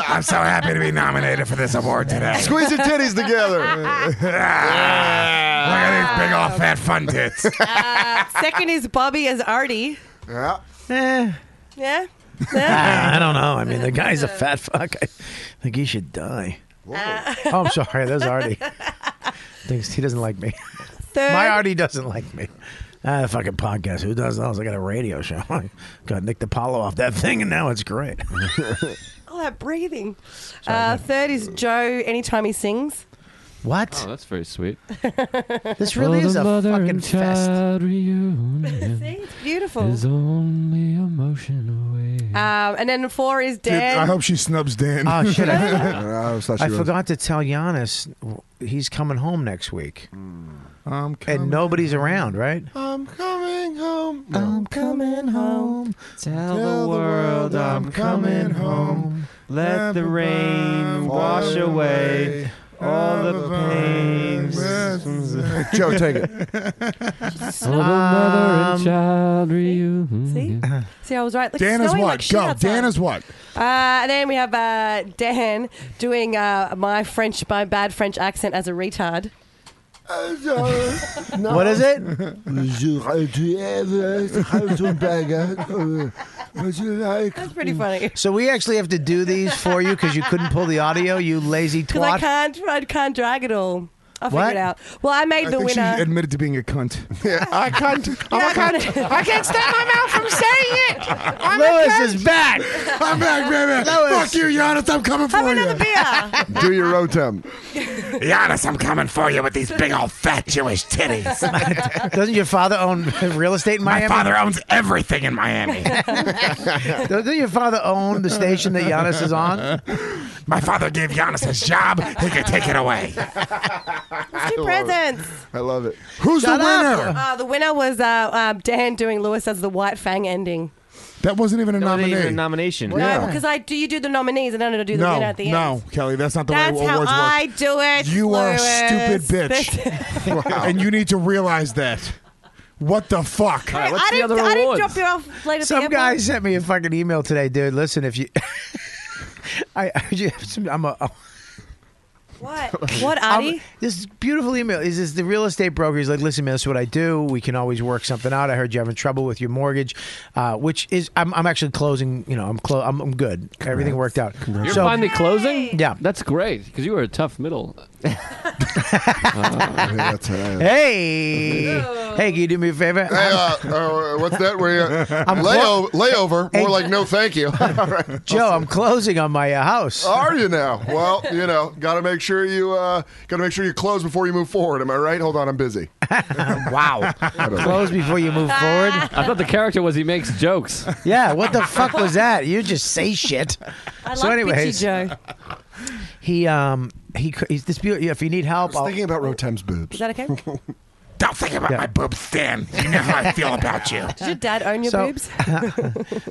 Speaker 6: I'm so happy to be nominated for this award today.
Speaker 11: Squeeze your titties together.
Speaker 6: Look at these big old fat fun tits.
Speaker 9: Second is Bobby as Artie.
Speaker 11: yeah.
Speaker 2: Eh,
Speaker 9: Yeah.
Speaker 2: I don't know. I mean, the guy's a fat fuck. I think he should die. Oh, I'm sorry. That's Artie. Thinks he doesn't like me.
Speaker 9: Third,
Speaker 2: My Artie doesn't like me. Ah, the fucking podcast. Who does those? I got a radio show. Got Nick DiPaolo off that thing, and now it's great.
Speaker 9: all that breathing. Uh, third is Joe. Anytime he sings.
Speaker 2: what?
Speaker 5: Oh, that's very sweet.
Speaker 2: This really
Speaker 5: For
Speaker 2: is
Speaker 5: the
Speaker 2: a
Speaker 5: mother
Speaker 2: fucking
Speaker 5: and
Speaker 2: fest.
Speaker 5: child reunion
Speaker 9: See, it's beautiful.
Speaker 5: is only emotion away.
Speaker 2: Uh,
Speaker 9: Um, and then four is
Speaker 6: Dude,
Speaker 9: Dan.
Speaker 6: I hope she snubs Dan.
Speaker 2: Oh shit! I,
Speaker 11: I,
Speaker 2: I forgot to tell Giannis he's coming home next week,
Speaker 6: Um,
Speaker 2: and nobody's around, right?
Speaker 11: I'm coming home.
Speaker 2: I'm coming home.
Speaker 8: Tell the world I'm coming home. Let the rain wash away all the pain.
Speaker 11: Joe, take it.
Speaker 5: For Oh, the mother
Speaker 2: um,
Speaker 5: and child reunion.
Speaker 9: See? See, I was right. Like,
Speaker 6: Dan is
Speaker 9: snowing
Speaker 6: what?
Speaker 9: Like shit
Speaker 6: Go.
Speaker 9: outside.
Speaker 6: Dan is what?
Speaker 9: Uh, and then we have uh, Dan doing uh, my French, my bad French accent as a retard.
Speaker 2: What is it?
Speaker 11: it?
Speaker 3: Would you like? That's
Speaker 6: Mm.
Speaker 9: pretty funny.
Speaker 2: So we actually have to do these for you because you couldn't pull the audio, you lazy
Speaker 9: Because I
Speaker 2: twat.
Speaker 9: can't, I can't drag it all. I'll figure
Speaker 2: What?
Speaker 9: it out. Well, I made
Speaker 6: I
Speaker 9: the
Speaker 6: think
Speaker 9: winner.
Speaker 6: she admitted to being a cunt.
Speaker 3: yeah, I can't.
Speaker 6: I'm
Speaker 9: I
Speaker 6: a cunt.
Speaker 9: can't-
Speaker 13: I can't stop my mouth from saying it. I'm
Speaker 2: Lois
Speaker 13: a
Speaker 2: is back.
Speaker 6: I'm back, baby. Fuck you, Giannis. I'm coming for you.
Speaker 3: Do your rotem.
Speaker 8: Giannis, I'm coming for you with these big old fat Jewish titties.
Speaker 2: Doesn't your father own real estate in Miami?
Speaker 8: My father owns everything in Miami.
Speaker 2: Doesn't your father own the station that Giannis is on?
Speaker 8: My father gave Giannis his job. He could take it away.
Speaker 9: Let's do presents.
Speaker 3: I love it.
Speaker 6: Who's
Speaker 9: Shut
Speaker 6: the
Speaker 9: up.
Speaker 6: winner?
Speaker 9: Uh, the winner was uh, uh, Dan doing Lewis as the White Fang ending.
Speaker 6: That wasn't even a
Speaker 14: That wasn't
Speaker 6: nominee.
Speaker 14: even a nomination.
Speaker 9: No, because I do you do the nominees and I don't do the
Speaker 6: no,
Speaker 9: winner at the end.
Speaker 6: no, Kelly, that's not the
Speaker 9: That's
Speaker 6: way
Speaker 9: how
Speaker 6: awards
Speaker 9: I
Speaker 6: work.
Speaker 9: do it.
Speaker 6: You are a stupid
Speaker 9: Lewis.
Speaker 6: bitch, and you need to realize that. What the fuck?
Speaker 9: I didn't, I didn't drop you off later.
Speaker 2: Some
Speaker 9: at the
Speaker 2: guy
Speaker 9: airport.
Speaker 2: sent me a fucking email today, dude. Listen, if you, I, I just, I'm a.
Speaker 9: What? What, Adi?
Speaker 2: Um, this beautiful email is this the real estate broker. He's like, listen, man, this is what I do. We can always work something out. I heard you're having trouble with your mortgage, uh, which is I'm, I'm actually closing. You know, I'm clo- I'm, I'm good. Everything worked out.
Speaker 5: You're
Speaker 2: So-
Speaker 5: finally closing?
Speaker 2: Yeah.
Speaker 5: That's great because you were a tough middle.
Speaker 2: Hey, hey, can you do me a favor?
Speaker 3: Hey, uh, uh, what's that? Where you,
Speaker 2: I'm
Speaker 3: layo- layover?
Speaker 2: Hey.
Speaker 3: More like no, thank you. All right.
Speaker 2: Joe, I'm closing on my uh, house.
Speaker 3: Are you now? Well, you know, got to make sure you uh, got to make sure you close before you move forward. Am I right? Hold on, I'm busy.
Speaker 5: wow.
Speaker 2: Close before you move forward.
Speaker 9: Ah,
Speaker 5: I thought the character was he makes jokes.
Speaker 2: Yeah, what the fuck was that? You just say shit.
Speaker 5: I
Speaker 2: so,
Speaker 5: like bitchy
Speaker 2: anyways,
Speaker 5: Joe.
Speaker 2: he um he c- he's this beautiful. If you need help, I'll-
Speaker 3: thinking about Rotem's boobs.
Speaker 9: Is that okay?
Speaker 8: Don't think about my boobs, Dan. You know how I feel about you.
Speaker 9: Did your dad own your boobs?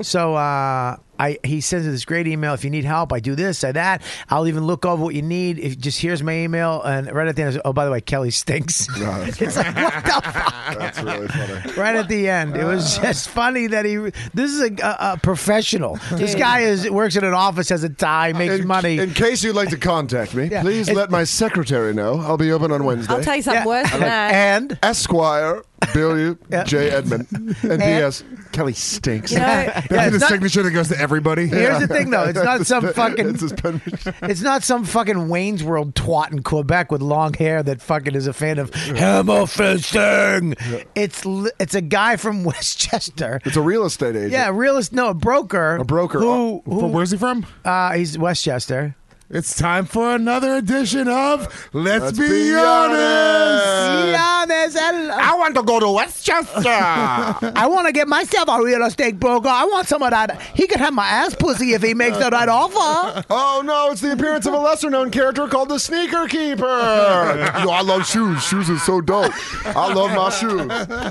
Speaker 2: so uh, I he sends me this great email. If you need help, I do this, I that. I'll even look over what you need. If just here's my email, and right at the end, I say, oh by the way, Kelly stinks. it's like what the fuck?
Speaker 3: That's really funny.
Speaker 2: Right at the end, it was just funny that he. This is a, a, a professional. This
Speaker 3: Dude.
Speaker 2: guy is works in an office, has a tie, makes
Speaker 3: in,
Speaker 2: money.
Speaker 3: In case you'd like to contact me,
Speaker 2: Yeah.
Speaker 3: please
Speaker 2: It-
Speaker 3: let my secretary know. I'll be open on Wednesday.
Speaker 9: I'll tell you something worse
Speaker 5: Uh.
Speaker 9: than that.
Speaker 2: And
Speaker 3: Esquire W.
Speaker 2: Yeah.
Speaker 3: J. Edmund. And P.S. Kelly stinks.
Speaker 9: You know- Yeah,
Speaker 6: That's
Speaker 2: it's
Speaker 6: his
Speaker 2: not-
Speaker 6: signature that goes to everybody.
Speaker 2: Here's the thing, though. It's not some fucking.
Speaker 3: It's his pen-
Speaker 2: It's not some fucking Wayne's World twat in Quebec with long hair that fucking is a fan of hammer fisting. It's li- it's a guy from Westchester.
Speaker 3: It's a real estate agent.
Speaker 2: Yeah, a realist. No, a broker. A
Speaker 3: broker.
Speaker 2: Who? who
Speaker 6: Oh, From where's he from?
Speaker 2: Uh, he's Westchester.
Speaker 6: It's time for another edition of Let's,
Speaker 3: Let's
Speaker 6: be,
Speaker 3: be
Speaker 6: honest.
Speaker 2: Giannis, hello.
Speaker 8: I want to go to Westchester.
Speaker 2: I want to get myself a real estate broker. I want some of that. He could have my ass pussy if he makes the right offer.
Speaker 3: Oh no, it's the appearance of a lesser known character called the Sneaker Keeper. Yo, I love shoes. Shoes is so dope. I love my shoes.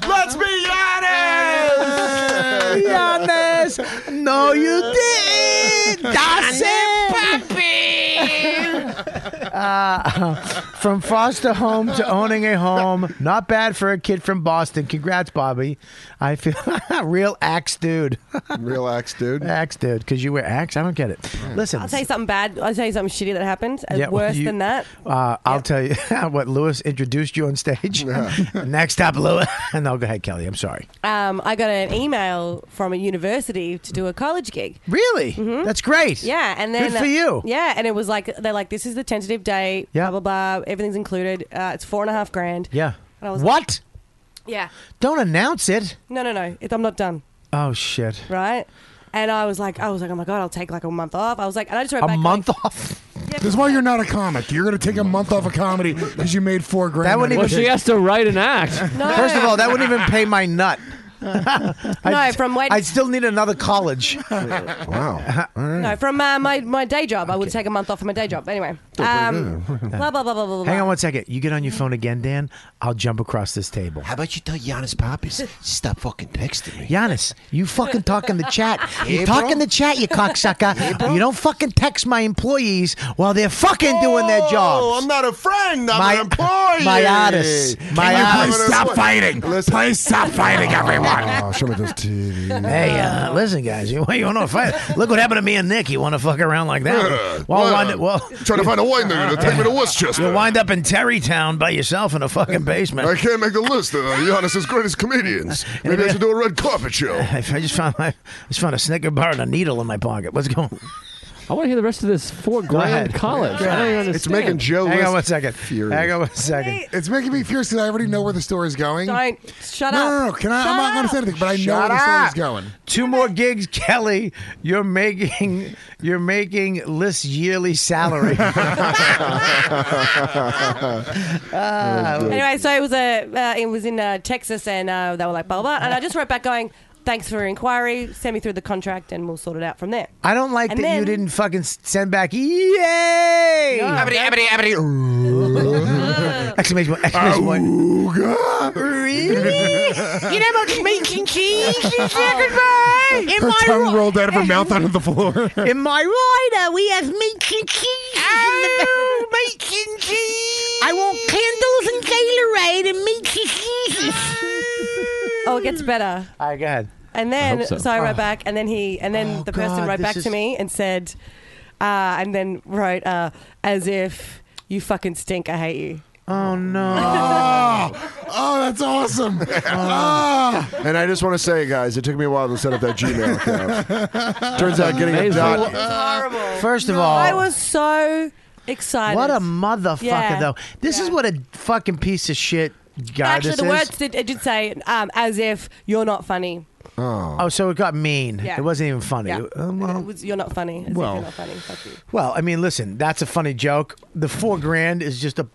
Speaker 8: Let's be honest.
Speaker 2: Giannis, no, you didn't. That's it. Uh, From foster home to owning a home. Not bad for a kid from Boston. Congrats, Bobby. I feel real axe dude.
Speaker 3: Relax, dude.
Speaker 2: axe dude, because you wear axe? I don't get it. Listen.
Speaker 9: I'll tell you something bad. I'll tell you something shitty that happened. Uh,
Speaker 2: Yeah, well,
Speaker 9: worse
Speaker 2: you-
Speaker 9: than that.
Speaker 2: Uh, I'll tell you what Lewis introduced you on stage. Next up, Lewis. no, go ahead, Kelly. I'm sorry.
Speaker 9: Um, I got an email from a university to do a college gig.
Speaker 2: Really? That's great.
Speaker 9: Mm-hmm. Yeah, and then uh,
Speaker 2: Good for you.
Speaker 9: Yeah, and it was like they're like, this is the tentative date.
Speaker 2: Yeah.
Speaker 9: Blah blah blah. Everything's included. Uh, it's four and a half grand.
Speaker 2: Yeah.
Speaker 9: And I was like-
Speaker 2: what?
Speaker 9: yeah.
Speaker 2: Don't announce it.
Speaker 9: No, no, no. It, I'm not done.
Speaker 2: Oh shit.
Speaker 9: Right. And I was like, I was like, oh my god, I'll take like a month off. I was like, and I just wrote
Speaker 2: A
Speaker 9: back
Speaker 2: month
Speaker 9: like,
Speaker 2: off.
Speaker 6: This is why you're not a comic. You're going to take a month off of comedy because you made four grand.
Speaker 2: That wouldn't
Speaker 5: Well,
Speaker 2: even.
Speaker 5: she has to write an act.
Speaker 9: No.
Speaker 2: First of all, that wouldn't even pay my nut.
Speaker 9: no, from wait,
Speaker 2: I'd still need another college.
Speaker 3: Wow.
Speaker 9: no, from uh, my my day job, I would take a month off from my day job. Anyway, um, blah blah blah blah blah.
Speaker 2: Hang on one second. You get on your phone again, Dan. I'll jump across this table.
Speaker 8: How about you tell Giannis Pappas stop fucking texting me?
Speaker 2: Giannis, you fucking talk in the chat. You
Speaker 8: Yeah,
Speaker 2: talk
Speaker 8: bro.
Speaker 2: in the chat, you cocksucker. you don't fucking text my employees while they're fucking doing their
Speaker 3: Oh,
Speaker 2: jobs.
Speaker 3: I'm not a friend. I'm
Speaker 2: My-
Speaker 3: an employee.
Speaker 2: my artist. My
Speaker 3: Can you
Speaker 2: artist.
Speaker 3: please
Speaker 8: Stop fighting. Please stop fighting, everyone.
Speaker 3: Oh, show me those TV.
Speaker 2: Hey, uh, listen, guys. You, you want to fight? Look what happened to me and Nick. You want to fuck around like that? Well,
Speaker 3: What?
Speaker 2: one, well,
Speaker 3: Trying to find a
Speaker 11: white nigga to take me to Westchester.
Speaker 2: You'll wind up in Terrytown by yourself in a fucking basement.
Speaker 11: I can't make the list of Giannis's greatest comedians. Maybe I should do a red carpet show.
Speaker 2: I just found my, I just found a Snicker bar and a needle in my pocket. What's going? on?
Speaker 5: I want to hear the rest of this four grand college. I don't understand.
Speaker 6: It's making Joe
Speaker 2: Hang on
Speaker 6: List
Speaker 2: one second.
Speaker 6: furious.
Speaker 2: Hang on one second.
Speaker 6: It's making me furious because I already know where the story's going.
Speaker 9: Don't shut
Speaker 6: no,
Speaker 9: up.
Speaker 6: No, no, no. Can I? I'm not going to say anything, but I know where the story's going.
Speaker 2: Two more gigs, Kelly. You're making you're making list yearly salary.
Speaker 9: Anyway, so it was a uh, it was in uh, Texas, and uh, they were like blah, blah blah, and I just wrote back going, "Thanks for your inquiry. Send me through the contract, and we'll sort it out from there."
Speaker 2: I don't like
Speaker 9: And
Speaker 2: that you
Speaker 9: then-
Speaker 2: didn't fucking s- send back. Yay!
Speaker 9: No. Abity, abity,
Speaker 2: Actually, makes one. Actually makes one.
Speaker 1: you know much meat and cheese is there? Goodbye. In
Speaker 6: Her
Speaker 1: my,
Speaker 6: tongue rolled out of her mouth onto the floor.
Speaker 1: ri- in my rider, we have meat and cheese. Oh, meat and cheese. I want candles and Gatorade and meat and cheese.
Speaker 9: Oh, it gets better. Ah.
Speaker 2: All right, go ahead.
Speaker 9: And then
Speaker 2: hope
Speaker 9: so.
Speaker 2: so.
Speaker 9: I
Speaker 2: Oh.
Speaker 9: wrote back, and then he, and then the person
Speaker 2: God,
Speaker 9: wrote
Speaker 2: this
Speaker 9: back
Speaker 2: is-
Speaker 9: to me and said, uh, and then wrote uh, as if you fucking stink. I hate you.
Speaker 2: Oh no!
Speaker 6: oh, oh, that's awesome. Ah.
Speaker 3: And I just want to say, guys, it took me a while to set up that Gmail account. Turns out getting a
Speaker 2: Amazing.
Speaker 3: dot.
Speaker 2: First of all,
Speaker 9: I was so excited.
Speaker 2: what a motherfucker
Speaker 9: Yeah.
Speaker 2: though. This is what a fucking piece of shit guy
Speaker 9: Actually,
Speaker 2: this
Speaker 9: the
Speaker 2: is.
Speaker 9: words did, it did say um, as if you're not funny.
Speaker 2: Oh. so it got mean.
Speaker 9: Yeah.
Speaker 2: It wasn't even funny.
Speaker 9: Yeah.
Speaker 2: Um, well,
Speaker 9: It was, you're not funny. As
Speaker 2: Well.
Speaker 9: if you're not funny. Fuck you.
Speaker 2: well, I mean, listen, that's a funny joke. The four grand is just a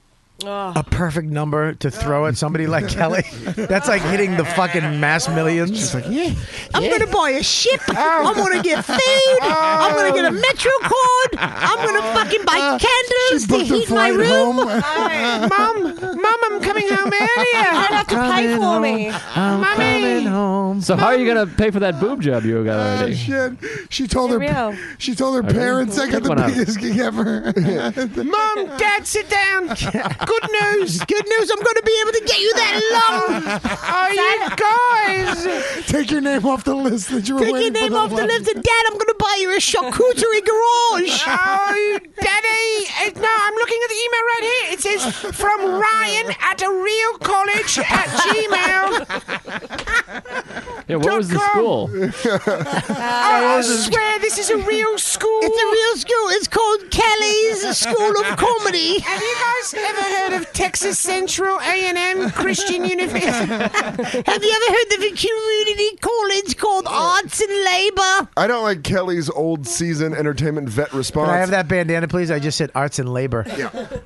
Speaker 9: Oh.
Speaker 2: a perfect number to throw at somebody like Kelly. That's like hitting the fucking mass millions.
Speaker 1: I'm gonna buy a ship. I'm gonna get food. I'm gonna get a metro cord. I'm gonna fucking buy candles to heat my room.
Speaker 4: Mom, mom, I'm coming home early.
Speaker 9: I don't have to pay for me.
Speaker 2: I'm coming home.
Speaker 5: So how are you gonna pay for that boob job you got
Speaker 2: Ah,
Speaker 6: Oh,
Speaker 5: already?
Speaker 6: shit. She told her
Speaker 9: real.
Speaker 6: she told her
Speaker 5: Okay.
Speaker 6: parents I got
Speaker 5: Take
Speaker 6: the
Speaker 5: one out.
Speaker 6: biggest gig ever.
Speaker 4: Mom, Dad, sit down. Good news.
Speaker 1: Good news, I'm gonna be able to get you that loan.
Speaker 4: Are you guys?
Speaker 6: Take your name off the list that you were
Speaker 1: Take your
Speaker 6: waiting for
Speaker 1: name
Speaker 6: that
Speaker 1: off the
Speaker 6: one.
Speaker 1: list of Dad. I'm gonna buy you a charcuterie garage.
Speaker 4: Oh, Daddy! It, no, I'm looking at the email right here. It says from Ryan at a real college at Gmail.
Speaker 5: Yeah, what was the school?
Speaker 4: I swear this is a real school.
Speaker 1: It's a real school. It's called Kelly's School of Comedy.
Speaker 4: Have you guys ever heard of Texas Central A&M Christian University?
Speaker 1: Have you ever heard of a community college called Arts and Labor?
Speaker 3: I don't like Kelly's old season entertainment vet response.
Speaker 2: Can I have that bandana, please? I just said arts and labor.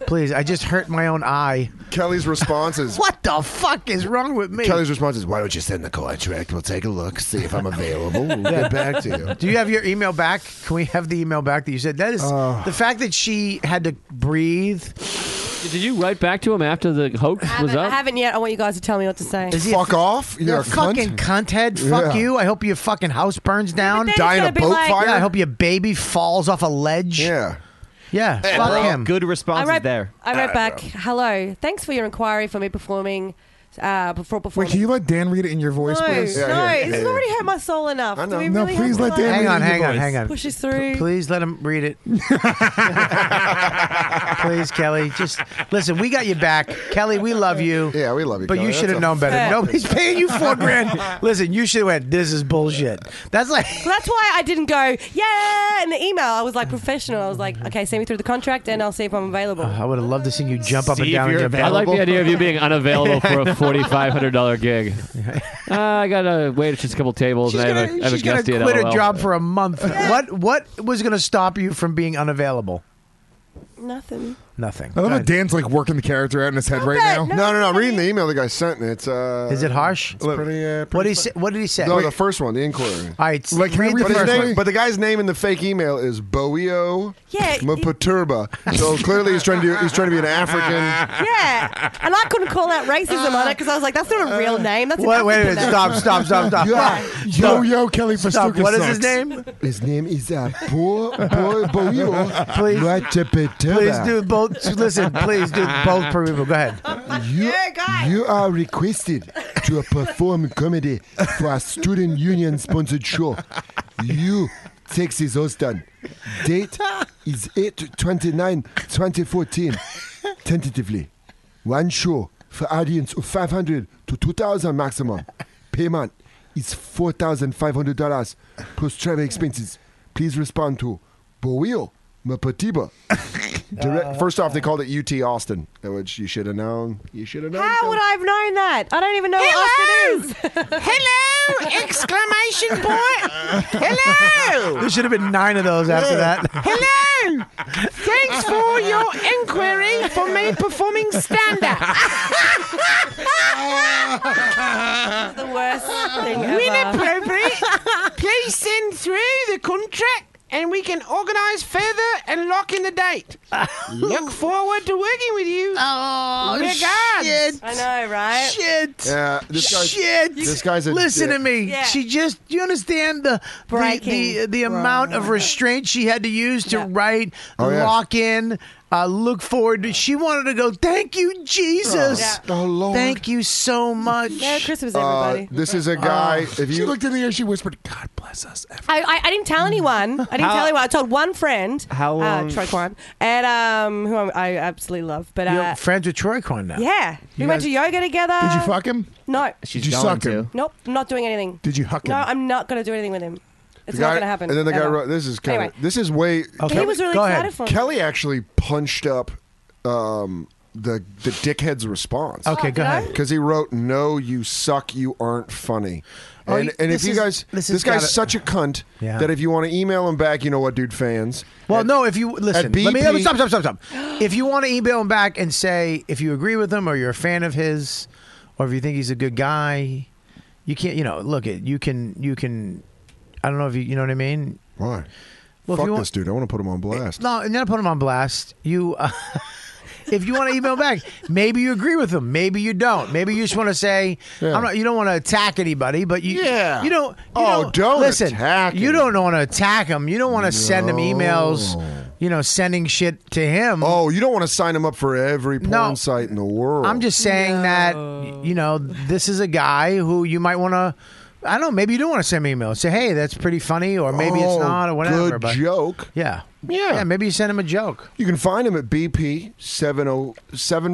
Speaker 2: Please, I just hurt my own eye.
Speaker 3: Kelly's response is
Speaker 2: What the fuck is wrong with me?
Speaker 11: Kelly's response is, "Why don't you send the contract? We'll take a look, see if I'm available. We'll get back to you."
Speaker 2: Do you have your email back? Can we have the email back that you said? That is the fact that she had to breathe.
Speaker 5: Did you write back to him after the hoax
Speaker 9: I
Speaker 5: was
Speaker 9: haven't, I
Speaker 5: up?
Speaker 9: haven't yet. I want you guys to tell me what to say.
Speaker 2: Is he
Speaker 3: fuck off. You're,
Speaker 2: You're
Speaker 3: a
Speaker 2: a fucking cunt head. Fuck
Speaker 3: Yeah.
Speaker 2: you. I hope your fucking house burns down.
Speaker 9: then Die it's in a gonna be boat like- fire?
Speaker 2: Yeah, I hope your baby falls off a ledge.
Speaker 3: Yeah.
Speaker 2: Yeah. fuck him.
Speaker 8: Mm. Good
Speaker 9: I
Speaker 8: response
Speaker 9: wrote
Speaker 8: there.
Speaker 9: I wrote back. Hello. Thanks for your inquiry for me performing. Uh, before
Speaker 6: Wait,
Speaker 9: performing.
Speaker 6: can you let Dan read it in your voice,
Speaker 9: no,
Speaker 6: please?
Speaker 9: no, this has already hurt my soul enough. Do we
Speaker 6: No,
Speaker 9: really
Speaker 6: please
Speaker 9: have
Speaker 6: let
Speaker 9: to,
Speaker 6: Dan
Speaker 9: like,
Speaker 2: Hang on, hang on,
Speaker 6: voice.
Speaker 2: hang on.
Speaker 9: Push us through.
Speaker 2: Please let him read it. Please, Kelly. Just listen, we got you back. Kelly, we love you.
Speaker 3: Yeah, we love you.
Speaker 2: But
Speaker 3: Kelly.
Speaker 2: you
Speaker 3: That's
Speaker 2: should
Speaker 3: a
Speaker 2: have known better.
Speaker 9: fact.
Speaker 2: Nobody's paying you four grand. Listen, you should have went, this is bullshit. That's like
Speaker 9: Well, That's why I didn't go, yeah, in the email. I was like professional. I was like, okay, send me through the contract and I'll see if I'm available.
Speaker 2: I would have loved to see you jump up
Speaker 8: See
Speaker 2: and
Speaker 8: if
Speaker 2: down in
Speaker 8: you're
Speaker 2: your
Speaker 5: I
Speaker 8: available.
Speaker 5: like the idea of you being unavailable for a forty-five hundred dollar gig. Uh, I gotta wait at just a couple tables,
Speaker 2: She's
Speaker 5: and I
Speaker 2: gonna,
Speaker 5: haven't, I haven't
Speaker 2: she's gonna
Speaker 5: guessed yet.
Speaker 2: quit a
Speaker 5: LOL.
Speaker 2: job for a month. What what was gonna stop you from being unavailable?
Speaker 9: Nothing.
Speaker 2: Nothing.
Speaker 6: I love that Dan's like working the character out in his head right now.
Speaker 3: No, no, no. Reading the email the guy sent, and it's uh,
Speaker 2: Is it harsh?
Speaker 3: It's pretty. Uh,
Speaker 2: What did
Speaker 3: pretty
Speaker 2: he say? What did he say?
Speaker 3: no,
Speaker 2: All
Speaker 3: the first one, the inquiry.
Speaker 2: right,
Speaker 6: Like, can I
Speaker 2: read the
Speaker 6: read
Speaker 3: But, his
Speaker 2: first
Speaker 3: name,
Speaker 2: one.
Speaker 3: but the guy's name in the fake email is Boio
Speaker 9: Yeah, it-
Speaker 3: Mapaturba. So clearly he's trying to do, he's trying to be an African.
Speaker 9: Yeah. And I couldn't call out racism on it because I was like, that's not a real name. That's an
Speaker 2: Wait, wait a
Speaker 9: African
Speaker 2: minute!
Speaker 9: name.
Speaker 2: Stop! Stop! Stop! Stop!
Speaker 6: Yeah. Yo,
Speaker 2: Stop.
Speaker 6: yo, Kelly
Speaker 2: Stop.
Speaker 6: Pastuka
Speaker 2: What is his
Speaker 6: sucks.
Speaker 2: name?
Speaker 3: His name is uh, Bo Bo Boio
Speaker 2: Please-
Speaker 3: Mapaturba.
Speaker 2: Please do both. Listen, please do both per people. Go ahead.
Speaker 3: You, you are requested to perform comedy for a student union sponsored show. You, Texas Austin. Date
Speaker 11: is 8 29 2014. Tentatively, one show for audience of 500 to 2,000 maximum. Payment is $4,500 plus travel expenses. Please respond to Boil Mapatiba.
Speaker 3: Direct, first off, they called it UT Austin, which you should have known. You should have known.
Speaker 9: How would I have known that? I don't even know what Austin is.
Speaker 4: Hello! Exclamation point!
Speaker 3: Oh.
Speaker 4: Hello!
Speaker 2: There should have been nine of those after that.
Speaker 4: Hello! Thanks for your inquiry for me performing stand up.
Speaker 9: the worst thing
Speaker 4: When
Speaker 9: ever.
Speaker 4: appropriate, please send through the contract and we can organize further and lock in the date. Look forward to working with you.
Speaker 1: Oh,
Speaker 4: Regards.
Speaker 1: shit. I
Speaker 9: know, right?
Speaker 2: Shit.
Speaker 3: Yeah, this guy's-
Speaker 2: Shit.
Speaker 3: this guy's a
Speaker 2: Listen to
Speaker 3: dick.
Speaker 2: me.
Speaker 9: Yeah.
Speaker 2: She just. Do you understand the the,
Speaker 9: Breaking.
Speaker 2: the, the amount of restraint she had to use to write,
Speaker 3: Oh, yeah.
Speaker 2: lock in, uh, look forward. to- She wanted to go. Thank you, Jesus.
Speaker 3: Oh, Lord.
Speaker 2: Thank you so much.
Speaker 9: Merry Christmas,
Speaker 3: Uh,
Speaker 9: everybody.
Speaker 3: this is a guy.
Speaker 2: Oh.
Speaker 3: if you
Speaker 6: she looked in the air, she whispered, "God bless us."
Speaker 9: I, I, I didn't tell anyone. I didn't
Speaker 6: How-
Speaker 9: tell anyone. I told one friend.
Speaker 2: How long-
Speaker 9: Uh, Troy Kwan, and um, who I, I absolutely love. But
Speaker 2: You're
Speaker 9: uh,
Speaker 2: friends with Troy Quan now.
Speaker 9: yeah, we went
Speaker 2: guys-
Speaker 9: to yoga together.
Speaker 2: Did you fuck
Speaker 6: him?
Speaker 9: No.
Speaker 6: She's Did you going suck him? to.
Speaker 9: Nope. I'm not doing anything.
Speaker 6: Did you huck
Speaker 9: No,
Speaker 6: him?
Speaker 9: I'm not going to do anything with him. It's
Speaker 3: the guy-
Speaker 9: not going to happen.
Speaker 3: And then the guy
Speaker 9: ever.
Speaker 3: wrote, "This is kind
Speaker 9: Anyway.
Speaker 3: of this is way."
Speaker 9: Okay. He was really Go excited ahead. for him.
Speaker 3: Kelly actually punched up um, the the dickhead's response.
Speaker 2: Okay, Oh, go did ahead. I?
Speaker 3: Because he wrote, "No, you suck. You aren't funny."
Speaker 2: Oh,
Speaker 3: and
Speaker 2: he-
Speaker 3: and if
Speaker 2: this
Speaker 3: you
Speaker 2: is-
Speaker 3: guys,
Speaker 2: this
Speaker 3: this,
Speaker 2: has
Speaker 3: guy's
Speaker 2: gotta-
Speaker 3: such a cunt
Speaker 2: Yeah.
Speaker 3: that if you want to email him back, you know what, dude, fans.
Speaker 2: Well, no. If you listen,
Speaker 3: at
Speaker 2: let me,
Speaker 3: BP
Speaker 2: let me- stop, stop, stop, stop. If you want to email him back and say if you agree with him or you're a fan of his, or if you think he's a good guy, you can't. You know, look it. You can. You can. I don't know if you. You know what I mean.
Speaker 3: Why?
Speaker 2: Well, if
Speaker 3: Fuck
Speaker 2: you want-
Speaker 3: this dude. I want to put him on blast.
Speaker 2: No, and then I put him on blast. You. Uh, If you want to email back, maybe you agree with him, maybe you don't. Maybe you just want to say, I'm not, you don't want to attack anybody, but you,
Speaker 3: Yeah.
Speaker 2: you don't. You
Speaker 3: Oh, don't
Speaker 2: listen.
Speaker 3: attack
Speaker 2: you don't want to attack him. You don't want to send him emails. You know, sending shit to him.
Speaker 3: Oh, you don't want to sign him up for every porn
Speaker 2: No.
Speaker 3: site in the world.
Speaker 2: I'm just saying that you know this is a guy who you might want to. I don't know. Maybe you do want to send me an email. Say, hey, that's pretty funny, or maybe
Speaker 3: Oh,
Speaker 2: it's not, or whatever.
Speaker 3: Good
Speaker 2: but
Speaker 3: joke.
Speaker 2: yeah,
Speaker 3: Yeah.
Speaker 2: Maybe you send him a joke.
Speaker 3: You can find him at BP oh,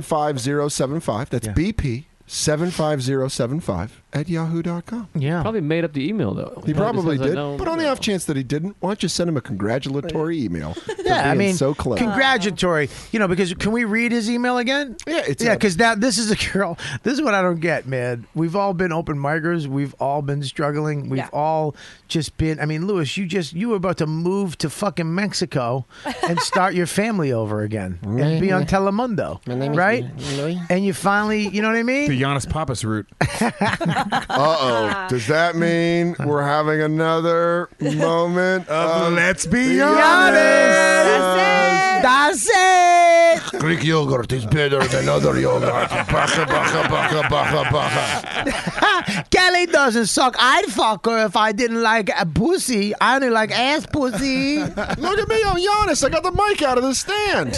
Speaker 3: 75075. That's BP 75075 at yahoo.com.
Speaker 2: Yeah.
Speaker 5: Probably made up the email, though.
Speaker 3: He probably
Speaker 5: just has
Speaker 3: did.
Speaker 5: a no-
Speaker 3: but on the off chance that he didn't, why don't you send him a congratulatory email? for
Speaker 2: Yeah, I
Speaker 3: being
Speaker 2: mean,
Speaker 3: so clever.
Speaker 2: congratulatory. You know, because can we read his email again? Yeah,
Speaker 3: it's
Speaker 2: yeah.
Speaker 3: up.
Speaker 2: Because now this is a girl. This is what I don't get, man. We've all been open micers. We've all been struggling. We've
Speaker 9: Yeah.
Speaker 2: all just been. I mean, Lewis, you just you were about to move to fucking Mexico and start your family over again and be on Telemundo, right? And you finally, you know what I mean?
Speaker 6: The Giannis Papas route.
Speaker 3: Uh oh. Does that mean we're having another moment of
Speaker 2: Um,
Speaker 6: Let's be
Speaker 3: honest?
Speaker 2: That's it.
Speaker 11: Greek yogurt is better than other yogurt. Baka, baka, baka, baka, baka.
Speaker 2: Kelly doesn't suck. I'd fuck her if I didn't like a pussy. I only like ass pussy.
Speaker 3: Look at me, I'm Giannis. I got the mic out of the stand.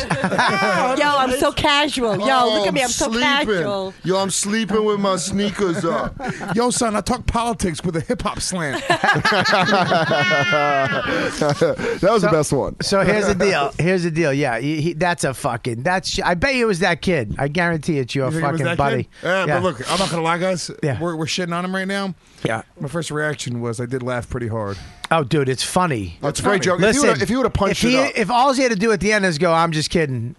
Speaker 9: Yo, I'm so casual. Yo,
Speaker 2: Oh,
Speaker 9: look at me. I'm so
Speaker 3: Oh, sleeping.
Speaker 9: casual.
Speaker 3: Yo, I'm sleeping with my sneakers up.
Speaker 6: Yo, son, I talk politics with a hip hop slant.
Speaker 3: that was the best one.
Speaker 2: So here's the deal. Here's the deal. Yeah, he, he, that's a fucking. That's. I bet you it was that kid. I guarantee it's your
Speaker 6: You think it was
Speaker 2: fucking
Speaker 6: that
Speaker 2: buddy.
Speaker 6: kid? Yeah,
Speaker 2: Yeah.
Speaker 6: but look, I'm not gonna lie, guys.
Speaker 2: Yeah.
Speaker 6: We're, we're shitting on him right now.
Speaker 2: Yeah.
Speaker 6: My first reaction was I did laugh pretty hard.
Speaker 2: Oh, dude, it's funny.
Speaker 3: That's a great joke. If he
Speaker 2: Listen,
Speaker 3: would've- if he would've punched
Speaker 2: if
Speaker 3: it up.
Speaker 2: if all he had to do at the end is go, "I'm just kidding."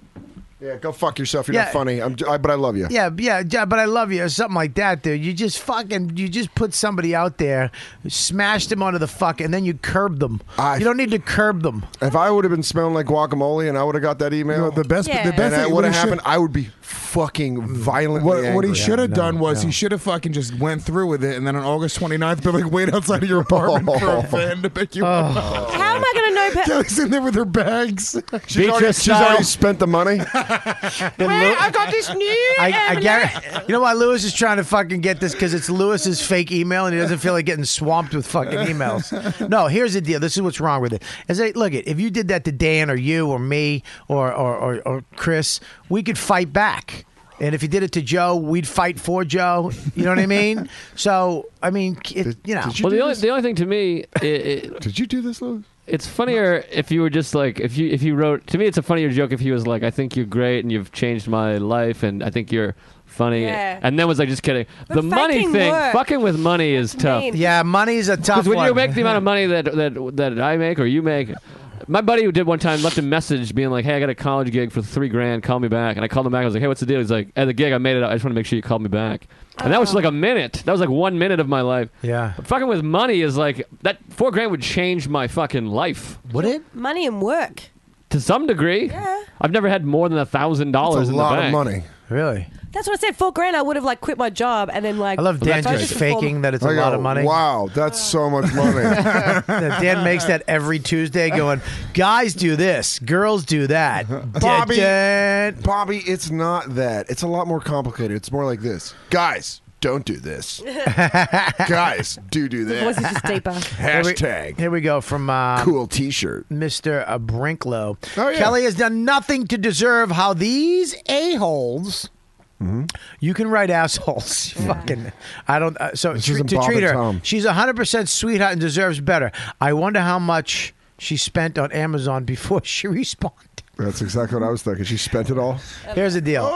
Speaker 3: Yeah, go fuck yourself. You're
Speaker 2: Yeah.
Speaker 3: not funny. I'm, I, but I love you.
Speaker 2: Yeah, yeah, yeah, but I love you or something like that, dude. You just fucking, you just put somebody out there, smashed them onto the fuck, and then you curb them.
Speaker 3: I-
Speaker 2: you don't need to curb them.
Speaker 3: If I would have been smelling like guacamole and I would have got that email,
Speaker 6: the best,
Speaker 9: Yeah.
Speaker 6: the
Speaker 9: best
Speaker 3: and
Speaker 6: best
Speaker 3: that
Speaker 6: thing
Speaker 3: would
Speaker 6: uh, what
Speaker 3: have
Speaker 6: he should-
Speaker 3: happened, I would be fucking violently
Speaker 6: What, what he
Speaker 3: angry.
Speaker 6: should have
Speaker 2: no,
Speaker 6: done was
Speaker 2: no.
Speaker 6: he should have fucking just went through with it, and then on August 29th, be like, wait outside of your apartment for a fan to pick you
Speaker 2: Oh.
Speaker 6: up.
Speaker 9: How am I going to know? Pe-
Speaker 6: Kelly's in there with her bags.
Speaker 3: She's, already, she's already spent the money.
Speaker 4: Well, I got this new.
Speaker 2: I, I
Speaker 4: envelope.
Speaker 2: guarantee. You know why Lewis is trying to fucking get this because it's Lewis's fake email and he doesn't feel like getting swamped with fucking emails. No, here's the deal. This is what's wrong with it. Is that, look it. If you did that to Dan or you or me or or, or or Chris, we could fight back. And if you did it to Joe, we'd fight for Joe. You know what I mean? So I mean, it, you know.
Speaker 3: Did you
Speaker 5: Well,
Speaker 3: do
Speaker 5: the only,
Speaker 3: this?
Speaker 5: the only thing to me, i i
Speaker 3: Did you do this, Lewis?
Speaker 5: it's funnier if you were just like if you if you wrote to me it's a funnier joke if he was like I think you're great and you've changed my life and I think you're funny
Speaker 9: Yeah.
Speaker 5: and then was like just kidding the money
Speaker 9: fucking
Speaker 5: thing
Speaker 9: work.
Speaker 5: fucking with money is tough
Speaker 9: mean.
Speaker 2: yeah money's a tough
Speaker 5: because when you
Speaker 2: one.
Speaker 5: make the amount of money that that that I make or you make my buddy who did one time left a message being like hey I got a college gig for three grand call me back and I called him back I was like hey what's the deal he's like at the gig I made it up I just want to make sure you called me back and that was like a minute that was like one minute of my life
Speaker 2: Oh. yeah
Speaker 5: but fucking with money is like that four grand would change my fucking life.
Speaker 2: Would it?
Speaker 9: Money and work.
Speaker 5: To some degree. Yeah. I've never had more than a thousand dollars in the bank.
Speaker 2: Really?
Speaker 9: That's what I said. Four grand, I would have like quit my job and then like.
Speaker 5: I love Dan
Speaker 9: focused
Speaker 5: just
Speaker 9: on
Speaker 2: faking
Speaker 9: form-
Speaker 2: that it's a
Speaker 3: I go,
Speaker 2: lot of money.
Speaker 3: Wow, that's so much money.
Speaker 2: That Dan makes that every Tuesday, going, guys do this, girls do that.
Speaker 3: Bobby,
Speaker 2: Dun, dun.
Speaker 3: Bobby, it's not that. It's a lot more complicated. It's more like this. Guys, don't do this. Guys, do do
Speaker 9: The voice is
Speaker 3: that.
Speaker 9: just deeper.
Speaker 2: Here we, here we go from uh,
Speaker 3: cool T-shirt,
Speaker 2: Mister Brinklow.
Speaker 3: Oh, yeah.
Speaker 2: Kelly has done nothing to deserve how these a holes.
Speaker 3: Mm-hmm.
Speaker 2: You can write assholes. You Fucking, I don't. Uh, so tre-
Speaker 3: isn't
Speaker 2: to
Speaker 3: Bob
Speaker 2: treat
Speaker 3: and
Speaker 2: her,
Speaker 3: Tom.
Speaker 2: she's hundred percent sweetheart and deserves better. I wonder how much she spent on Amazon before she responded.
Speaker 3: That's exactly what I was thinking. She spent it all.
Speaker 2: Here's the deal.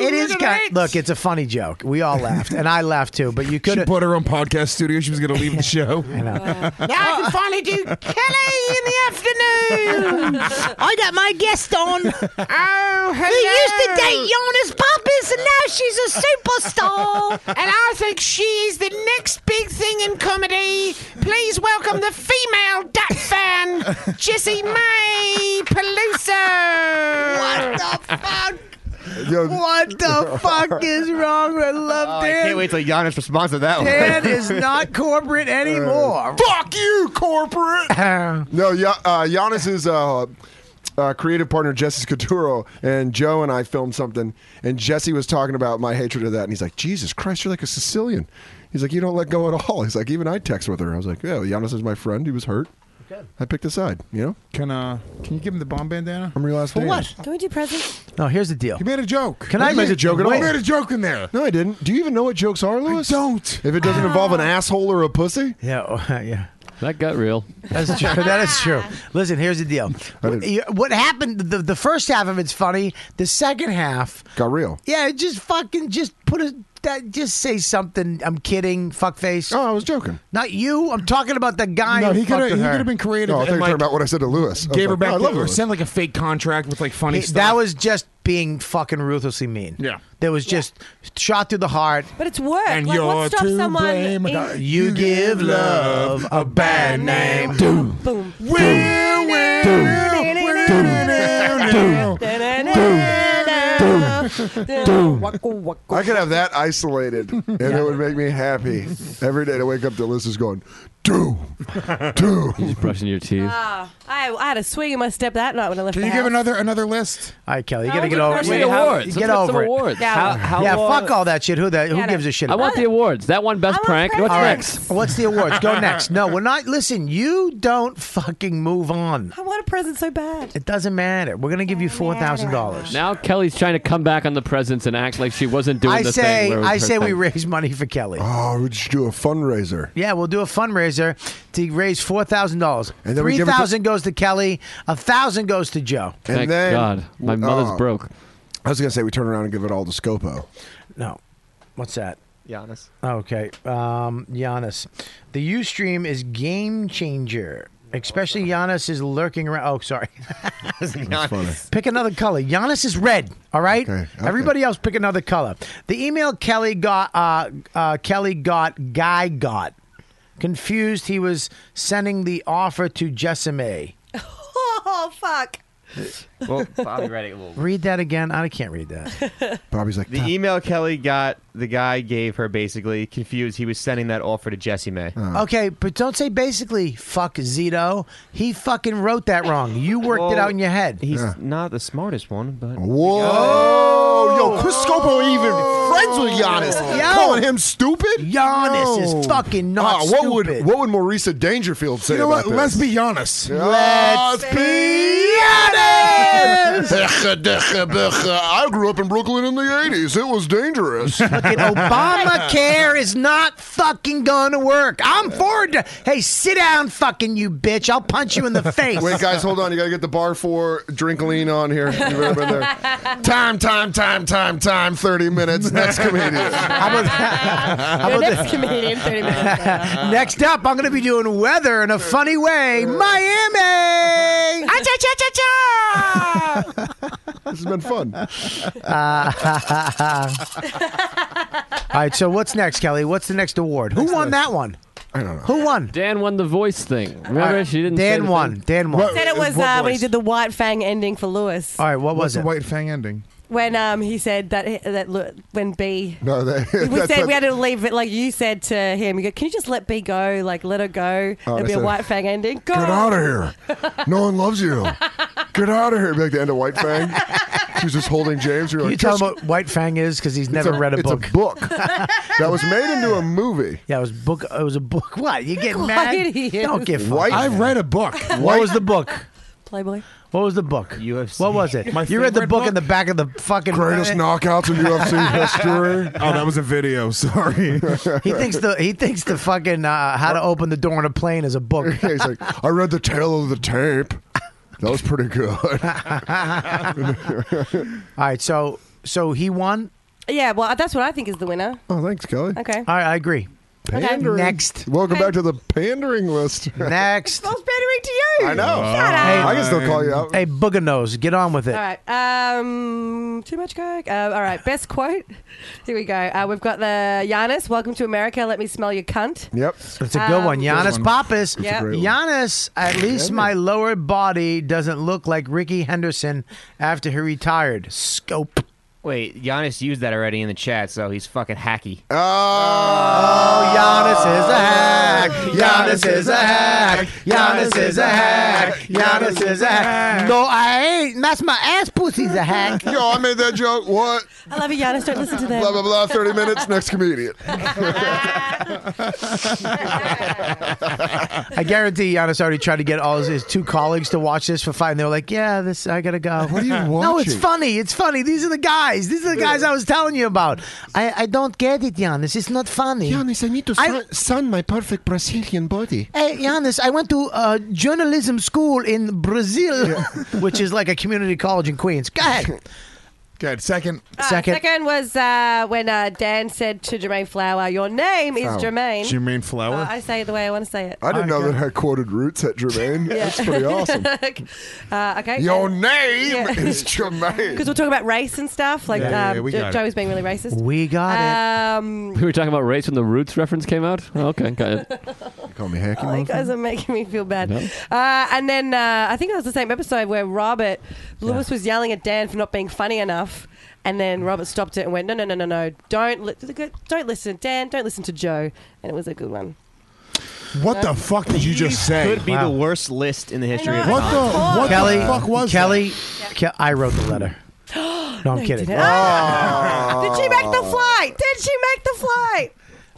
Speaker 2: it is kind. Look, it's a funny joke. We all laughed, and I laughed too. But you could.
Speaker 6: She bought her own podcast studio. She was going to leave the show.
Speaker 2: I know.
Speaker 8: Now I can finally do Kelly in the afternoon.
Speaker 1: I got my guest on.
Speaker 8: oh, hello.
Speaker 1: Who used to date Jonas Pappas and now she's a superstar.
Speaker 8: And I think she is the next big thing in comedy. Please welcome the female duck fan, Jessie May Peluso. What the fuck?
Speaker 2: What the fuck is wrong with love, Dan?
Speaker 15: till Giannis responds to that
Speaker 2: Dan is not corporate anymore.
Speaker 3: Fuck you, corporate. no, yeah, uh, Giannis is. Uh, uh, creative partner Jesse Scuduro and Joe and I filmed something, and Jesse was talking about my hatred of that, and he's like, "Jesus Christ, you're like a Sicilian." He's like, "You don't let go at all." He's like, "Even I text with her." I was like, "Yeah, Giannis is my friend. He was hurt. I picked a side." You know?
Speaker 6: Can uh, can you give him the bomb bandana?
Speaker 3: I'm real last
Speaker 6: For
Speaker 3: dance.
Speaker 6: what?
Speaker 9: Can we do presents?
Speaker 2: No, here's the deal.
Speaker 6: You made a joke.
Speaker 3: Can I make a joke at all?
Speaker 6: You made a joke in there.
Speaker 3: No, I didn't. Do you even know what jokes are, Lewis? don't. If it doesn't involve
Speaker 6: Ah.
Speaker 3: an asshole or a pussy?
Speaker 2: Yeah, oh, yeah.
Speaker 5: That got real.
Speaker 2: That's true. That is true. Listen, here's the deal. What, you- what happened? The, the first half of it's funny. The second half,
Speaker 3: Got real.
Speaker 2: yeah, just fucking, just put a. That, just say something. I'm kidding, fuckface.
Speaker 3: Oh, I was joking.
Speaker 2: Not you. I'm talking about the guy.
Speaker 6: No,
Speaker 2: who
Speaker 6: he could
Speaker 2: fucked
Speaker 6: have.
Speaker 2: with
Speaker 6: He could
Speaker 2: her.
Speaker 6: have been creative.
Speaker 3: No, Oh, I
Speaker 6: and,
Speaker 3: think
Speaker 6: like,
Speaker 3: talking about what I said to Lewis. I was
Speaker 6: Gave her
Speaker 3: like,
Speaker 6: back.
Speaker 3: "Oh, I
Speaker 6: the-
Speaker 3: love
Speaker 6: or
Speaker 3: Lewis."
Speaker 6: sent like a fake contract with like funny
Speaker 2: He-
Speaker 6: stuff.
Speaker 2: that was just being fucking ruthlessly mean. Yeah. That was just shot through the heart.
Speaker 9: But it's work.
Speaker 2: And
Speaker 9: like,
Speaker 2: you're
Speaker 9: what stops
Speaker 2: to
Speaker 9: someone?
Speaker 2: blame.
Speaker 9: in-
Speaker 2: You give love a bad name. Doom.
Speaker 9: Boom. Doom.
Speaker 3: I could have that isolated, and it would make me happy every day to wake up to Liz is going, "Do, do."
Speaker 5: Just brushing your teeth.
Speaker 2: Uh,
Speaker 9: Ah, I, I had a swing in my step that night when I left.
Speaker 6: Can
Speaker 9: the
Speaker 6: you give
Speaker 9: house.
Speaker 6: another another list?
Speaker 2: All right, Kelly, you
Speaker 9: No,
Speaker 2: gotta
Speaker 9: I
Speaker 2: get
Speaker 9: want
Speaker 2: over
Speaker 9: the
Speaker 2: it.
Speaker 9: first
Speaker 2: How-
Speaker 9: awards.
Speaker 2: you
Speaker 9: Let's
Speaker 2: Get
Speaker 9: get some
Speaker 2: over it.
Speaker 9: awards. Yeah. How- how
Speaker 2: yeah,
Speaker 9: long-
Speaker 2: fuck all that shit. Who that? Who
Speaker 9: Gotta-
Speaker 2: gives a shit?
Speaker 5: I want the awards. That one best prank. What's next?
Speaker 2: What's the awards? Go next. No, we're not. Listen, you don't fucking move on.
Speaker 9: I want a present so bad.
Speaker 2: It doesn't matter. We're gonna give you four thousand dollars.
Speaker 5: Now Kelly's trying to come back on the presents and act like she wasn't doing
Speaker 2: I
Speaker 5: the
Speaker 2: say,
Speaker 5: thing. where it was
Speaker 2: I
Speaker 5: her
Speaker 2: say, we
Speaker 5: thing.
Speaker 2: raise money for Kelly.
Speaker 3: Oh, we just do a fundraiser.
Speaker 2: Yeah, we'll do a fundraiser to raise four thousand dollars.
Speaker 3: And then we
Speaker 2: Three
Speaker 3: give it to-
Speaker 2: thousand goes to Kelly. A thousand goes to Joe.
Speaker 3: And then, uh,
Speaker 5: My mother's
Speaker 2: oh.
Speaker 5: broke.
Speaker 3: I was gonna say we turn around and give it all to Scopo.
Speaker 2: No, what's that?
Speaker 15: Giannis.
Speaker 2: Oh, Okay, um, Giannis. The UStream is game changer. Especially Giannis is lurking around. Oh, sorry. Pick another color. Giannis is red. All right. Everybody else, pick another color. The email Kelly got, uh, uh, Kelly got, guy got confused. He was sending the offer to Jessime.
Speaker 9: Oh fuck!
Speaker 15: Well, Bobby read it. Well,
Speaker 2: Read that again. I can't read that.
Speaker 3: Bobby's like,
Speaker 15: the email Kelly got, the guy gave her basically confused. He was sending that offer to Jesse May.
Speaker 8: Uh.
Speaker 2: Okay, but don't say basically fuck Zito. He fucking wrote that wrong. You worked it out in your head.
Speaker 15: He's not the smartest one, but
Speaker 3: Whoa, yo, Chris Scopo even friends with Giannis,
Speaker 2: Yo.
Speaker 3: calling him stupid.
Speaker 2: Giannis is
Speaker 3: No.
Speaker 2: fucking not
Speaker 3: Ah, what
Speaker 2: stupid.
Speaker 3: would what would Maurice Dangerfield say
Speaker 6: You know
Speaker 3: about
Speaker 6: what?
Speaker 3: this?
Speaker 6: Let's be honest.
Speaker 3: Let's be honest.
Speaker 11: Yes! I grew up in Brooklyn in the 80s. It was dangerous.
Speaker 2: Fucking Obamacare is not fucking gonna work. I'm forward to. Hey, sit down, fucking you bitch. I'll punch you in the face.
Speaker 3: Wait, guys, hold on. You got to get the bar for drink lean on here. You've ever been there.
Speaker 11: Time, time, time, time, time, 30 minutes. Next comedian.
Speaker 2: How about How about that? Next up, I'm going to be doing weather in a funny way. Miami.
Speaker 3: This has been fun.
Speaker 2: Uh, all right, so what's next, Kelly? What's the next award? Who won that one?
Speaker 3: I don't know.
Speaker 2: Who won?
Speaker 5: Dan won the voice thing. Remember, she didn't.
Speaker 2: Dan
Speaker 5: say the
Speaker 2: won.
Speaker 5: Thing.
Speaker 2: Dan won.
Speaker 9: Said it was uh, when he did the White Fang ending for Lewis.
Speaker 2: All right, what
Speaker 6: What's
Speaker 2: was
Speaker 6: the
Speaker 2: it?
Speaker 6: White Fang ending?
Speaker 9: When um, he said that that Lu- when B
Speaker 6: No, that,
Speaker 9: we said we had to leave it like you said to him. You go, can you just let B go? Like let her go.
Speaker 11: Oh,
Speaker 9: It'll be
Speaker 11: that's
Speaker 9: a
Speaker 11: a-
Speaker 9: White Fang ending. Go.
Speaker 11: Get out of here. No one loves you.
Speaker 3: Get out of here. Back to end of White Fang. She was just holding James. You're
Speaker 2: Can
Speaker 3: like,
Speaker 2: you tell him
Speaker 3: "Just-
Speaker 2: what White Fang is? Because he's never
Speaker 3: a-
Speaker 2: read a
Speaker 3: it's a
Speaker 2: book.
Speaker 3: book that was made into a movie.
Speaker 2: Yeah, it was book. It was a book. What? You get
Speaker 9: Quiet
Speaker 2: mad?
Speaker 9: he is.
Speaker 2: Don't get
Speaker 3: White-
Speaker 2: fucked.
Speaker 3: I've
Speaker 2: read a book. What was the book?
Speaker 9: Playboy.
Speaker 2: What was the book? UFC. What was it? you read the book, in the back of the fucking
Speaker 3: Greatest knockouts in UFC history.
Speaker 6: Oh, that was a video. Sorry.
Speaker 2: He thinks the he thinks the fucking uh, how to open the door on a plane is a book.
Speaker 3: He's like, I read the tail of the tape. That was pretty good.
Speaker 2: All right, so so he won.
Speaker 9: Yeah, well, uh, that's what I think is the winner.
Speaker 3: oh, thanks, Kelly.
Speaker 9: Okay.
Speaker 2: All right, I agree.
Speaker 9: Okay.
Speaker 3: Pandering.
Speaker 2: Next.
Speaker 3: Welcome back to the pandering list.
Speaker 2: Next.
Speaker 9: I was pandering to you.
Speaker 3: I know.
Speaker 9: Shut up.
Speaker 3: I can still call you out.
Speaker 2: Hey, booger nose, get on with it.
Speaker 9: All right. Um, too much coke. Uh, all right. Best quote. Here we go. Uh, we've got the Giannis. Welcome to America. Let me smell your cunt.
Speaker 3: Yep.
Speaker 2: That's a good
Speaker 9: Um,
Speaker 2: one.
Speaker 9: Good
Speaker 2: Giannis
Speaker 9: one.
Speaker 2: Pappas.
Speaker 9: That's a great one.
Speaker 2: Giannis, at least my lower body doesn't look like Ricky Henderson after he retired. Scope.
Speaker 15: Wait, Giannis used that already in the chat, so he's fucking hacky.
Speaker 3: Uh,
Speaker 2: Oh, Giannis is a hack. Giannis is a hack. Giannis is a hack. Giannis is a hack. No, I ain't. That's my ass pussy's a hack.
Speaker 3: Yo, I made that joke. What?
Speaker 9: I love you, Giannis. Don't listen to
Speaker 3: Blah blah
Speaker 9: them.
Speaker 3: blah. Thirty minutes. Next comedian.
Speaker 2: I guarantee Giannis already tried to get all his, his two colleagues to watch this for five, and they were like, "Yeah, this I gotta go." What
Speaker 6: are you
Speaker 2: No, it's
Speaker 6: watching?
Speaker 2: funny. It's funny. These are the guys. These are the guys I was telling you about. I, I don't get it, Giannis. It's not funny.
Speaker 11: I need to
Speaker 2: I- sun-
Speaker 11: my perfect Brazilian body.
Speaker 2: Hey, Giannis, I went to uh, journalism school in Brazil, which is like a community college in Queens. Go ahead.
Speaker 6: Good. Second.
Speaker 9: Uh,
Speaker 2: Second.
Speaker 9: second was uh, when uh, Dan said to Jermaine Flower, "Your name is
Speaker 3: Flower.
Speaker 9: Jermaine."
Speaker 6: Jermaine Flower.
Speaker 9: Uh, I say it the way I want to say it.
Speaker 3: I didn't know that I quoted Roots at Jermaine. That's pretty awesome.
Speaker 9: uh, okay.
Speaker 3: Your name
Speaker 9: Yeah.
Speaker 3: is Jermaine.
Speaker 9: Because we're talking about race and stuff. Like,
Speaker 5: Yeah, yeah,
Speaker 9: um,
Speaker 5: yeah, we
Speaker 9: Jo-
Speaker 5: got it.
Speaker 9: Joey was being really racist.
Speaker 2: We got
Speaker 9: Um,
Speaker 5: We were talking about race when the Roots reference came out. Oh, okay, got it.
Speaker 3: Call me hacky.
Speaker 9: Oh, you guys are making me feel bad. Uh, and then uh, I think it was the same episode where Robert Lewis was yelling at Dan for not being funny enough, and then Robert stopped it and went, "No, no, no, no, no! Don't li- don't listen, Dan. Don't listen to Joe." And it was a good one.
Speaker 6: What the fuck did you just say?
Speaker 15: Could be the worst list in the history of
Speaker 6: What the
Speaker 15: time.
Speaker 6: what
Speaker 2: Kelly,
Speaker 6: the fuck was
Speaker 2: Kelly, Ke- I wrote the letter. No, I'm
Speaker 9: you
Speaker 2: kidding.
Speaker 9: didn't.
Speaker 3: Oh.
Speaker 9: Did she make the flight? Did she make the flight?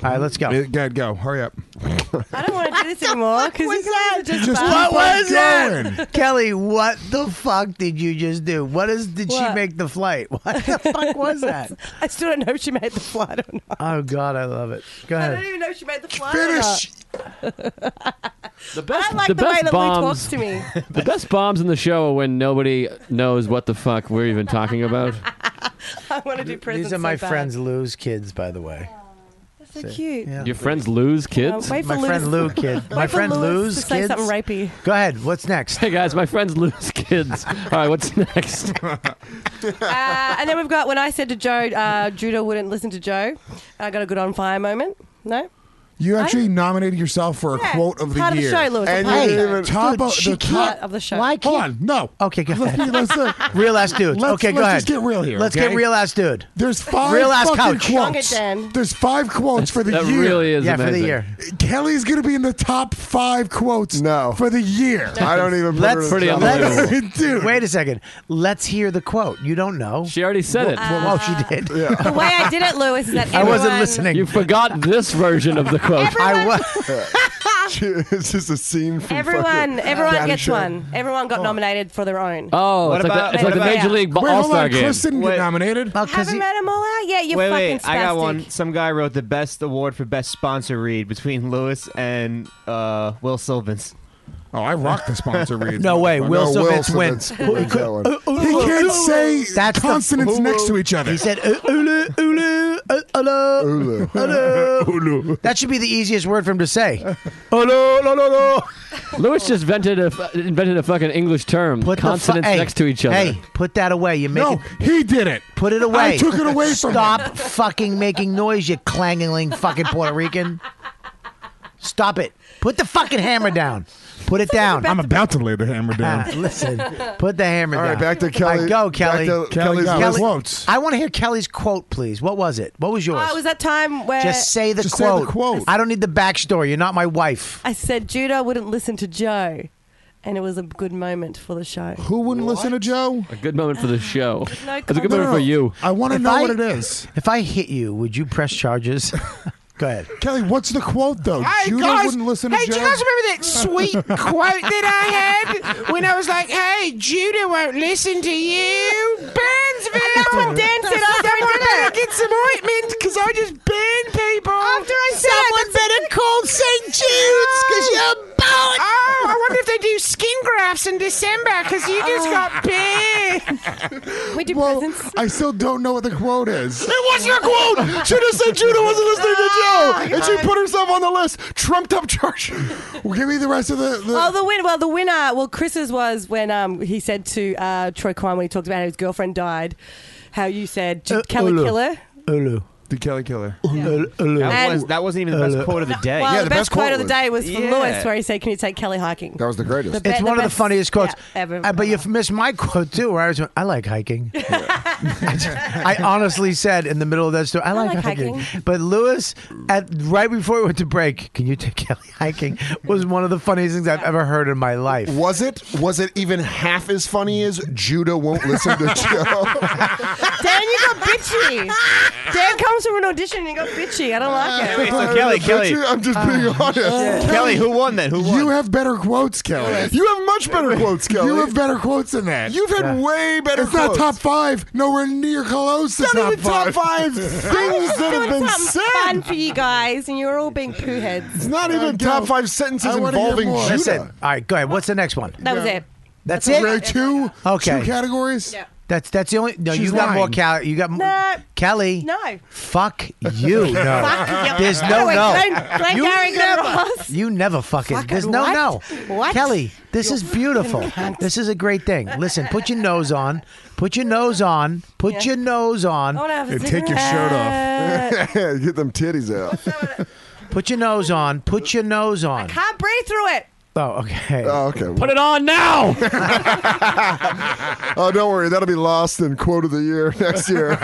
Speaker 2: All right, let's go.
Speaker 6: that? Dad, go. Hurry up.
Speaker 9: I don't want to do this anymore because you guys are just,
Speaker 6: Just
Speaker 9: bad.
Speaker 6: keep on going.
Speaker 2: Kelly, what the fuck did you just do? What is did she
Speaker 9: What?
Speaker 2: make the flight? What the fuck was that?
Speaker 9: I still don't know if she made the flight or not.
Speaker 2: Oh god, I love it. Go
Speaker 9: I don't
Speaker 2: ahead.
Speaker 9: even know if she made the flight. Or not.
Speaker 3: Finish.
Speaker 5: The best,
Speaker 9: I like
Speaker 5: the
Speaker 9: the,
Speaker 5: best
Speaker 9: way that Lee talks
Speaker 5: bombs,
Speaker 9: to me.
Speaker 5: the best bombs in the show are when nobody knows what the fuck we're even talking about.
Speaker 9: I want to do presents.
Speaker 2: These are my
Speaker 9: so bad.
Speaker 2: friends Lou's kids, by the way.
Speaker 9: So cute.
Speaker 2: Yeah.
Speaker 5: Your friends lose kids.
Speaker 9: Uh, wait for
Speaker 2: My friend Lou
Speaker 9: Lewis-
Speaker 2: kid.
Speaker 9: wait
Speaker 2: My
Speaker 9: for
Speaker 2: friend
Speaker 9: Lewis
Speaker 2: Lou's
Speaker 9: to say
Speaker 2: kids.
Speaker 9: something rapey.
Speaker 2: Go ahead. What's next?
Speaker 5: Hey guys, my friends lose kids. All right, what's next?
Speaker 9: Uh, and then we've got when I said to Joe, uh, Judah wouldn't listen to Joe. I got a good on fire moment. No,
Speaker 6: You actually nominated yourself for a
Speaker 9: Yeah.
Speaker 6: quote of the
Speaker 9: Part of the
Speaker 6: year.
Speaker 9: show, Lewis.
Speaker 6: And
Speaker 9: Part
Speaker 6: you
Speaker 9: of the
Speaker 6: didn't
Speaker 9: show.
Speaker 6: even top of
Speaker 2: she
Speaker 6: the
Speaker 9: part
Speaker 6: top.
Speaker 9: of the show.
Speaker 2: Why
Speaker 6: Hold
Speaker 2: can't
Speaker 6: on, no.
Speaker 2: Okay, go
Speaker 6: Let's,
Speaker 2: ahead.
Speaker 6: be- let's, uh,
Speaker 2: Real ass dudes.
Speaker 6: Let's-
Speaker 2: Okay, go
Speaker 6: let's
Speaker 2: ahead.
Speaker 6: just get real here,
Speaker 2: Let's
Speaker 6: okay?
Speaker 2: get real ass dude.
Speaker 6: there's five
Speaker 2: Real ass
Speaker 6: fucking
Speaker 2: couch.
Speaker 9: Drunk
Speaker 6: quotes.
Speaker 9: it then.
Speaker 6: There's five quotes for the
Speaker 5: That
Speaker 6: year.
Speaker 5: really is
Speaker 2: yeah,
Speaker 5: amazing.
Speaker 2: for the year.
Speaker 6: Kelly's gonna be in the top five quotes
Speaker 3: No.
Speaker 6: for the year.
Speaker 3: I don't even. put her in
Speaker 2: Let's-
Speaker 3: the
Speaker 5: Pretty
Speaker 3: top.
Speaker 5: unbelievable.
Speaker 6: Dude.
Speaker 2: Wait a second. Let's hear the quote. You don't know.
Speaker 5: She already said it.
Speaker 2: well, she did.
Speaker 9: the way I did it, Lewis, is that
Speaker 2: I
Speaker 9: everyone,
Speaker 2: wasn't listening.
Speaker 5: You forgot this version of the quote.
Speaker 2: I was.
Speaker 3: it's just a scene from
Speaker 9: Everyone,
Speaker 3: fucking
Speaker 9: everyone
Speaker 3: Daddy
Speaker 9: gets
Speaker 3: Show.
Speaker 9: one. Everyone got nominated for their own.
Speaker 5: Oh, it's like the- it's like the Major League
Speaker 15: Wait, hold
Speaker 5: All-Star
Speaker 15: on,
Speaker 5: game.
Speaker 15: Chris didn't get Wait.
Speaker 5: nominated.
Speaker 9: Haven't read them all out yet. You
Speaker 15: wait,
Speaker 9: fucking
Speaker 15: wait! I got
Speaker 9: spastic.
Speaker 15: one. Some guy wrote the best award for best sponsor read between Lewis and uh, Will Sylvans.
Speaker 6: Oh, I rock the sponsor reads.
Speaker 15: No way,
Speaker 6: No,
Speaker 15: Will
Speaker 6: Will
Speaker 15: Sylvans
Speaker 6: wins.
Speaker 15: wins.
Speaker 6: wins that one.
Speaker 2: He
Speaker 6: can't say consonants next to each other.
Speaker 2: He said "Uh, ulu ulu uh, ulu ulu ulu. That should be the easiest word for him to say. Ulu ulu ulu.
Speaker 5: Lewis just invented a invented a fucking English term.
Speaker 2: Put the fu-
Speaker 5: consonants
Speaker 2: hey,
Speaker 5: next to each other.
Speaker 2: Hey, put that away. You make
Speaker 5: No,
Speaker 6: he did it.
Speaker 2: Put it away.
Speaker 5: I took it away from
Speaker 2: Stop fucking making noise, you clangling fucking Puerto Rican. Stop it. Put the fucking hammer down. Put it down.
Speaker 6: I'm about to lay the hammer down.
Speaker 2: Listen, put the hammer
Speaker 6: All
Speaker 2: down.
Speaker 6: right, back to Kelly-
Speaker 2: All right, go,
Speaker 6: back
Speaker 2: Kelly.
Speaker 6: to Kelly's quotes.
Speaker 2: I want to hear Kelly's quote, please. What was it? What was yours?
Speaker 9: Oh, it was that time where
Speaker 2: Just say the quote. I don't need the backstory. You're not my wife.
Speaker 9: I said Judah wouldn't listen to Joe, and it was a good moment for the show.
Speaker 6: Who wouldn't listen to Joe?
Speaker 5: A good moment for the show.
Speaker 9: No
Speaker 5: It's a good
Speaker 9: comment.
Speaker 5: moment for you.
Speaker 6: I want to
Speaker 2: If
Speaker 6: know
Speaker 2: I-
Speaker 6: what it is.
Speaker 2: If I hit you, would you press charges? Go ahead.
Speaker 6: Kelly, what's the quote though?
Speaker 8: Hey
Speaker 6: Judah
Speaker 8: guys,
Speaker 6: wouldn't listen to
Speaker 8: hey,
Speaker 6: Joe.
Speaker 8: do you guys remember that sweet quote that I had when I was like, "Hey, Judah won't listen to you, Burnsville." That's
Speaker 9: what Dan said after I
Speaker 8: Someone
Speaker 9: did
Speaker 8: better
Speaker 9: it.
Speaker 8: get some ointment because I just burn people. After I
Speaker 1: said it, Someone that's- better call St. Jude's 'cause you're bald.
Speaker 8: Oh, I wonder if they do skin grafts in December because you just got burned.
Speaker 9: We do presents.
Speaker 6: I still don't know what the quote is.
Speaker 11: It was your quote. She just said Judah wasn't listening to Joe, and she put herself on the list. Trumped up charge.
Speaker 6: Well, give me the rest of the. the
Speaker 9: Oh, the win. Well, the winner. Well, Chris's was when um he said to uh, Troy Kwan when he talked about how his girlfriend didied, how you said "Did Kelly
Speaker 6: Ulu.
Speaker 9: kill her.
Speaker 2: Ulu.
Speaker 6: The Kelly Killer.
Speaker 15: That, was, that wasn't even the best
Speaker 6: Hello.
Speaker 15: quote of the day.
Speaker 9: Well, the, best, quote of the day was from
Speaker 15: Yeah.
Speaker 9: Lewis, where he said, "Can you take Kelly hiking?"
Speaker 6: That was the greatest.
Speaker 9: The
Speaker 2: it's
Speaker 9: be-
Speaker 2: one
Speaker 9: the
Speaker 2: of the
Speaker 9: best-
Speaker 2: funniest quotes.
Speaker 9: yeah, ever.
Speaker 2: Uh, but you've missed my quote too, where I was, I like hiking. I honestly said in the middle of that story, I, like,
Speaker 9: like
Speaker 2: hiking.
Speaker 9: hiking.
Speaker 2: But Lewis, at right before we went to break, can you take Kelly hiking? Was one of the funniest things I've ever heard in my life.
Speaker 3: Was it? Was it even half as funny as Judah won't listen to Joe?
Speaker 9: Dan, you got bitchy. Dan comes from an audition and you got bitchy. I don't like it.
Speaker 15: Wait, so Kelly, Kelly,
Speaker 3: I'm just being
Speaker 6: Oh,
Speaker 3: honest.
Speaker 15: Kelly, who won then? Who won?
Speaker 6: You have better quotes, Kelly.
Speaker 3: You have much better quotes, Kelly.
Speaker 6: You have better quotes than that.
Speaker 3: You've had way better.
Speaker 6: it's
Speaker 3: quotes.
Speaker 6: not top five. Nowhere near close to
Speaker 3: Not
Speaker 6: top
Speaker 3: even top
Speaker 6: five.
Speaker 3: five things that have been
Speaker 9: Something
Speaker 3: said.
Speaker 9: fun for you guys, and you're all being poo heads.
Speaker 3: It's not even top five sentences
Speaker 6: I wanna hear
Speaker 3: involving
Speaker 6: more.
Speaker 3: Judah.
Speaker 2: That's it. All right, go ahead. What's the next one?
Speaker 9: That was it.
Speaker 2: That's
Speaker 6: There are
Speaker 2: it.
Speaker 6: two,
Speaker 2: Okay.
Speaker 6: two categories.
Speaker 2: That's that's the only. No,
Speaker 6: She's
Speaker 2: you got more
Speaker 6: lying.
Speaker 2: Kelly. You got more.
Speaker 9: No.
Speaker 2: Kelly.
Speaker 9: No.
Speaker 2: Fuck you. No.
Speaker 9: Fuck you.
Speaker 2: There's
Speaker 9: By the
Speaker 2: no
Speaker 9: way,
Speaker 2: no.
Speaker 9: Glenn- Glenn
Speaker 2: you
Speaker 9: Gary, Glenn
Speaker 2: never.
Speaker 9: Ross.
Speaker 2: You never fucking.
Speaker 9: Fucking
Speaker 2: there's no
Speaker 9: what?
Speaker 2: no.
Speaker 9: What?
Speaker 2: Kelly, this is beautiful. This is a great thing. Listen, put your nose on. Put your nose on. Put
Speaker 9: Yeah.
Speaker 2: your nose on.
Speaker 9: I want to have a cigarette.
Speaker 3: Get them titties out.
Speaker 2: Put your nose on. Put your nose on.
Speaker 9: Can't breathe through it.
Speaker 2: Oh, okay.
Speaker 3: Oh, okay.
Speaker 5: Put it on now.
Speaker 3: Oh, don't worry. That'll be lost in quote of the year next year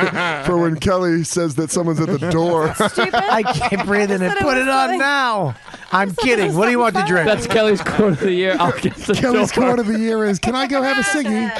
Speaker 3: for when Kelly says that someone's at the door.
Speaker 2: I can't breathe in it.
Speaker 9: thought it
Speaker 2: Put
Speaker 9: was
Speaker 2: it on
Speaker 9: something-
Speaker 2: now. I'm kidding. What do you want to drink?
Speaker 5: That's Kelly's quote of the year. I'll get the
Speaker 6: Kelly's
Speaker 5: door.
Speaker 6: quote of the year is, "Can I go have a ciggy?"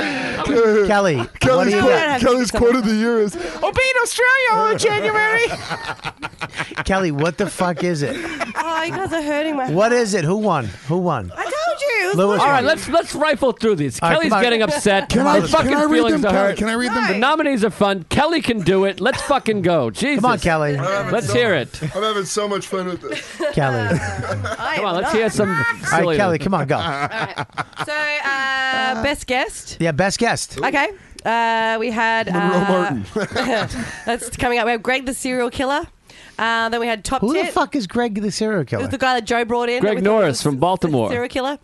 Speaker 2: Kelly. what do
Speaker 3: Kelly's
Speaker 2: you
Speaker 9: don't
Speaker 3: quote,
Speaker 9: have
Speaker 3: Kelly's
Speaker 9: titties on
Speaker 3: quote of the year is "Oh,
Speaker 8: I'll be in
Speaker 9: Oh,
Speaker 8: Australia in January.
Speaker 2: Kelly, what the fuck is it?
Speaker 9: Oh, you guys are hurting my.
Speaker 2: What is it? Who won? Who won?
Speaker 9: I told you. it was
Speaker 2: Lewis.
Speaker 9: one.
Speaker 5: All right, let's let's rifle through these.
Speaker 2: All right,
Speaker 5: Kelly's
Speaker 2: come on.
Speaker 5: getting upset.
Speaker 6: Can
Speaker 5: My
Speaker 6: I-
Speaker 5: fucking
Speaker 6: can I read
Speaker 5: feelings
Speaker 6: them,
Speaker 5: are
Speaker 6: Kelly?
Speaker 5: hurt.
Speaker 6: Can I read them?
Speaker 5: The nominees are fun. Kelly can do it. Let's fucking go. Jesus.
Speaker 2: Come on, Kelly.
Speaker 5: Let's hear it.
Speaker 3: I'm having so much fun with this.
Speaker 2: Kelly.
Speaker 9: Uh, I
Speaker 5: Come
Speaker 9: am
Speaker 5: on, let's
Speaker 9: not.
Speaker 5: hear some.
Speaker 2: All
Speaker 5: silly-
Speaker 2: right, Kelly, come on, go.
Speaker 9: So, uh, best guest.
Speaker 2: Yeah, best guest.
Speaker 9: Okay. Uh, we had
Speaker 3: Monroe
Speaker 9: uh,
Speaker 3: Martin.
Speaker 9: that's coming up. We have Greg the serial killer. Uh, then we had top
Speaker 2: Who
Speaker 9: tip.
Speaker 2: the fuck is Greg the serial
Speaker 9: It
Speaker 2: killer?
Speaker 9: was the guy that Joe brought in. that
Speaker 5: Greg
Speaker 9: we thought
Speaker 5: Norris
Speaker 9: was
Speaker 5: from
Speaker 9: the
Speaker 5: Baltimore.
Speaker 9: Serial killer.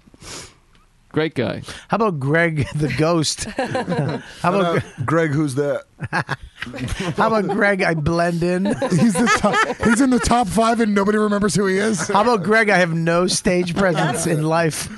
Speaker 5: Great guy.
Speaker 2: How about Greg the ghost? how about
Speaker 3: Greg, who's that?
Speaker 2: how about Greg I blend in? How
Speaker 6: He's the top, he's in the top five, and nobody remembers who he is.
Speaker 2: about Greg I have no stage presence in life?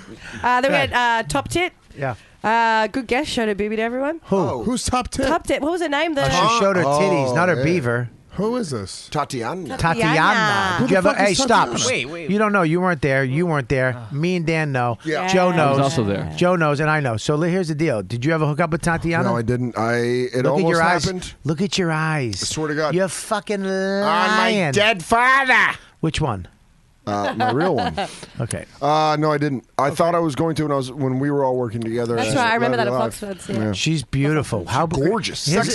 Speaker 9: Uh, then we had uh, top tit.
Speaker 2: Yeah.
Speaker 9: Uh, good guess. Showed a booby to everyone.
Speaker 2: Who?
Speaker 6: Who's top ten?
Speaker 9: Top tit. What was her name? The
Speaker 2: Oh, she showed her titties, not her
Speaker 3: yeah.
Speaker 2: beaver.
Speaker 6: Who is this?
Speaker 3: Tatiana.
Speaker 2: Tatiana.
Speaker 9: Tatiana.
Speaker 2: Did you
Speaker 6: Who the
Speaker 2: ever,
Speaker 6: fuck
Speaker 2: hey,
Speaker 6: is
Speaker 2: stop.
Speaker 6: Tatiana?
Speaker 15: Wait, wait.
Speaker 2: You don't know. You weren't there. You weren't there. Me and Dan know.
Speaker 3: Yeah.
Speaker 2: Joe
Speaker 5: I
Speaker 2: knows.
Speaker 5: was Ah. also there.
Speaker 2: Joe knows, and I know. So here's the deal. Did you ever hook up with Tatiana?
Speaker 3: No, I didn't. I it
Speaker 2: Look
Speaker 3: almost
Speaker 2: at your
Speaker 3: happened.
Speaker 2: eyes. Look at your eyes.
Speaker 3: I swear to God.
Speaker 2: You're fucking
Speaker 15: On
Speaker 2: lying.
Speaker 15: my dead father.
Speaker 2: Which one?
Speaker 3: Uh, my real one.
Speaker 2: Okay.
Speaker 3: Uh, no, I didn't. I thought I was going to when I was when we were all working together.
Speaker 9: That's
Speaker 3: at
Speaker 9: right, I remember
Speaker 3: Let
Speaker 9: that
Speaker 3: It
Speaker 9: at
Speaker 3: Live.
Speaker 9: Foxwoods, yeah.
Speaker 2: She's beautiful. How
Speaker 3: gorgeous,
Speaker 2: Here's-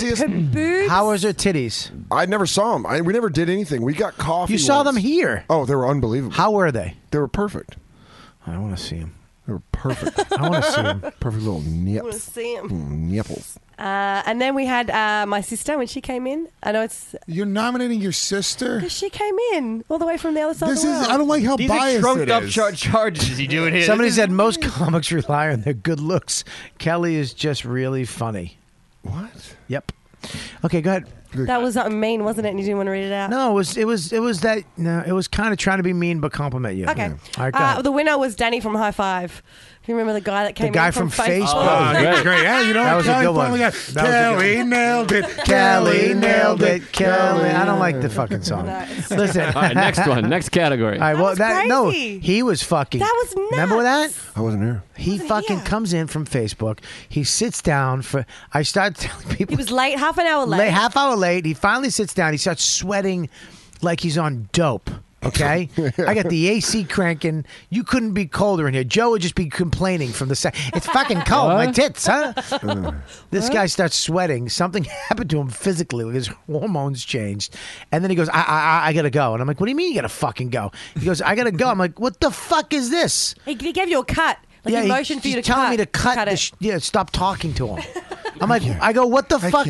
Speaker 3: sexiest.
Speaker 2: How was her titties?
Speaker 3: I never saw them. I, we never did anything. We got coffee.
Speaker 2: You saw them
Speaker 3: once.
Speaker 2: here.
Speaker 3: Oh, they were unbelievable.
Speaker 2: How were they?
Speaker 3: They were perfect.
Speaker 2: I want to see them.
Speaker 3: They were perfect.
Speaker 2: I wanna see 'em.
Speaker 3: Perfect little
Speaker 9: I want to
Speaker 3: nips.
Speaker 9: see him.
Speaker 3: Mm, nipples.
Speaker 9: Uh, and then we had uh, my sister when she came in. I know it's
Speaker 6: You're nominating your sister.
Speaker 9: because she came in all the way from the other side
Speaker 6: This
Speaker 9: of the
Speaker 6: is-
Speaker 9: world.
Speaker 6: I don't like how
Speaker 15: These are trumped up char- charges. Is he doing here?
Speaker 2: Somebody
Speaker 15: This
Speaker 2: said most comics rely on their good looks. Kelly is just really funny.
Speaker 3: What?
Speaker 2: Yep. Okay, go ahead.
Speaker 9: That was not mean, wasn't it? And you didn't want to read it out.
Speaker 2: No, it was it was it was that no, it was kind of trying to be mean but compliment you.
Speaker 9: Okay.
Speaker 2: All right, go
Speaker 9: Uh,
Speaker 2: ahead.
Speaker 9: the winner was Danny from High Five. You remember the guy that
Speaker 2: The
Speaker 9: came
Speaker 2: guy
Speaker 9: in
Speaker 2: from
Speaker 9: from,
Speaker 2: Facebook.
Speaker 6: Oh, great, great. Yeah, you know
Speaker 2: That
Speaker 6: what?
Speaker 2: was a
Speaker 6: Kelly
Speaker 2: good one.
Speaker 6: finally got-
Speaker 2: That was a good
Speaker 6: Kelly
Speaker 2: one.
Speaker 6: nailed it.
Speaker 2: Kelly nailed it. Kelly. I don't like the fucking song. Listen.
Speaker 5: All right, next one. Next category.
Speaker 2: All right, well, that, no,
Speaker 9: crazy.
Speaker 2: he was fucking.
Speaker 9: That was nuts.
Speaker 2: Remember that?
Speaker 3: I wasn't here.
Speaker 2: He fucking comes in from Facebook. He sits down for. I started telling people.
Speaker 9: He was late, half an hour late.
Speaker 2: late, half hour late. He finally sits down. He starts sweating like he's on dope. Okay, I got the AC cranking. You couldn't be colder in here. Joe would just be complaining from the side. It's fucking cold. My
Speaker 4: What?
Speaker 2: tits, huh? this guy starts sweating. Something happened to him physically. Like his hormones changed, and then he goes, "I, I, I- I gotta go." And I'm like, "What do you mean you gotta fucking go?" He goes, "I gotta go." I'm like, "What the fuck is this?"
Speaker 9: He, he gave you a cut. Like he
Speaker 2: he-
Speaker 9: motioned for
Speaker 2: he's
Speaker 9: you to
Speaker 2: telling
Speaker 9: cut.
Speaker 2: me to cut, the
Speaker 9: it.
Speaker 2: sh- yeah, stop talking to him. I'm like, I go, what the fuck?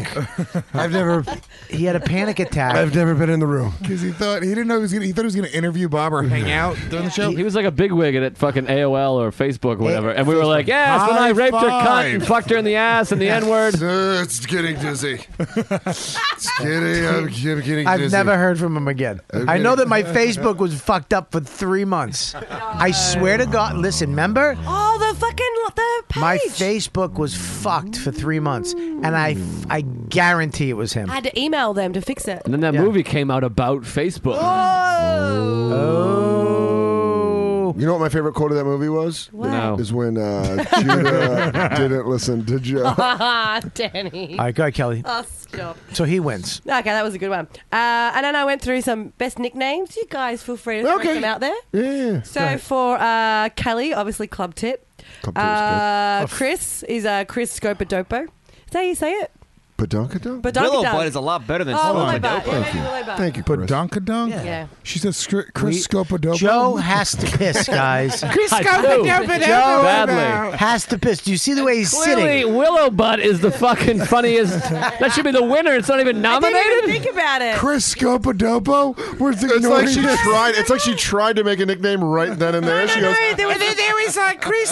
Speaker 3: I've never.
Speaker 2: He had a panic attack.
Speaker 3: I've never been in the room.
Speaker 6: Because he thought he didn't know he was gonna. He thought he was gonna interview Bob or hang out during the show.
Speaker 5: He was like a bigwig at it, fucking AOL or Facebook or whatever. And we were like, yes, when I
Speaker 6: High
Speaker 5: raped her cunt and
Speaker 6: five.
Speaker 5: fucked her in the ass and the N word.
Speaker 3: Uh, it's getting dizzy. It's getting, I'm, I'm getting
Speaker 2: I've
Speaker 3: dizzy.
Speaker 2: never heard from him again. I know that my Facebook was fucked up for three months. I swear to God. Listen, remember?
Speaker 9: Oh, the fucking the page.
Speaker 2: My Facebook was fucked for three months, and I, I guarantee it was him.
Speaker 9: I had to email them to fix it.
Speaker 5: And then that movie came out about Facebook.
Speaker 2: Oh, Oh.
Speaker 3: You know what my favorite quote of that movie was?
Speaker 9: What? No.
Speaker 3: Is when uh, Judah didn't listen to Joe.
Speaker 9: Ah, Danny.
Speaker 2: All right, go ahead, Kelly.
Speaker 9: Oh, stop.
Speaker 2: So he wins.
Speaker 9: Okay, that was a good one. Uh, and then I went through some best nicknames. You guys feel free to throw
Speaker 3: Okay.
Speaker 9: them out there.
Speaker 3: Yeah. Go
Speaker 9: So
Speaker 3: ahead.
Speaker 9: for uh, Kelly, obviously Club Tip.
Speaker 3: Club Tip is good.
Speaker 9: Uh, Chris is uh, Chris Scopadopo. Is that how you say it?
Speaker 3: Badonkadonk?
Speaker 9: Badonkadonk. Willow butt
Speaker 15: is a lot better than
Speaker 9: Oh,
Speaker 15: Scopa
Speaker 9: willow butt.
Speaker 15: Dopa.
Speaker 9: Yeah, maybe willow butt.
Speaker 3: Thank you,
Speaker 6: But
Speaker 3: Chris.
Speaker 6: Donkadonk.
Speaker 9: Yeah. Yeah.
Speaker 6: She said scri- Chris
Speaker 2: We-
Speaker 6: Scopadopo.
Speaker 2: Joe has to piss, guys.
Speaker 6: Chris
Speaker 5: I
Speaker 6: Scopadopo,
Speaker 5: do.
Speaker 6: Dopa,
Speaker 5: Joe
Speaker 6: Dopa.
Speaker 5: Badly.
Speaker 2: Has to piss. Do you see the way he's
Speaker 5: Clearly,
Speaker 2: sitting?
Speaker 5: Willow Butt is the fucking funniest. that should be the winner. It's not even
Speaker 9: I didn't even
Speaker 5: nominated.
Speaker 9: think about it.
Speaker 6: Chris Scopadopo. We're
Speaker 3: It's like she
Speaker 6: this.
Speaker 3: tried. It's like she tried to make a nickname right then and there. She goes,
Speaker 9: No, there was
Speaker 8: And then there was like Chris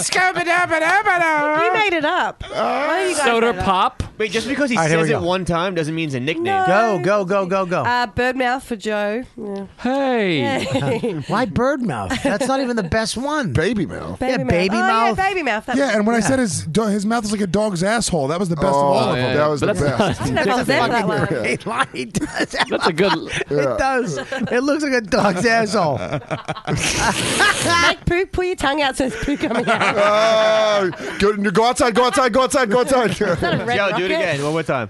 Speaker 8: Scopadabadabada.
Speaker 9: You made it up.
Speaker 2: Uh,
Speaker 9: Why do you guys
Speaker 5: Soda
Speaker 9: made it up?
Speaker 5: Pop.
Speaker 15: Wait, just because he
Speaker 2: All right, here
Speaker 15: says
Speaker 2: we
Speaker 15: it
Speaker 2: go.
Speaker 15: one time doesn't mean it's a nickname.
Speaker 9: No.
Speaker 2: Go, go, go, go, go.
Speaker 9: Uh, Birdmouth for Joe. Yeah.
Speaker 5: Hey.
Speaker 2: Why bird mouth? That's not even the best one.
Speaker 3: baby mouth.
Speaker 9: Baby mouth.
Speaker 2: baby
Speaker 9: oh,
Speaker 2: mouth.
Speaker 9: Yeah, baby mouth. That
Speaker 6: Yeah, Oh,
Speaker 9: was-
Speaker 6: and when I said his do- his mouth is like a dog's asshole, that was the best of all of
Speaker 5: yeah.
Speaker 6: them.
Speaker 3: That was
Speaker 5: But
Speaker 3: the
Speaker 5: that's
Speaker 3: best.
Speaker 9: I don't know if I was there for that one.
Speaker 2: Great line. He does.
Speaker 5: That's a good.
Speaker 2: It does. It looks like a dog's asshole.
Speaker 9: Like, poo, pull your tongue out so there's poo coming out.
Speaker 3: Oh, go, go outside, go outside, go outside, go outside.
Speaker 9: Red
Speaker 15: Joe, do
Speaker 9: Rocket.
Speaker 15: it again. One more time.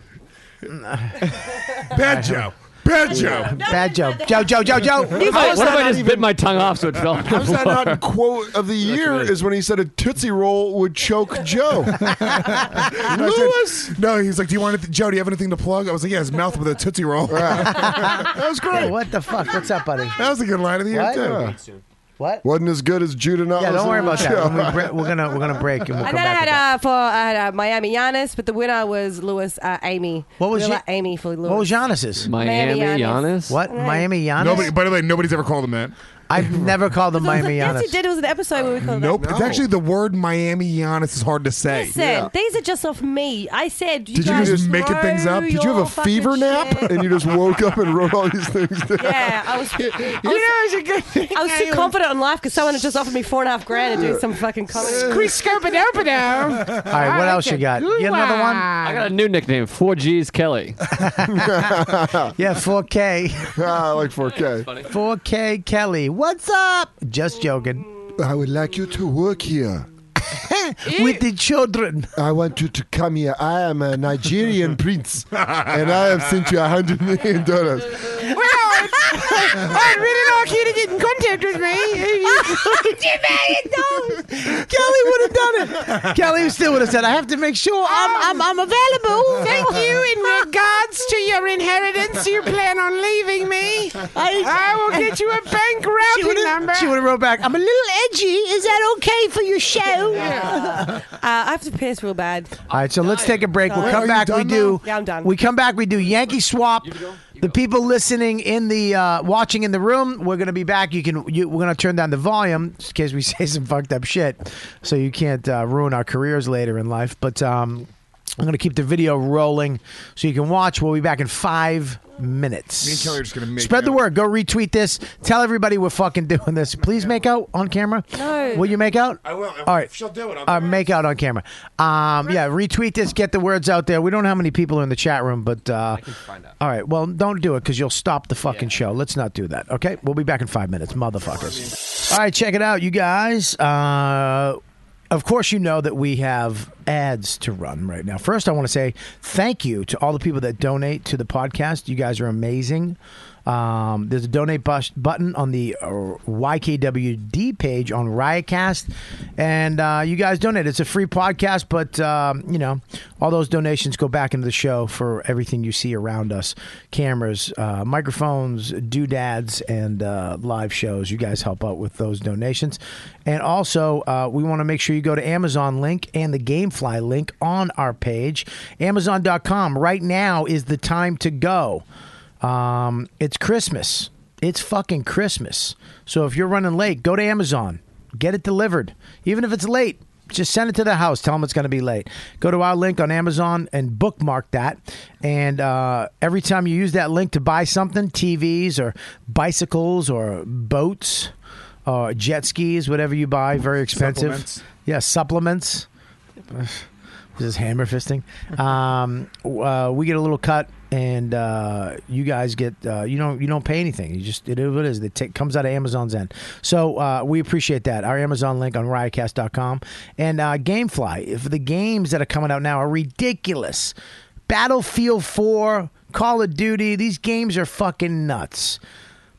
Speaker 6: Bad Joe. Bad Joe.
Speaker 2: Bad Joe. Joe, Joe, Joe, Joe.
Speaker 5: Hey, what if I just bit my tongue off so it fell? on the
Speaker 3: How is that
Speaker 5: floor?
Speaker 3: not quote of the year? Is when he said a Tootsie Roll would choke Joe.
Speaker 6: I said- no, he's like, do you want anything, Joe? Do you have anything to plug? I was like, yeah, his mouth with a tootsie roll. that was
Speaker 2: Hey,
Speaker 6: great.
Speaker 2: what the fuck? What's up, buddy?
Speaker 6: That was a good line of the year
Speaker 2: What?
Speaker 6: too.
Speaker 2: What?
Speaker 3: Wasn't as good as Judah. Not
Speaker 2: Yeah, don't
Speaker 3: listening
Speaker 2: worry about
Speaker 3: to
Speaker 2: that.
Speaker 3: Joe.
Speaker 2: When we bre- we're gonna we're gonna break and we'll come
Speaker 9: And then
Speaker 2: back.
Speaker 9: I
Speaker 2: with
Speaker 9: had
Speaker 2: that.
Speaker 9: uh, for I had, uh, Miami Giannis, but the winner was Lewis uh, Amy.
Speaker 2: What was
Speaker 9: Lula
Speaker 2: your-
Speaker 9: Amy for Lewis?
Speaker 2: What was Giannis's?
Speaker 5: Miami
Speaker 9: Miami
Speaker 5: Giannis.
Speaker 2: What? Miami Giannis?
Speaker 6: Nobody. By the way, nobody's ever called him that.
Speaker 2: I've never called him
Speaker 9: It was
Speaker 2: Miami
Speaker 9: a- yes,
Speaker 2: Giannis.
Speaker 9: you did. It was an episode where we called it
Speaker 6: Nope.
Speaker 9: that.
Speaker 6: It's actually the word Miami Giannis is hard to say.
Speaker 9: Listen, these are just off me. I said. You
Speaker 3: Did you
Speaker 9: guys
Speaker 3: just
Speaker 6: making things up?
Speaker 9: throw
Speaker 3: Did you
Speaker 9: your
Speaker 3: have a
Speaker 9: fucking
Speaker 3: fever nap
Speaker 9: shit.
Speaker 3: and you just woke up and wrote all these things down?
Speaker 9: yeah, I was. I
Speaker 8: You know,
Speaker 9: was,
Speaker 8: it's a good thing.
Speaker 9: I was too confident on life because someone had just offered me four and a half grand to do some fucking comedy.
Speaker 8: Chris Scopadabada.
Speaker 2: All right, what else you got? Uh, You got another one?
Speaker 5: I got a new nickname, 4G's Kelly.
Speaker 2: Yeah, 4K.
Speaker 3: Ah, I like 4K.
Speaker 2: 4K Kelly. What's up? Just joking.
Speaker 3: I would like you to work here.
Speaker 2: With the children.
Speaker 3: I want you to come here. I am a Nigerian prince, and I have sent you a hundred million dollars.
Speaker 8: Well, I'd really like you to get in contact with me.
Speaker 2: Kelly would have done it. Kelly still would have said, "I have to make sure I'm, I'm, I'm available."
Speaker 8: Um, Thank you. In regards to your inheritance, you plan on leaving me. I, will get you a bank
Speaker 2: She
Speaker 8: routing
Speaker 2: would've-
Speaker 8: number.
Speaker 2: She would have wrote back, "I'm a little edgy. Is that okay for your show?"
Speaker 9: uh, I have to piss real bad.
Speaker 2: All right, so let's take a break. We'll
Speaker 9: Done. Are
Speaker 2: come
Speaker 9: you
Speaker 2: back. We
Speaker 9: done
Speaker 2: do.
Speaker 9: now? Yeah, I'm done.
Speaker 2: We come back. We do Yankee Swap. The people listening in the uh, watching in the room, we're gonna be back. You can. You, we're gonna turn down the volume just in case we say some fucked up shit, so you can't uh, ruin our careers later in life. But um, I'm gonna keep the video rolling so you can watch. We'll be back in five minutes.
Speaker 6: Me and Kelly are just gonna make
Speaker 2: spread the word. Go retweet this. Tell everybody we're fucking doing this. Please make out on camera.
Speaker 6: No.
Speaker 2: Will you make out?
Speaker 6: I will. If
Speaker 2: All right.
Speaker 6: she'll do it, I'll
Speaker 2: Uh, make out on camera. Um, yeah, retweet this. Get the words out there. We don't know how many people are in the chat room, but uh, all right. Well, don't do it because you'll stop the fucking show. Let's not do that. Okay, we'll be back in five minutes, motherfuckers. All right, check it out, you guys. Uh, of course, you know that we have ads to run right now. First, I want to say thank you to all the people that donate to the podcast. You guys are amazing. Um, there's a donate bus- button on the uh, YKWD page on Riotcast, and uh, you guys donate. It's a free podcast, but um, you know all those donations go back into the show for everything you see around us: cameras, uh, microphones, doodads, and uh, live shows. You guys help out with those donations, and also uh, we want to make sure you go to Amazon link and the GameFly link on our page, Amazon.com. Right now is the time to go. Um, it's Christmas. It's fucking Christmas. So if you're running late, go to Amazon, get it delivered. Even if it's late, just send it to the house. Tell them it's going to be late. Go to our link on Amazon and bookmark that. And uh, every time you use that link to buy something TVs or bicycles or boats or jet skis, whatever you buy, very expensive.
Speaker 6: Supplements.
Speaker 2: Yeah, supplements. This is hammer fisting. Um, uh, we get a little cut, and uh, you guys get uh, you don't you don't pay anything. You just it is what it is. It take, comes out of Amazon's end. So uh, we appreciate that. Our Amazon link on Riotcast.com and uh, GameFly. If the games that are coming out now are ridiculous, Battlefield Four, Call of Duty, these games are fucking nuts.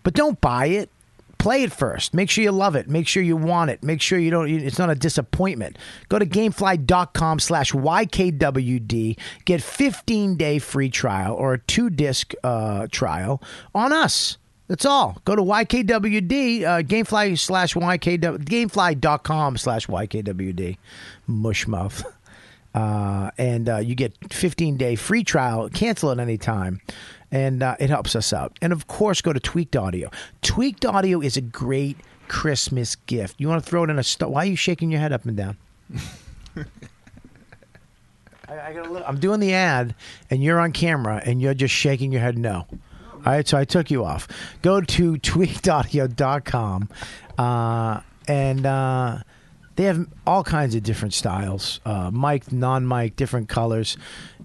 Speaker 2: But don't buy it play it first make sure you love it make sure you want it make sure you don't it's not a disappointment go to gamefly.com slash ykwd get 15 day free trial or a two disc uh, trial on us that's all go to ykwd uh, gamefly slash ykwd gamefly.com slash ykwd mushmuff uh, and uh, you get 15 day free trial cancel at any time and uh, it helps us out and of course go to tweaked audio tweaked audio is a great christmas gift you want to throw it in a st- why are you shaking your head up and down I, I got a little, i'm doing the ad and you're on camera and you're just shaking your head no all right so i took you off go to tweakedaudio.com uh, and uh, they have all kinds of different styles uh, mic non-mic different colors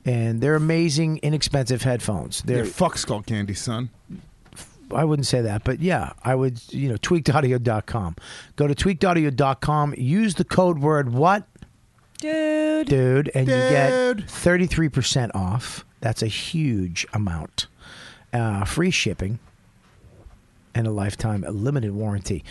Speaker 2: and they're amazing inexpensive headphones
Speaker 6: They're
Speaker 2: they're
Speaker 6: fuck skull candy, son.
Speaker 2: I wouldn't say that, but yeah, I would, you know, tweakedaudio.com. Go to tweakedaudio.com, use the code word what?
Speaker 9: Dude.
Speaker 2: Dude, and you
Speaker 9: Dude.
Speaker 2: get 33% off. That's a huge amount. Uh, free shipping and a lifetime limited warranty.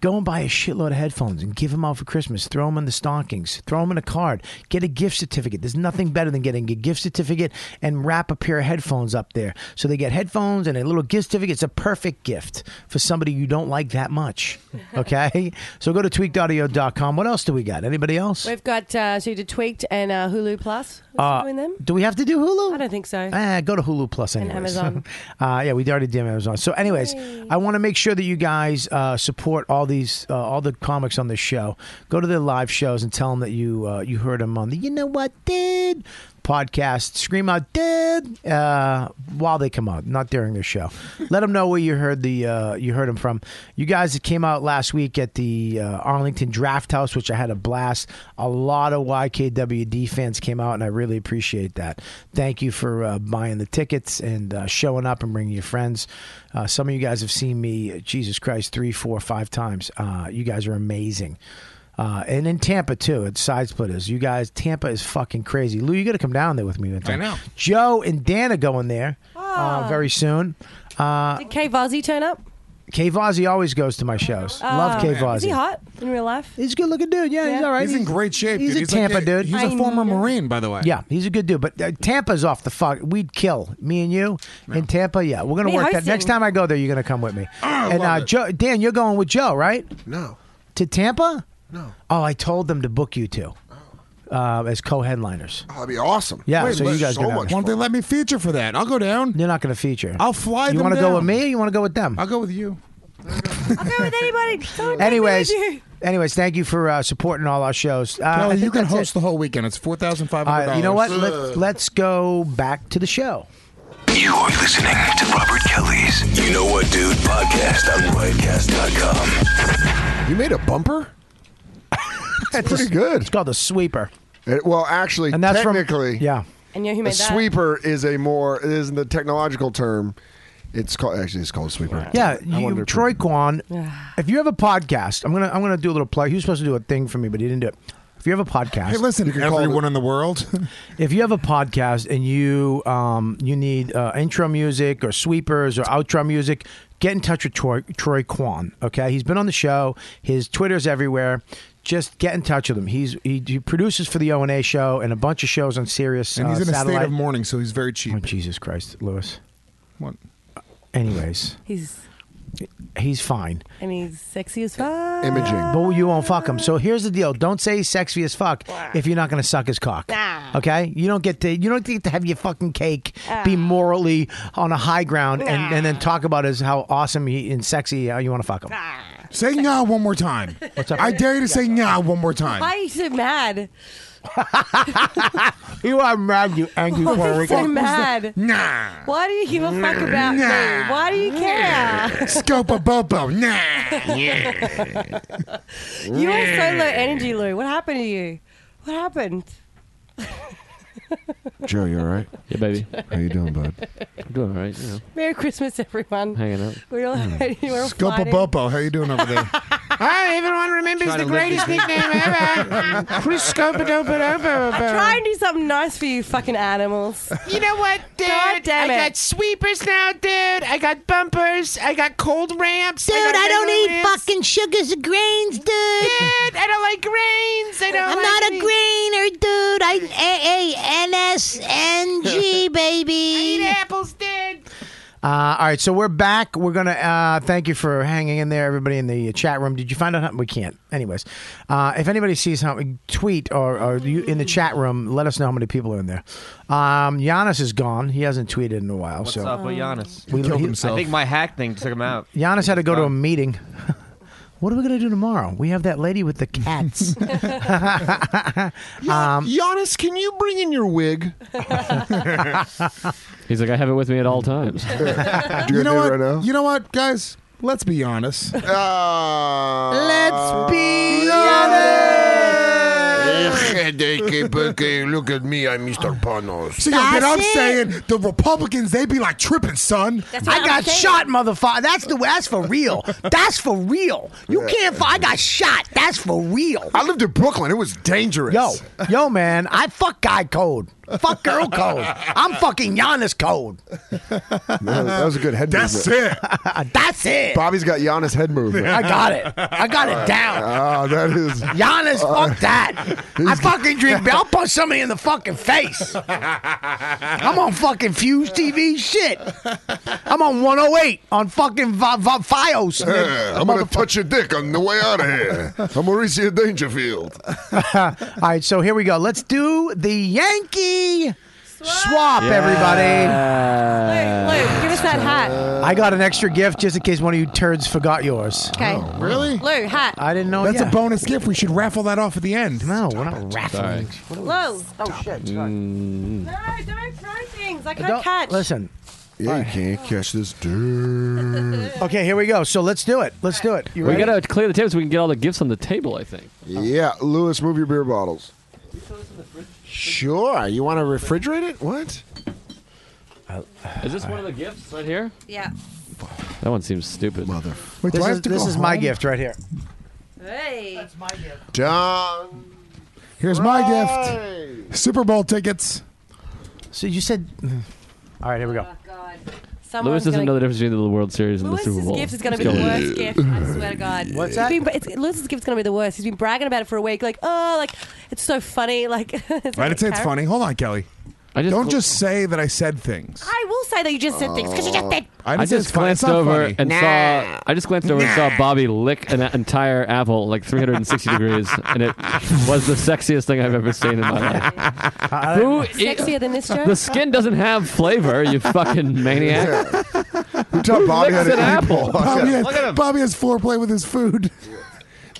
Speaker 2: Go and buy a shitload of headphones and give them out for Christmas. Throw them in the stockings. Throw them in a card. Get a gift certificate. There's nothing better than getting a gift certificate and wrap a pair of headphones up there. So they get headphones and a little gift certificate. It's a perfect gift for somebody you don't like that much. Okay? so go to tweakedaudio.com. What else do we got? Anybody else?
Speaker 9: We've got uh, so you did Tweaked and uh, Hulu Plus. What's
Speaker 2: Uh,
Speaker 9: doing them?
Speaker 2: Do we have to do Hulu? I
Speaker 9: don't think so.
Speaker 2: Eh, go to Hulu Plus
Speaker 9: And
Speaker 2: anyways.
Speaker 9: Amazon.
Speaker 2: uh, yeah, we already did Amazon. So, anyways, I want to make sure that you guys uh, support all these, uh, all the comics on this show. Go to their live shows and tell them that you uh, you heard them on the You Know What Did podcast. Scream out "Did" uh, while they come out, not during their show. Let them know where you heard the uh, you heard them from. You guys that came out last week at the uh, Arlington Draft House, which I had a blast. A lot of YKWd fans came out, and I really appreciate that. Thank you for uh, buying the tickets and uh, showing up and bringing your friends. Uh, some of you guys have seen me, uh, Jesus Christ, three, four, five times. Uh, you guys are amazing. Uh, and in Tampa too, it's side splitters. You guys, Tampa is fucking crazy. Lou, you got to come down there with me. I
Speaker 6: know.
Speaker 9: Ah.
Speaker 2: Joe and Dan are going there uh, very soon. Uh,
Speaker 9: Did Kay Vazzy turn up?
Speaker 2: K. Vozzy always goes to my shows. Love K. Vozzy.
Speaker 9: Oh. Is he hot in real life?
Speaker 2: He's a good looking dude. Yeah, he's all right.
Speaker 6: He's in great shape.
Speaker 2: He's
Speaker 6: dude.
Speaker 2: a
Speaker 6: he's
Speaker 2: Tampa
Speaker 6: like
Speaker 2: dude.
Speaker 6: He's a
Speaker 2: I
Speaker 6: former
Speaker 2: know.
Speaker 6: Marine, by the way.
Speaker 2: Yeah, he's a good dude. But uh, Tampa's off the fuck. We'd kill me and you in Tampa. Yeah, we're gonna
Speaker 9: Me
Speaker 2: work that. Next
Speaker 9: hosting.
Speaker 2: time I go there, you're gonna come with me. and uh, Joe, Dan, you're going with Joe, right?
Speaker 3: No.
Speaker 2: To Tampa?
Speaker 3: No.
Speaker 2: Oh, I told them to book you two
Speaker 6: Oh.
Speaker 2: uh, as co-headliners.
Speaker 3: Oh, that'd be awesome.
Speaker 2: Yeah,
Speaker 6: Wait,
Speaker 2: so
Speaker 6: but
Speaker 2: you guys
Speaker 6: so
Speaker 2: can
Speaker 6: much Why don't they let me feature for that? I'll go down.
Speaker 2: You're not going to feature.
Speaker 6: I'll fly.
Speaker 2: You
Speaker 6: them
Speaker 2: wanna go
Speaker 6: down.
Speaker 2: with me? or You want to go with them?
Speaker 6: I'll go with you.
Speaker 9: I'll go with anybody. Don't take
Speaker 2: Anyways,
Speaker 9: me with you.
Speaker 2: anyways, thank you for uh, supporting all our shows. Uh, I
Speaker 6: Kelly, you
Speaker 2: think
Speaker 6: can
Speaker 2: that's it.
Speaker 6: host the whole weekend. It's four thousand five
Speaker 2: All
Speaker 6: hundred.
Speaker 2: right, you know what? Let, let's go back to the show.
Speaker 7: You're listening to Robert Kelly's You Know What Dude podcast on riotcast.com.
Speaker 3: You made a bumper? That's pretty good. It's
Speaker 2: called a sweeper.
Speaker 3: well, actually,
Speaker 2: And that's from-
Speaker 3: technically,
Speaker 2: yeah.
Speaker 9: And you know who
Speaker 3: a
Speaker 9: made that?
Speaker 3: sweeper is a more is the technological term. It's called actually it's called a sweeper.
Speaker 2: Yeah,
Speaker 3: I
Speaker 2: you,
Speaker 3: wonder-
Speaker 2: Troy Kwan. if you have a podcast, I'm gonna I'm gonna do a little plug. He was supposed to do a thing for me, but he didn't do it. If you have a podcast,
Speaker 6: Hey, listen, everyone in the world.
Speaker 2: if you have a podcast and you um, you need uh, intro music or sweepers or outro music, get in touch with Troy, Troy Kwan. Okay, he's been on the show. His Twitter's everywhere. Just get in touch with him. He's he, he produces for the O and A show and a bunch of shows on Sirius.
Speaker 6: and he's
Speaker 2: uh,
Speaker 6: in a state
Speaker 2: satellite. Oh,
Speaker 6: of mourning, so he's very cheap.
Speaker 2: Jesus Christ, Lewis.
Speaker 6: What?
Speaker 2: Anyways,
Speaker 9: He's
Speaker 2: he's fine.
Speaker 9: and he's sexy as fuck.
Speaker 2: But you won't fuck him. So here's the deal: don't say he's sexy as fuck if you're not going to suck his cock.
Speaker 9: Nah.
Speaker 2: Okay? You don't get to you don't get to have your fucking cake be morally on a high ground and, and then talk about as how awesome he and sexy how you want to fuck him.
Speaker 6: Say nah one more time. What's up? I dare you to say nah one more time.
Speaker 9: Why are you so mad?
Speaker 2: you are mad, you angry
Speaker 9: Why are
Speaker 2: Puerto
Speaker 9: you so
Speaker 2: Rican.
Speaker 9: mad?
Speaker 6: Nah.
Speaker 9: Why do you give a fuck about me?
Speaker 6: Nah.
Speaker 9: Why do you care?
Speaker 6: Scopa Bobo. Nah.
Speaker 9: You are so low energy, Lou. What happened to you? What happened?
Speaker 3: Joe, you all right?
Speaker 5: Yeah, baby.
Speaker 3: How you doing, bud?
Speaker 5: I'm doing all right. You know,
Speaker 9: Merry Christmas, everyone.
Speaker 5: hanging out.
Speaker 9: We all we were all
Speaker 6: Scopa
Speaker 9: fighting.
Speaker 6: Bobo. How you doing over there?
Speaker 8: Oh, everyone remembers
Speaker 6: Try to
Speaker 8: the
Speaker 6: live
Speaker 8: greatest
Speaker 6: this-
Speaker 8: nickname ever. Chris Scopadopadopa.
Speaker 9: I try and do something nice for you, fucking animals.
Speaker 8: You know what, dude?
Speaker 9: God damn
Speaker 8: I
Speaker 9: it.
Speaker 8: got sweepers now, dude. I got bumpers. I got cold ramps.
Speaker 1: Dude, I don't eat
Speaker 8: fucking sugars or grains, dude. Dude, I don't like grains. I don't
Speaker 1: I'm
Speaker 8: like
Speaker 1: not a
Speaker 8: any-
Speaker 1: grainer, dude. I A A N S N G, baby.
Speaker 8: I eat apples, dude.
Speaker 2: Uh, all right, so we're back. We're gonna uh, thank you for hanging in there, everybody in the chat room. Did you find out how we can't? Anyways, uh, if anybody sees how tweet or, or you in the chat room, let us know how many people are in there. Um, Giannis is gone. He hasn't tweeted in a while.
Speaker 15: What's
Speaker 2: so
Speaker 15: up with Giannis?
Speaker 2: We- He killed he- himself.
Speaker 15: I think my hack thing took him out.
Speaker 2: Giannis had to go to a meeting. What are we gonna do tomorrow? We have that lady with the cats. um,
Speaker 3: Giannis, can you bring in your wig?
Speaker 5: He's like, I have it with me at all times.
Speaker 6: you know what? You know what, guys? Let's be honest.
Speaker 3: Let's
Speaker 2: be
Speaker 11: Look at me, I'm Mr. Panos.
Speaker 6: See, yo, but I'm saying the Republicans, they be like tripping, son.
Speaker 2: I got shot, motherfucker. That's the that's for real. That's for real. You
Speaker 6: Yeah.
Speaker 2: can't. fu- I got shot. That's for real.
Speaker 3: I lived in Brooklyn. It was dangerous.
Speaker 2: Yo, yo, man. I fuck guy code. Fuck girl code. I'm fucking Giannis code.
Speaker 3: That was, that was a good head
Speaker 2: That's
Speaker 3: movement.
Speaker 2: Uh, That's it.
Speaker 3: Bobby's got Giannis head movement.
Speaker 2: I got it. I got it down.
Speaker 3: Oh, that is
Speaker 2: Giannis,
Speaker 3: Uh,
Speaker 2: fuck that. I fucking drink beer. I'll punch somebody in the fucking face. I'm on fucking Fuse TV shit. I'm on 108 on fucking vi- vi- Fios.
Speaker 11: Yeah, I'm gonna touch your dick on the way out of here. I'm Mauricio Dangerfield.
Speaker 2: All right, so here we go. Let's do the Yankee swap, everybody.
Speaker 9: Lou, give us that hat.
Speaker 2: I got an extra gift just in case one of you turds forgot yours.
Speaker 9: Okay.
Speaker 6: really?
Speaker 9: Lou, hat.
Speaker 2: I didn't know.
Speaker 6: That's
Speaker 2: yeah.
Speaker 6: a bonus gift. We should raffle that off at the end.
Speaker 2: No, we're not raffling.
Speaker 9: Lou. Oh shit. No, don't throw things. I can't
Speaker 2: Don't-
Speaker 9: catch.
Speaker 2: Listen.
Speaker 3: Yeah, you can't catch this dirt.
Speaker 2: Okay, here we go. So let's do it. Let's do it. You
Speaker 5: we
Speaker 2: ready?
Speaker 5: gotta clear the table so we can get all the gifts on the table. I think.
Speaker 3: Yeah, Lewis, move your beer bottles. Sure. You want to refrigerate it? What?
Speaker 5: Is this one of the gifts right here?
Speaker 9: Yeah.
Speaker 5: That one seems stupid.
Speaker 3: Mother.
Speaker 6: Wait,
Speaker 2: this is, this is my gift right here.
Speaker 9: Hey. That's my gift.
Speaker 3: Done.
Speaker 6: Here's my gift Super Bowl tickets.
Speaker 2: So you said. All right, here we go.
Speaker 9: God. Someone's
Speaker 5: Lewis doesn't
Speaker 9: gonna-
Speaker 5: know the difference between the World Series and the Super
Speaker 9: Lewis's
Speaker 5: Bowl.
Speaker 9: gift is going to
Speaker 5: He's
Speaker 9: be the
Speaker 5: going-
Speaker 9: worst gift. I swear to God.
Speaker 5: What's that?
Speaker 9: He's been- it's, Lewis's gift's going to be the worst. He's been bragging about it for a week. Like, oh, like it's so funny. Like, it's like
Speaker 6: I
Speaker 9: a
Speaker 6: didn't say it's
Speaker 9: carrot.
Speaker 6: funny. Hold on, Kelly. Don't just say that I said things.
Speaker 9: I will say that you just
Speaker 1: Oh.
Speaker 9: said things because you just did.
Speaker 6: I
Speaker 5: I,
Speaker 6: didn't say it's
Speaker 5: just
Speaker 6: funny.
Speaker 5: glanced
Speaker 6: It's not
Speaker 5: over
Speaker 6: funny.
Speaker 5: and
Speaker 6: Nah.
Speaker 5: saw. I just glanced over and saw Bobby lick an entire apple like 360 degrees, and it was the sexiest thing I've ever seen in my life. Who e-
Speaker 9: Sexier than this joke?
Speaker 5: The skin doesn't have flavor, you fucking maniac.
Speaker 3: Who taught Bobby how
Speaker 5: licks
Speaker 3: to
Speaker 5: an
Speaker 3: eat
Speaker 5: apple?
Speaker 3: balls?
Speaker 5: Bobby
Speaker 3: Yeah.
Speaker 5: had-
Speaker 6: Bobby has foreplay with his food.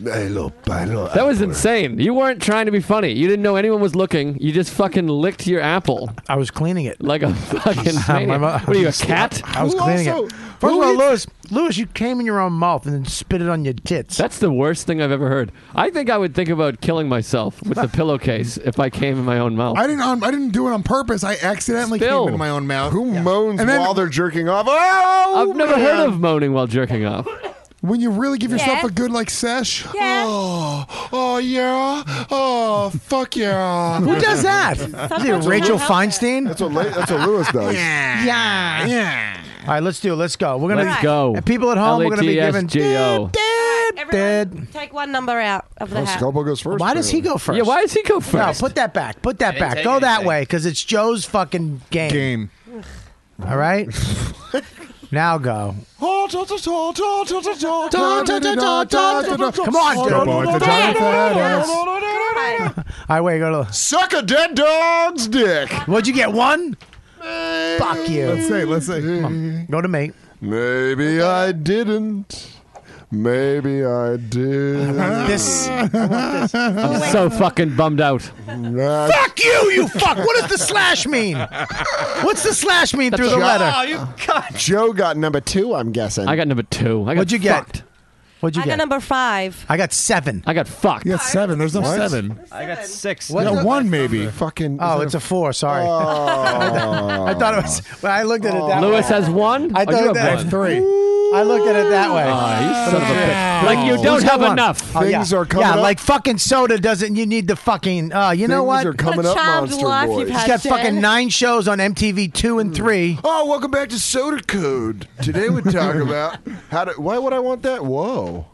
Speaker 3: Hey, look, I know.
Speaker 5: That was insane. You weren't trying to be funny. You didn't know anyone was looking. You just fucking licked your apple.
Speaker 2: I was cleaning it
Speaker 5: like a fucking.
Speaker 2: My
Speaker 5: maniac.
Speaker 2: mo-
Speaker 5: what are you, a cat?
Speaker 2: I was cleaning it. First of all, Lewis, Lewis, you came in your own mouth and then spit it on your tits.
Speaker 5: That's the worst thing I've ever heard. I think I would think about killing myself with the pillowcase if I came in my own mouth.
Speaker 6: I didn't. On, I didn't do it on purpose. I accidentally
Speaker 5: Still.
Speaker 6: came into my own mouth.
Speaker 3: Who moans
Speaker 6: And then-
Speaker 3: while they're jerking off? Oh,
Speaker 5: I've never
Speaker 3: man.
Speaker 5: heard of moaning while jerking off.
Speaker 6: When you really give yourself
Speaker 3: Yeah.
Speaker 6: a good like sesh. Yeah. Oh, oh yeah. Oh fuck yeah.
Speaker 2: Who does that? Is it Rachel Feinstein?
Speaker 3: That's what La- that's what Lewis does.
Speaker 2: Yeah. Yeah.
Speaker 6: Yeah.
Speaker 2: All right, let's do it. Let's go. We're gonna
Speaker 5: Let's go.
Speaker 2: And people at home, we're gonna be giving
Speaker 5: L-A-T-S-G-O.
Speaker 2: dead.
Speaker 9: Take one number out of the hat.
Speaker 3: goes
Speaker 2: first. Why does he go first?
Speaker 5: Yeah, why does he go
Speaker 2: No,
Speaker 5: first?
Speaker 2: put that back. Put
Speaker 5: I
Speaker 2: that
Speaker 5: didn't
Speaker 2: back.
Speaker 5: take
Speaker 2: Go that
Speaker 5: anything.
Speaker 2: way because it's Joe's fucking game.
Speaker 6: Game.
Speaker 2: All right. now go.
Speaker 3: Come
Speaker 2: on, dude. All right, wait, go to
Speaker 3: Suck a dead dog's dick.
Speaker 2: What'd you get? One? Fuck you.
Speaker 3: Let's
Speaker 6: say, let's say.
Speaker 2: Go to mate.
Speaker 3: Maybe I didn't. Maybe I did.
Speaker 2: this.
Speaker 5: I'm so fucking bummed out.
Speaker 2: Fuck you, you fuck. What does the slash mean? What's the slash mean through the letter?
Speaker 3: Joe got number two, I'm guessing.
Speaker 5: I got number two. I got
Speaker 2: What'd you get?
Speaker 5: fucked.
Speaker 2: What'd you
Speaker 9: I
Speaker 2: get?
Speaker 9: got number five.
Speaker 2: I got seven.
Speaker 5: I got fucked.
Speaker 6: You got seven. There's no
Speaker 2: What?
Speaker 6: seven.
Speaker 16: I got six.
Speaker 2: What?
Speaker 6: yeah,
Speaker 2: What's
Speaker 6: one maybe.
Speaker 3: Fucking.
Speaker 2: Oh, it's a four. Sorry. I thought it was. Well, I looked at it that way.
Speaker 5: Lewis has one.
Speaker 2: I
Speaker 5: Oh, you
Speaker 2: thought
Speaker 5: have
Speaker 2: that
Speaker 5: one.
Speaker 6: three.
Speaker 2: I looked at it that way.
Speaker 5: Ah, you son of a bitch. Like, you
Speaker 2: Oh.
Speaker 5: don't
Speaker 2: Who's
Speaker 5: have
Speaker 2: got one?
Speaker 5: enough.
Speaker 2: Oh, yeah.
Speaker 5: Things are coming
Speaker 2: Yeah,
Speaker 5: up.
Speaker 2: like fucking soda doesn't. You need the fucking. Uh, you know
Speaker 3: Things
Speaker 2: what?
Speaker 3: are coming What a up, charmed Monster life Boy. you've
Speaker 2: He's
Speaker 3: had,
Speaker 2: got
Speaker 3: Jen.
Speaker 2: fucking nine shows on MTV two and three.
Speaker 3: Oh, welcome back to Soda Code. Today we're talking about how to. Why would I want that? Whoa.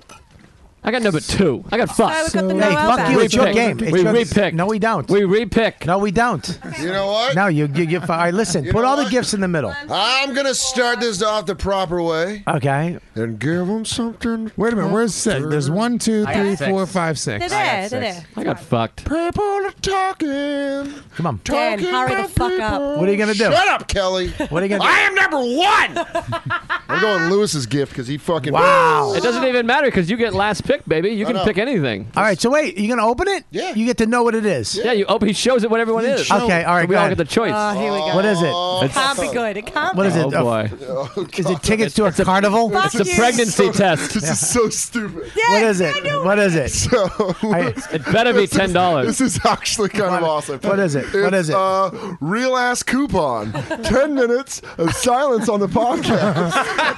Speaker 5: I got number two. I got fucked.
Speaker 2: So- hey, fuck you. It's your game. It's
Speaker 5: we
Speaker 2: your-
Speaker 5: repicked.
Speaker 2: No, we don't.
Speaker 5: We repick.
Speaker 2: No, we don't.
Speaker 3: You know what?
Speaker 2: No, you you you. All right, listen.
Speaker 3: You
Speaker 2: put
Speaker 3: know
Speaker 2: all the
Speaker 3: what?
Speaker 2: gifts in the middle.
Speaker 3: I'm gonna start this off the proper way.
Speaker 2: Okay.
Speaker 3: And give them something.
Speaker 6: Wait a minute. Where's six? There's one, two,
Speaker 3: I got
Speaker 6: three,
Speaker 3: six.
Speaker 6: four, five, six.
Speaker 9: They're there. They're there.
Speaker 5: I got fucked.
Speaker 3: People are talking.
Speaker 2: Come on.
Speaker 9: Dan, hurry the fuck up.
Speaker 2: What are you gonna do?
Speaker 3: Shut up, Kelly.
Speaker 2: What are you gonna do?
Speaker 3: I am number one. I'm going Lewis's gift because he fucking.
Speaker 2: Ah. Wow.
Speaker 5: It doesn't even matter because you get last pick, baby. You
Speaker 3: I
Speaker 5: can
Speaker 3: know.
Speaker 5: pick anything.
Speaker 2: All right. So wait, you gonna open it? Yeah. You get to know what it is.
Speaker 5: Yeah, you open. He shows it what everyone
Speaker 2: You
Speaker 5: is.
Speaker 2: show- Okay, all right,
Speaker 5: So we
Speaker 2: go
Speaker 5: all
Speaker 2: ahead.
Speaker 5: get the choice.
Speaker 9: Oh, here we go.
Speaker 2: What is it?
Speaker 9: It can't be good. It can't
Speaker 2: What
Speaker 9: be.
Speaker 2: is it?
Speaker 5: Oh,
Speaker 2: A-
Speaker 5: boy.
Speaker 2: Is it tickets to a carnival?
Speaker 5: It's
Speaker 9: Fuck
Speaker 5: a pregnancy test.
Speaker 3: This is so stupid.
Speaker 2: What is it? What is it? I-
Speaker 5: It better be
Speaker 3: This is-
Speaker 5: ten dollars.
Speaker 3: This is actually kind of awesome.
Speaker 2: what is it? What is
Speaker 3: It's,
Speaker 2: it?
Speaker 3: Uh, real ass coupon. Ten minutes of silence on the podcast.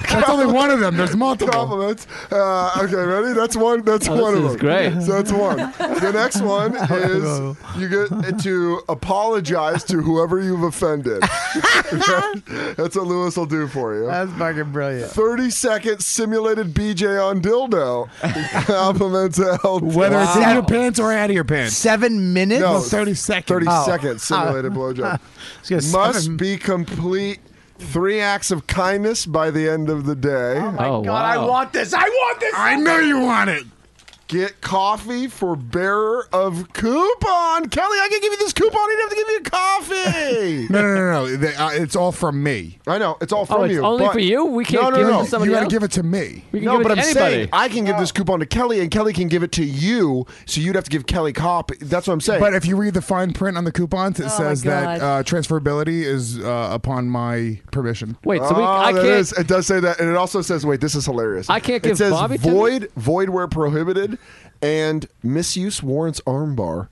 Speaker 6: That's only one of them. There's multiple.
Speaker 3: Compliments. Uh, okay, ready? That's one. That's
Speaker 5: Oh, this
Speaker 3: one of
Speaker 5: is
Speaker 3: them.
Speaker 5: great.
Speaker 3: So that's one. The next one is you get to apologize to whoever you've offended. that's what Lewis will do for you.
Speaker 2: That's fucking brilliant.
Speaker 3: 30 second simulated BJ on dildo. Compliments held.
Speaker 6: Whether it's in
Speaker 2: Wow.
Speaker 6: your pants or out of your pants.
Speaker 2: Seven minutes.
Speaker 3: No,
Speaker 6: 30 seconds.
Speaker 3: 30
Speaker 2: Oh.
Speaker 3: seconds simulated blowjob.
Speaker 2: It's gonna
Speaker 3: Must
Speaker 2: seven-
Speaker 3: be complete three acts of kindness by the end of the day.
Speaker 5: Oh
Speaker 2: God, I want this. I want this.
Speaker 6: I know you want it.
Speaker 3: Get coffee for bearer of coupon. Kelly, I can give you this coupon. I didn't have to give you coffee.
Speaker 6: No, no, no, no. They- uh, it's all from me.
Speaker 3: I know it's all from
Speaker 5: Oh, it's
Speaker 3: you.
Speaker 5: only
Speaker 3: but-
Speaker 5: for you. We can't
Speaker 3: no, no,
Speaker 5: give
Speaker 3: no.
Speaker 5: it to Oh, somebody
Speaker 6: you gotta
Speaker 5: else.
Speaker 6: give it to me.
Speaker 5: we can
Speaker 3: No,
Speaker 5: give
Speaker 3: but
Speaker 5: it
Speaker 3: I'm
Speaker 5: to anybody. Oh.
Speaker 3: saying I can give this coupon to Kelly, and Kelly can give it to you. So you'd have to give Kelly copy. That's what I'm saying.
Speaker 6: But if you read the fine print on the coupons, it
Speaker 9: my
Speaker 6: says that
Speaker 9: God.
Speaker 6: uh, transferability is uh, upon my permission.
Speaker 5: Wait, so we,
Speaker 3: Oh,
Speaker 5: I
Speaker 3: that
Speaker 5: can't.
Speaker 3: is- it does say that, and it also says, "Wait, this is hilarious."
Speaker 5: I can't
Speaker 3: It
Speaker 5: give
Speaker 3: says
Speaker 5: Bobby to me?
Speaker 3: void, void where prohibited, and misuse warrants armbar.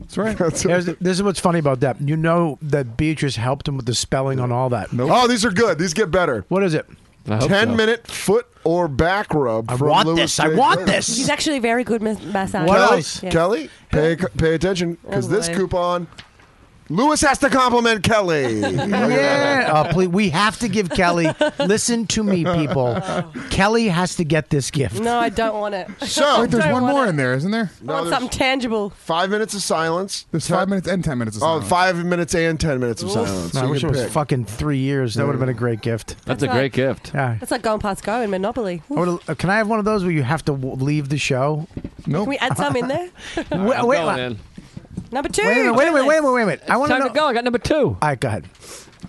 Speaker 6: That's right.
Speaker 2: There's, this is what's funny about that. You know that Beatrice helped him with the spelling on all that.
Speaker 3: Oh, these are good. These get better.
Speaker 2: What is it?
Speaker 5: I hope
Speaker 3: Ten
Speaker 5: so.
Speaker 3: minute foot or back rub.
Speaker 2: I
Speaker 3: from
Speaker 2: want
Speaker 3: Louis
Speaker 2: this. I
Speaker 3: J.
Speaker 2: want
Speaker 3: Clinton.
Speaker 2: this.
Speaker 9: He's actually a very good mas- massage.
Speaker 2: What
Speaker 3: Kelly,
Speaker 2: else?
Speaker 9: Yeah.
Speaker 3: Kelly, pay pay attention because
Speaker 9: Oh,
Speaker 3: this
Speaker 9: boy.
Speaker 3: coupon Lewis has to compliment Kelly.
Speaker 2: yeah. Oh, please, we have to give Kelly. Listen to me, people. Kelly has to get this gift.
Speaker 9: No, I don't want it.
Speaker 6: Wait, there's
Speaker 9: Don't
Speaker 6: one
Speaker 9: want
Speaker 6: more
Speaker 9: it.
Speaker 6: in there, isn't there?
Speaker 9: I want something tangible.
Speaker 3: Five minutes of silence.
Speaker 6: There's five minutes and ten minutes of
Speaker 3: Oh,
Speaker 6: silence.
Speaker 3: five minutes and ten minutes of silence.
Speaker 2: No, I
Speaker 3: You
Speaker 2: wish it
Speaker 3: can
Speaker 2: was
Speaker 3: pick.
Speaker 2: fucking three years. That would have been a great gift.
Speaker 9: That's a That's great
Speaker 5: gift.
Speaker 2: Yeah.
Speaker 9: That's like going past go in Monopoly.
Speaker 2: I would've- uh, can I have one of those where you have to w- leave the show? No.
Speaker 9: Can we add some in there?
Speaker 2: wait, wait, wait,
Speaker 9: Number two.
Speaker 2: wait a minute. Wait a minute. Wait a minute. Wait a minute. I
Speaker 5: It's
Speaker 2: want
Speaker 5: time
Speaker 2: know.
Speaker 5: to go. I got number two. All
Speaker 2: right, go ahead.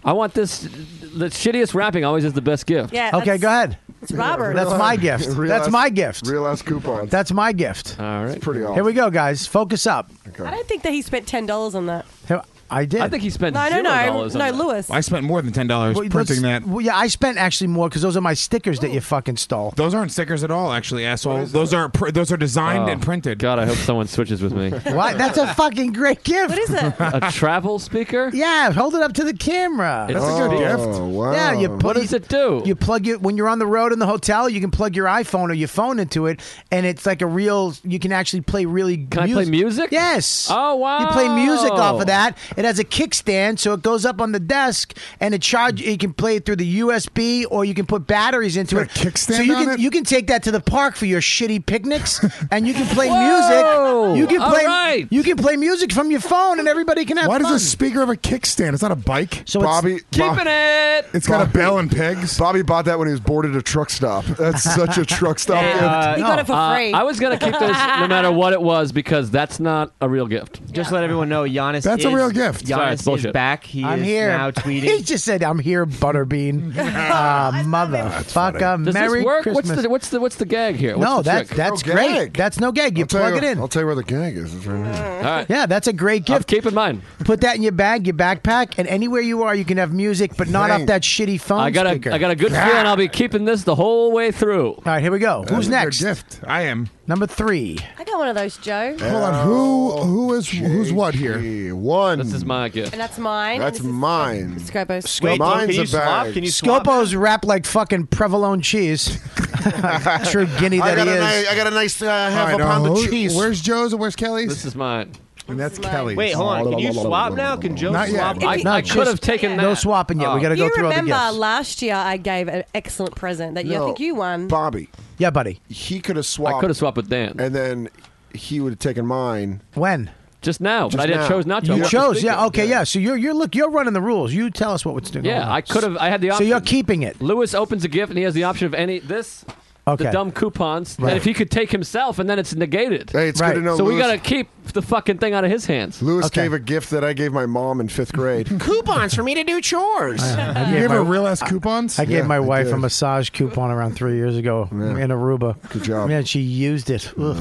Speaker 5: I want this. The shittiest wrapping always is the best gift.
Speaker 9: Yeah.
Speaker 2: Okay,
Speaker 9: that's-
Speaker 2: go ahead.
Speaker 9: It's Robert.
Speaker 2: That's my gift.
Speaker 3: Real
Speaker 2: That's
Speaker 3: ass-
Speaker 2: my gift.
Speaker 3: Real ass coupon.
Speaker 2: That's my gift.
Speaker 5: All right.
Speaker 3: pretty awesome.
Speaker 2: Here we go, guys. Focus up.
Speaker 9: I don't think that he spent ten dollars on that.
Speaker 2: Here- I did.
Speaker 9: I think he spent No, no, no. $0 on No, that. Lewis.
Speaker 6: I spent more than ten dollars
Speaker 2: Well,
Speaker 6: printing
Speaker 2: let's-
Speaker 6: that.
Speaker 2: well, yeah, I spent actually more because those are my stickers that you fucking stole.
Speaker 6: Those aren't stickers at all, actually, asshole. Those are pr- those are designed
Speaker 5: Oh,
Speaker 6: and printed.
Speaker 5: God, I hope someone switches with me.
Speaker 2: Why? That's a fucking great gift. What
Speaker 9: is it?
Speaker 5: a travel speaker?
Speaker 2: Yeah, hold it up to the camera.
Speaker 5: It's That's a
Speaker 6: Oh.
Speaker 5: good a-
Speaker 3: Oh,
Speaker 5: gift. wow.
Speaker 2: Yeah, you put,
Speaker 5: Oh. What does it do?
Speaker 2: You plug it when you're on the road in the hotel. You can plug your iPhone or your phone into it, and it's like a real. You can actually play really. Can
Speaker 5: I play music?
Speaker 2: Yes.
Speaker 5: Oh, wow.
Speaker 2: You play music off of that. It has a kickstand, so it goes up on the desk, and it charge. You can play it through the USB, or you can put batteries into it.
Speaker 6: kickstand
Speaker 2: So you
Speaker 6: on
Speaker 2: can
Speaker 6: it?
Speaker 2: you can take that to the park for your shitty picnics, and you can play
Speaker 5: Whoa.
Speaker 2: music. You can
Speaker 5: All
Speaker 2: play.
Speaker 5: right.
Speaker 2: You can play music from your phone, and everybody can have
Speaker 6: Why
Speaker 2: fun.
Speaker 6: does a speaker have a kickstand? It's not a bike.
Speaker 2: So it's-
Speaker 3: Bobby. Bob-
Speaker 5: Keeping it.
Speaker 6: It's got a bell and pegs.
Speaker 3: Bobby bought that when he was bored at a truck stop. That's such a truck stop gift.
Speaker 9: he got it for
Speaker 5: Uh,
Speaker 9: free.
Speaker 5: I was gonna keep this no matter what it was because that's not a real gift.
Speaker 15: Just let everyone know, Giannis.
Speaker 5: That's a
Speaker 15: is-
Speaker 5: real gift. Sorry, it's
Speaker 15: Giannis is
Speaker 5: bullshit.
Speaker 15: back. He
Speaker 2: I'm
Speaker 15: is
Speaker 2: here.
Speaker 15: now
Speaker 2: he
Speaker 15: tweeting.
Speaker 2: just said, "I'm here, Butterbean." uh, motherfucker,
Speaker 5: Does
Speaker 2: Merry
Speaker 5: this work?
Speaker 2: Christmas.
Speaker 5: What's the what's the what's the gag here? What's
Speaker 2: no,
Speaker 5: the
Speaker 2: that's
Speaker 5: trick?
Speaker 2: that's
Speaker 5: No
Speaker 2: great.
Speaker 5: gag.
Speaker 2: That's no gag. You
Speaker 3: I'll tell
Speaker 2: plug
Speaker 3: you-
Speaker 2: it in.
Speaker 3: I'll tell you where the gag is. It's right here.
Speaker 5: All right.
Speaker 2: Yeah, that's a great gift.
Speaker 5: Keep in mind.
Speaker 2: Put that in your bag, your backpack, and anywhere you are, you can have music, but not off
Speaker 3: Thank-
Speaker 2: that shitty phone
Speaker 5: I got
Speaker 2: speaker.
Speaker 5: a I got a good feeling I'll be keeping this the whole way through.
Speaker 2: All right, here we go. Who's next?
Speaker 6: gift. I am.
Speaker 2: Number three.
Speaker 9: I got one of those, Joe.
Speaker 6: Hold on. Who who is who's what here?
Speaker 3: One.
Speaker 5: This
Speaker 2: Hmm.
Speaker 5: is my gift.
Speaker 9: And that's mine.
Speaker 3: That's
Speaker 9: and this is
Speaker 3: mine.
Speaker 9: Scopo's.
Speaker 3: Wait, Mine's can you a swap? bag. Can you swap
Speaker 2: Scopo's wrapped like fucking provolone cheese. True guinea that
Speaker 3: I got
Speaker 2: he
Speaker 3: a
Speaker 2: is.
Speaker 3: nice- I got a nice uh, half
Speaker 6: All
Speaker 3: a
Speaker 6: right,
Speaker 3: pound
Speaker 6: now,
Speaker 3: of
Speaker 6: who-
Speaker 3: cheese.
Speaker 6: Where's Joe's and where's Kelly's?
Speaker 5: This is mine.
Speaker 6: And that's Kelly's.
Speaker 15: Wait, hold on. Can you swap now? Can Joe
Speaker 2: Uh,
Speaker 6: Not yet.
Speaker 15: swap?
Speaker 5: I,
Speaker 2: No,
Speaker 5: I could
Speaker 2: just-
Speaker 5: have taken that.
Speaker 2: No swapping
Speaker 5: Oh.
Speaker 2: yet. we got to go
Speaker 9: you
Speaker 2: through all the
Speaker 9: remember
Speaker 2: gifts.
Speaker 9: last year I gave an excellent present that you, I
Speaker 3: No.
Speaker 9: think you won.
Speaker 3: Bobby.
Speaker 2: Yeah, buddy.
Speaker 3: He could have
Speaker 5: Oh, I
Speaker 3: swapped,
Speaker 5: could have swapped with Dan
Speaker 3: and then he would have taken mine.
Speaker 2: When?
Speaker 5: just now,
Speaker 3: Just
Speaker 5: but I
Speaker 3: now.
Speaker 5: didn't chose not to.
Speaker 2: You
Speaker 5: I want to
Speaker 2: chose,
Speaker 5: speak
Speaker 2: yeah.
Speaker 5: it.
Speaker 2: Okay, yeah. So you're you're look you're running the rules. You tell us what what's doing.
Speaker 5: Yeah, I could have. I had the
Speaker 2: So
Speaker 5: option.
Speaker 2: you're keeping it.
Speaker 5: Lewis opens a gift and he has the option of any this,
Speaker 2: Okay.
Speaker 5: the dumb coupons.
Speaker 2: Right.
Speaker 5: And if he could take himself, and then it's negated.
Speaker 3: Hey, it's
Speaker 2: Right.
Speaker 3: good to know.
Speaker 5: so we
Speaker 3: Lewis,
Speaker 5: gotta keep the fucking thing out of his hands.
Speaker 3: Lewis
Speaker 2: Okay.
Speaker 3: gave a gift that I gave my mom in fifth grade.
Speaker 8: Coupons for me to do chores.
Speaker 2: I
Speaker 6: You
Speaker 2: gave
Speaker 6: gave
Speaker 2: my,
Speaker 6: her real ass coupons.
Speaker 2: I gave
Speaker 3: Yeah,
Speaker 2: my
Speaker 3: I
Speaker 2: wife a
Speaker 3: did.
Speaker 2: massage coupon around three years ago in Aruba.
Speaker 3: Good job.
Speaker 2: Man, she used it. Ugh.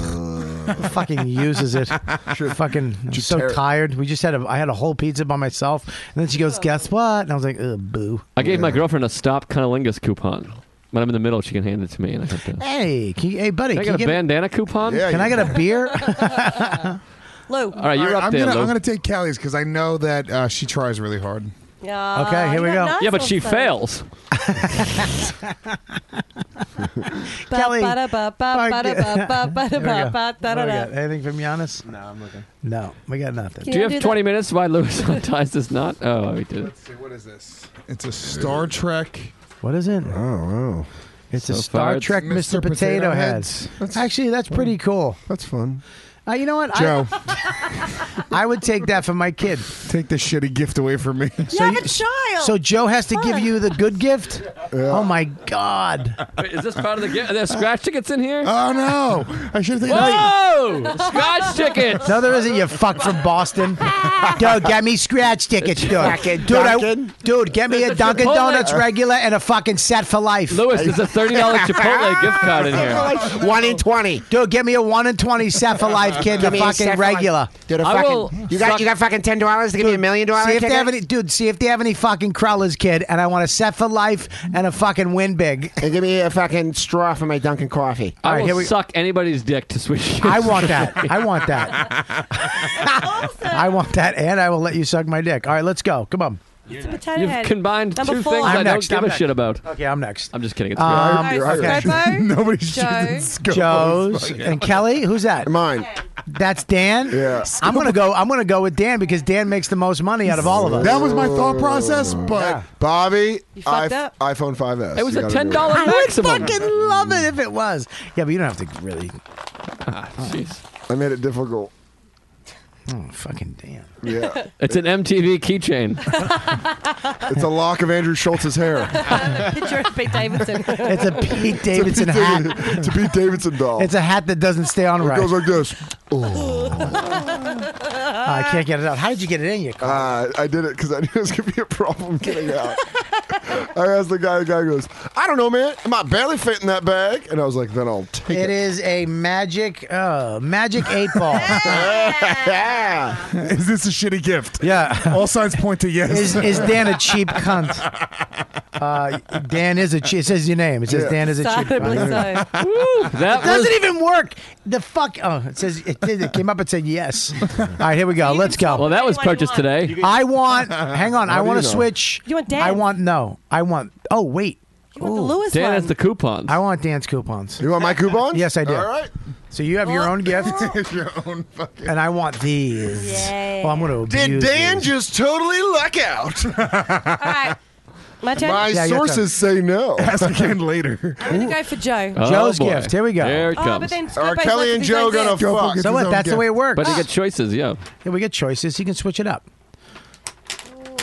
Speaker 2: fucking uses it. Fucking, I'm so
Speaker 3: tear it?
Speaker 2: tired. We just had a, I had a whole pizza by myself, and then she goes, "Guess what?" And I was like, Ugh, "Boo."
Speaker 5: I gave my girlfriend a stop cunnilingus coupon. When I'm in the middle, she can hand it to me, and I have to. Can
Speaker 2: Hey, can you, hey, buddy,
Speaker 5: I
Speaker 2: can,
Speaker 5: get a
Speaker 2: you get,
Speaker 5: bandana coupon?
Speaker 3: Yeah,
Speaker 2: can I
Speaker 3: you-
Speaker 2: get a beer?
Speaker 9: Lou.
Speaker 5: All right, you're
Speaker 6: All right,
Speaker 5: up
Speaker 6: I'm
Speaker 5: there,
Speaker 6: gonna
Speaker 5: Lou.
Speaker 6: I'm gonna take Kelly's because I know that uh, she tries really hard.
Speaker 9: Yeah,
Speaker 2: Okay, here we
Speaker 9: you got
Speaker 2: go.
Speaker 9: nice
Speaker 5: yeah, but she
Speaker 9: also.
Speaker 5: fails.
Speaker 9: Ba-
Speaker 2: Kelly.
Speaker 9: ba- da- ba- ba- ba- da- ba- ba- ba- da-
Speaker 2: Here we
Speaker 9: ba-
Speaker 2: go.
Speaker 9: ba-
Speaker 2: What
Speaker 9: da-
Speaker 2: do
Speaker 9: da-
Speaker 2: we
Speaker 9: da.
Speaker 2: got? Anything from Giannis? No, I'm looking. No, we got nothing.
Speaker 9: Can
Speaker 5: Do
Speaker 9: I
Speaker 5: you have
Speaker 9: do that?
Speaker 5: 20 minutes? Why Lewis unties this knot? Oh, he did.
Speaker 6: Let's see, what is this? It's a Star Trek.
Speaker 2: What is it?
Speaker 3: Oh wow,
Speaker 2: It's a
Speaker 5: So
Speaker 2: Star
Speaker 5: far, it's
Speaker 2: Trek Mr.
Speaker 6: Mr.
Speaker 2: Potato,
Speaker 6: Potato
Speaker 2: Heads.
Speaker 6: Heads. That's-
Speaker 2: Actually, that's pretty cool.
Speaker 3: that's fun.
Speaker 2: Uh, you know what?
Speaker 6: Joe,
Speaker 2: I, I would take that for my kid.
Speaker 6: take this shitty gift away from me.
Speaker 9: You have a child.
Speaker 2: So Joe has to give you the good gift? Oh my god.
Speaker 5: Wait, is this part of the gift? Are there scratch tickets in here?
Speaker 6: oh no! I should have taken.
Speaker 5: Whoa! scratch tickets!
Speaker 2: No, there isn't. You fuck from Boston, dude. Get me scratch tickets, dude. Dude, I, dude, get me a
Speaker 5: There's a
Speaker 2: Dunkin'
Speaker 5: Chipotle.
Speaker 2: Donuts regular and a fucking set for life.
Speaker 5: Lewis, there's a $30 Chipotle gift card in here.
Speaker 8: One in twenty.
Speaker 2: Dude, get me a one in twenty set for life, kid. The
Speaker 8: Give me a
Speaker 2: fucking
Speaker 8: set for life.
Speaker 2: regular.
Speaker 8: Dude, a
Speaker 5: I
Speaker 8: fucking,
Speaker 5: will
Speaker 8: you got you got fucking ten dollars to give me a million dollars.
Speaker 2: See if they have any, dude. See if they have any fucking crawlers, kid. And I want a set for life and a fucking win big.
Speaker 8: And give me a fucking straw for my Dunkin' coffee.
Speaker 5: I
Speaker 2: All right,
Speaker 5: will
Speaker 2: here we-
Speaker 5: suck anybody's dick to switch.
Speaker 2: I want that. I want that. I want that, and I will let you suck my dick. All right, let's go. Come on.
Speaker 9: It's a potato
Speaker 5: You've
Speaker 9: head.
Speaker 5: combined
Speaker 9: Number
Speaker 5: two
Speaker 9: four.
Speaker 5: things
Speaker 2: I'm
Speaker 5: I
Speaker 2: next,
Speaker 5: don't
Speaker 2: I'm
Speaker 5: give a
Speaker 2: next.
Speaker 5: shit about.
Speaker 2: Okay, I'm next.
Speaker 5: I'm just kidding. It's
Speaker 2: Um,
Speaker 5: good.
Speaker 2: Nobody's
Speaker 9: Joe.
Speaker 2: choosing Joe's and Kelly. Who's that?
Speaker 3: Mine.
Speaker 2: That's Dan. Yeah. I'm gonna go. I'm gonna go with Dan because Dan makes the most money out of all of us.
Speaker 3: That was my thought process,
Speaker 2: Oh.
Speaker 3: but Bobby,
Speaker 2: fucked
Speaker 3: I-
Speaker 2: up.
Speaker 3: iPhone 5S.
Speaker 2: It was
Speaker 3: You
Speaker 2: a
Speaker 3: gotta do
Speaker 2: ten dollar
Speaker 3: it.
Speaker 2: I would fucking love it if it was. Yeah, but you don't have to really.
Speaker 5: Oh,
Speaker 3: I made it difficult.
Speaker 2: Oh, fucking damn.
Speaker 3: Yeah.
Speaker 5: It's an MTV keychain.
Speaker 3: it's a lock of Andrew Schultz's hair.
Speaker 9: Picture of Pete Davidson.
Speaker 2: It's a Pete Davidson
Speaker 3: Pete
Speaker 2: hat.
Speaker 3: David- It's a Pete Davidson doll.
Speaker 2: It's a hat that doesn't stay on right.
Speaker 3: It goes like this.
Speaker 2: Ah, I can't get it out. How did you get it in you?
Speaker 3: Uh, I did it because I knew it was gonna be a problem getting out. I asked the guy. The guy goes, "I don't know, man. Am I barely fitting that bag?" And I was like, "Then I'll take it."
Speaker 2: It is a magic, uh, magic eight ball.
Speaker 6: is this a shitty gift?
Speaker 2: Yeah.
Speaker 6: All signs point to yes.
Speaker 2: Is, is Dan a cheap cunt? Uh, Dan is a cheap. It says your name. It says
Speaker 6: Yeah.
Speaker 2: Dan is a cheap
Speaker 6: Sadly
Speaker 2: cunt.
Speaker 6: so.
Speaker 2: it doesn't even work. The fuck. Oh, it says it, did- it came up and said yes. All right, here we go. Let's go. Well,
Speaker 5: that was purchased today.
Speaker 2: I want. Hang on.
Speaker 5: How
Speaker 2: I
Speaker 5: do
Speaker 2: want
Speaker 5: you
Speaker 2: to
Speaker 5: know?
Speaker 2: switch. You want Dan? I want no. I want. Oh wait. You want the
Speaker 9: Lewis
Speaker 5: Dan has one. the coupons.
Speaker 2: I want Dan's coupons.
Speaker 3: You want my coupons?
Speaker 2: yes, I do.
Speaker 3: All right.
Speaker 2: So you have your own gift.
Speaker 3: your own fucking.
Speaker 2: and I want these. Well, I'm going to
Speaker 3: Did
Speaker 2: abuse
Speaker 3: Dan just totally luck out?
Speaker 9: My turn.
Speaker 3: My sources say no.
Speaker 6: Ask again later.
Speaker 9: I'm gonna go for Joe.
Speaker 2: Joe's gift. Here we go.
Speaker 5: There Uh, Oh, it
Speaker 9: Oh,
Speaker 5: comes.
Speaker 9: but then Oh. Scarface Are Kelly wants and his Joe own gonna gift. fuck?
Speaker 2: So what? That's the way it works. Ah.
Speaker 5: But you get choices, yeah.
Speaker 2: Yeah, we get choices. He can switch it up.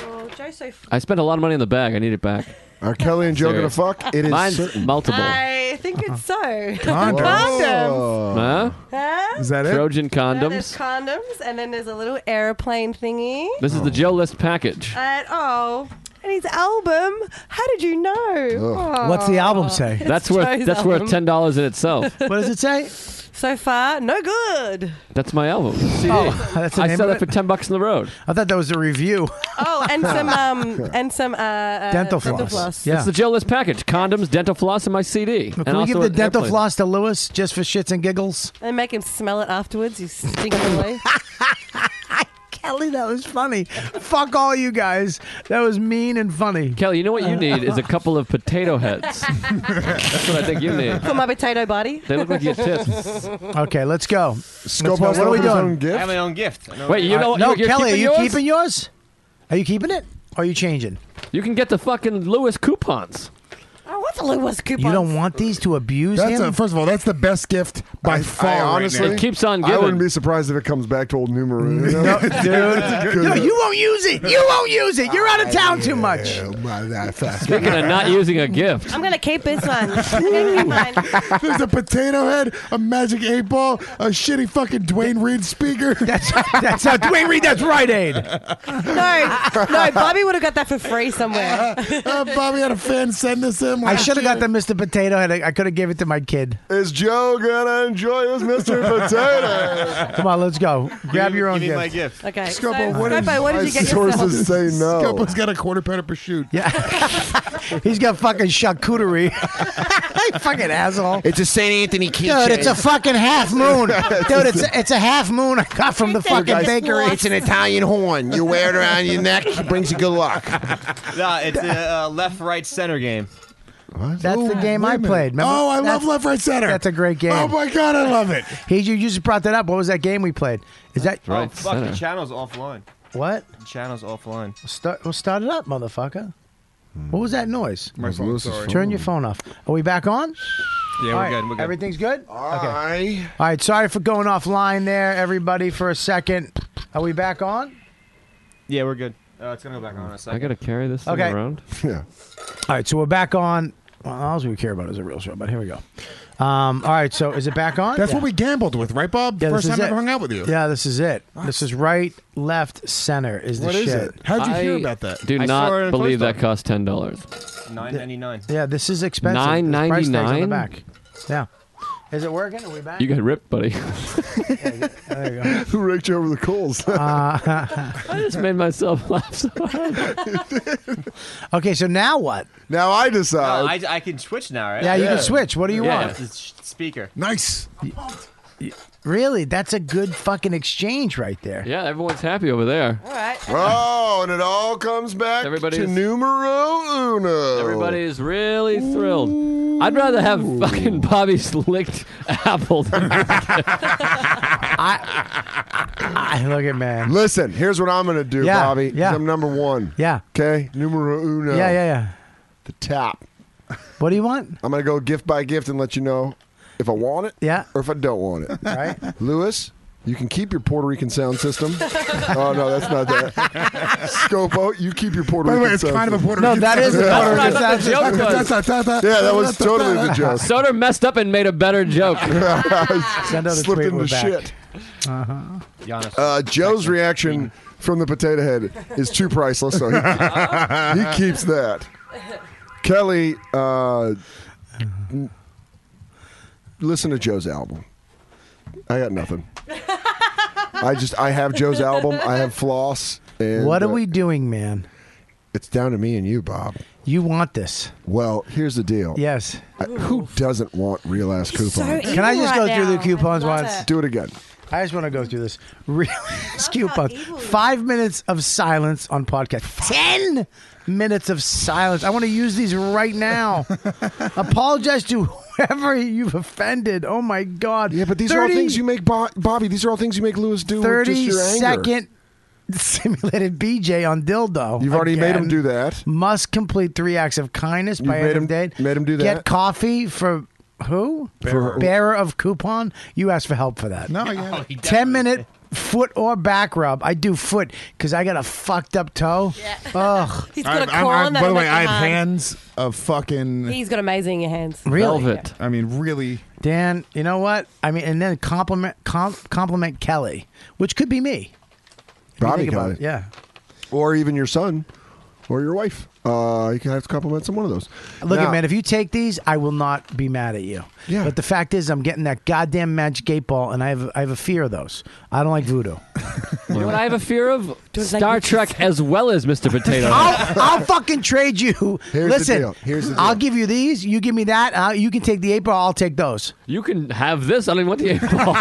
Speaker 9: Oh, Joe's so f-
Speaker 5: I spent a lot of money on the bag. I need it back.
Speaker 3: Are Kelly and Joe
Speaker 5: Serious.
Speaker 3: gonna fuck? It is
Speaker 5: Mine's
Speaker 3: certain.
Speaker 5: multiple.
Speaker 9: I think it's so.
Speaker 5: Condoms.
Speaker 9: condoms.
Speaker 5: Huh?
Speaker 9: Huh?
Speaker 5: Is that it? Trojan
Speaker 9: No, there's
Speaker 5: condoms?
Speaker 9: condoms, and then there's a little airplane thingy.
Speaker 5: This is the Joe List package.
Speaker 9: And oh, and his album. How did you know? Oh.
Speaker 5: What's the album say?
Speaker 9: It's
Speaker 5: That's worth
Speaker 9: Joe's
Speaker 5: that's
Speaker 9: album.
Speaker 5: worth ten dollars in itself.
Speaker 2: what does it say?
Speaker 9: So far, no good.
Speaker 5: That's my album. CD.
Speaker 2: Oh, that's the
Speaker 5: I
Speaker 2: name
Speaker 5: sell
Speaker 2: of
Speaker 5: that
Speaker 2: it?
Speaker 5: for ten bucks on the road.
Speaker 2: I thought that was a review.
Speaker 9: Oh, and some um and some uh, uh
Speaker 2: Dental floss. Yeah.
Speaker 5: It's the Joe List package: condoms, dental floss, and my CD.
Speaker 2: Can
Speaker 5: and
Speaker 2: we
Speaker 5: also
Speaker 2: give the
Speaker 5: an
Speaker 2: dental
Speaker 5: airplane.
Speaker 2: floss to Lewis just for shits and giggles?
Speaker 9: And make him smell it afterwards. You stink away.
Speaker 2: Kelly, that was funny. Fuck all you guys. That was mean and funny.
Speaker 5: Kelly, you know what you need is a couple of potato heads. That's what I think you need.
Speaker 9: for my potato body.
Speaker 5: They look like your tits.
Speaker 2: Okay, let's go. Let's
Speaker 5: Scopo
Speaker 2: go. What are we doing?
Speaker 15: I have my own gift. I know-
Speaker 5: Wait, you
Speaker 2: Uh,
Speaker 5: know,
Speaker 2: no,
Speaker 5: you're
Speaker 2: Kelly, are
Speaker 5: keeping
Speaker 2: you
Speaker 5: yours?
Speaker 2: keeping yours? Are you keeping it? Or are you changing?
Speaker 5: You can get the fucking Lewis coupons.
Speaker 9: Oh, what's a Lewis coupon?
Speaker 2: You don't want these to abuse
Speaker 6: That's
Speaker 2: him?
Speaker 6: a, first of all, that's the best gift
Speaker 3: I-
Speaker 6: by
Speaker 3: I
Speaker 6: far.
Speaker 3: honestly-
Speaker 6: right now.
Speaker 3: It keeps on I wouldn't giving. be surprised if it comes back to old Numeru. You know?
Speaker 2: Dude, no, you won't use it. You won't use it. You're out of town too much.
Speaker 5: Speaking of not using a gift,
Speaker 9: I'm gonna keep this one. I'm gonna keep mine.
Speaker 6: There's a potato head, a magic eight ball, a shitty fucking Dwayne Reed speaker.
Speaker 2: That's that's not Dwayne Reed. That's Rite Aid.
Speaker 9: No, no, Bobby would have got that for free somewhere.
Speaker 6: Bobby had a fan send this in.
Speaker 2: I should have got the Mr. Potato Head. I, I could have gave it to my kid.
Speaker 3: Is Joe gonna enjoy his Mr. Potato?
Speaker 2: Come on, let's go. Grab your own gift.
Speaker 15: gift.
Speaker 9: Okay.
Speaker 6: Scopo,
Speaker 9: so,
Speaker 6: what,
Speaker 9: Scopo, what did you get yourself?
Speaker 3: sources say no.
Speaker 6: Scopo's got a quarter pounder pursuit.
Speaker 2: He's got fucking charcuterie. fucking asshole.
Speaker 4: It's a St. Anthony keychain.
Speaker 2: Dude, it's a fucking half moon. Dude, it's a, it's a half moon I got from the fucking bakery.
Speaker 4: It's
Speaker 15: Uh,
Speaker 4: an Italian horn. You wear it around your neck. It brings you good luck.
Speaker 15: Nah, it's a uh, left, right, center game.
Speaker 2: That's the game I played. Remember?
Speaker 6: Oh, I love
Speaker 2: That's-
Speaker 6: Left, Right, Center.
Speaker 2: That's a great game.
Speaker 6: Oh my god, I love it.
Speaker 2: He, you just brought that up. What was that game we played? Is that oh,
Speaker 15: Oh, fuck, the channel's offline.
Speaker 2: What?
Speaker 15: The channel's offline.
Speaker 2: Start, well, start it up, motherfucker. What was that noise?
Speaker 15: My phone, Hmm. Lewis's sorry.
Speaker 2: Turn
Speaker 15: phone.
Speaker 2: your phone off. Are we back on?
Speaker 15: Yeah, we're
Speaker 2: All right.
Speaker 15: good. We're good.
Speaker 2: Everything's good? Okay. All right. Sorry for going offline there, everybody, for a second. Are we back on?
Speaker 15: Yeah, we're good. Uh, it's gonna go back on in a second.
Speaker 5: I gotta carry this thing
Speaker 2: Okay.
Speaker 5: around.
Speaker 3: Yeah.
Speaker 2: All right. So we're back on. Well, all we care about is a real show, but here we go. Um, all right. So is it back on?
Speaker 6: That's
Speaker 2: Yeah.
Speaker 6: what we gambled with, right, Bob?
Speaker 2: Yeah, this
Speaker 6: First
Speaker 2: is
Speaker 6: time I
Speaker 2: it.
Speaker 6: ever hung out with you.
Speaker 2: Yeah, this is it. This is right, left, center is the
Speaker 6: What is
Speaker 2: shit.
Speaker 6: it? How'd you hear about that?
Speaker 5: Do
Speaker 6: I saw it
Speaker 5: not
Speaker 6: in
Speaker 5: believe
Speaker 6: Toy
Speaker 5: that cost ten dollars.
Speaker 15: Nine ninety nine.
Speaker 2: Yeah, this is expensive. There's price tags on the
Speaker 5: $9.99?
Speaker 2: back. Yeah. Is it working? Are we back?
Speaker 5: You got ripped, buddy.
Speaker 2: There you go.
Speaker 3: Who raked you over the coals?
Speaker 5: I just made myself laugh so hard.
Speaker 2: Okay, so now what?
Speaker 3: now I decide.
Speaker 15: I, I can switch now, right?
Speaker 2: Yeah, you can switch. What do you
Speaker 15: Yeah, it's
Speaker 2: want?
Speaker 15: a sh- speaker.
Speaker 6: Nice.
Speaker 2: Really, that's a good fucking exchange right there.
Speaker 5: Yeah, everyone's happy over there.
Speaker 9: All right.
Speaker 3: Oh, and it all comes back
Speaker 5: Everybody's-
Speaker 3: to numero uno.
Speaker 5: Everybody is really thrilled. I'd rather have fucking Bobby's licked apple than
Speaker 2: I Ah, look at man.
Speaker 3: Listen, here's what I'm gonna do,
Speaker 2: Yeah,
Speaker 3: Bobby.
Speaker 2: yeah.
Speaker 3: I'm number one.
Speaker 2: Yeah.
Speaker 3: Okay. Numero uno.
Speaker 2: Yeah, yeah, yeah.
Speaker 3: The tap.
Speaker 2: What do you want?
Speaker 3: I'm gonna go gift by gift and let you know if I want it.
Speaker 2: Yeah.
Speaker 3: Or if I don't want it.
Speaker 2: Right.
Speaker 3: Lewis, you can keep your Puerto Rican sound system. oh no, that's not that. Scopo, you keep your Puerto
Speaker 6: By the
Speaker 3: Rican
Speaker 6: way, it's
Speaker 3: sound
Speaker 6: kind of a
Speaker 3: system.
Speaker 6: Puerto No, Rican that sound is a system. Puerto Rican sound system.
Speaker 3: Yeah, that was totally the joke.
Speaker 5: Soder messed up and made a better joke. Send
Speaker 3: out a Slipped tweet, into we're back. shit.
Speaker 2: Uh-huh.
Speaker 3: Uh, Joe's reaction from the potato head is too priceless, so he, he keeps that. Kelly, uh, n- listen to Joe's album. I got nothing. I just I have Joe's album. I have floss. And,
Speaker 2: what are
Speaker 3: uh,
Speaker 2: we doing, man?
Speaker 3: It's down to me and you, Bob.
Speaker 2: You want this?
Speaker 3: Well, here's the deal.
Speaker 2: Yes.
Speaker 3: I- who doesn't want real ass coupons?
Speaker 2: Can I just go through the coupons once?
Speaker 3: Do it again.
Speaker 2: I just want to go through this. Real coupons. Five minutes of silence on podcast. Ten minutes of silence. I want to use these right now. Apologize to whoever you've offended. Oh my god. Yeah,
Speaker 3: but these are all things you make, Bo- Bobby. These are all things you make Lewis do. with just your anger.
Speaker 2: second simulated BJ on dildo.
Speaker 3: You've already made him
Speaker 2: Again.
Speaker 3: do that.
Speaker 2: Must complete three acts of kindness by
Speaker 3: You've
Speaker 2: end
Speaker 3: made
Speaker 2: of
Speaker 3: him-
Speaker 2: day.
Speaker 3: made him do
Speaker 2: Get
Speaker 3: that.
Speaker 2: coffee for who?
Speaker 3: Bearer. For-
Speaker 2: Bearer of coupon. You asked for help for that.
Speaker 6: No, I get it.
Speaker 2: Ten minute foot or back rub. I do foot because I got a fucked up toe. Ugh.
Speaker 9: He's
Speaker 6: I-
Speaker 9: got a
Speaker 6: I'm-
Speaker 9: call
Speaker 6: I'm-
Speaker 9: on that.
Speaker 6: by the
Speaker 9: will
Speaker 6: way,
Speaker 9: make you
Speaker 6: I have
Speaker 9: hard.
Speaker 6: hands of fucking.
Speaker 9: He's got amazing hands.
Speaker 5: Velvet.
Speaker 6: I mean, really.
Speaker 2: Dan, you know what? I mean, and then compliment com- compliment Kelly, which could be me. If you
Speaker 3: Bobby
Speaker 2: think about
Speaker 3: Kelly.
Speaker 2: it, yeah.
Speaker 3: or even your son or your wife. Uh, you can have to compliment some one of those.
Speaker 2: Look,
Speaker 3: Now-
Speaker 2: at man, if you take these, I will not be mad at you. Yeah. But the fact is, I'm getting that goddamn magic eight ball, and I have I have a fear of those. I don't like voodoo.
Speaker 5: You know what I have a fear of? Star Trek as well as Mr. Potato. Head.
Speaker 2: I'll, I'll fucking trade you.
Speaker 5: Here's the
Speaker 2: Listen,
Speaker 5: deal. Here's the
Speaker 2: I'll give you these. You give me that. Uh, you can take the eight ball. I'll take those.
Speaker 5: you can have this. I don't even want the eight ball.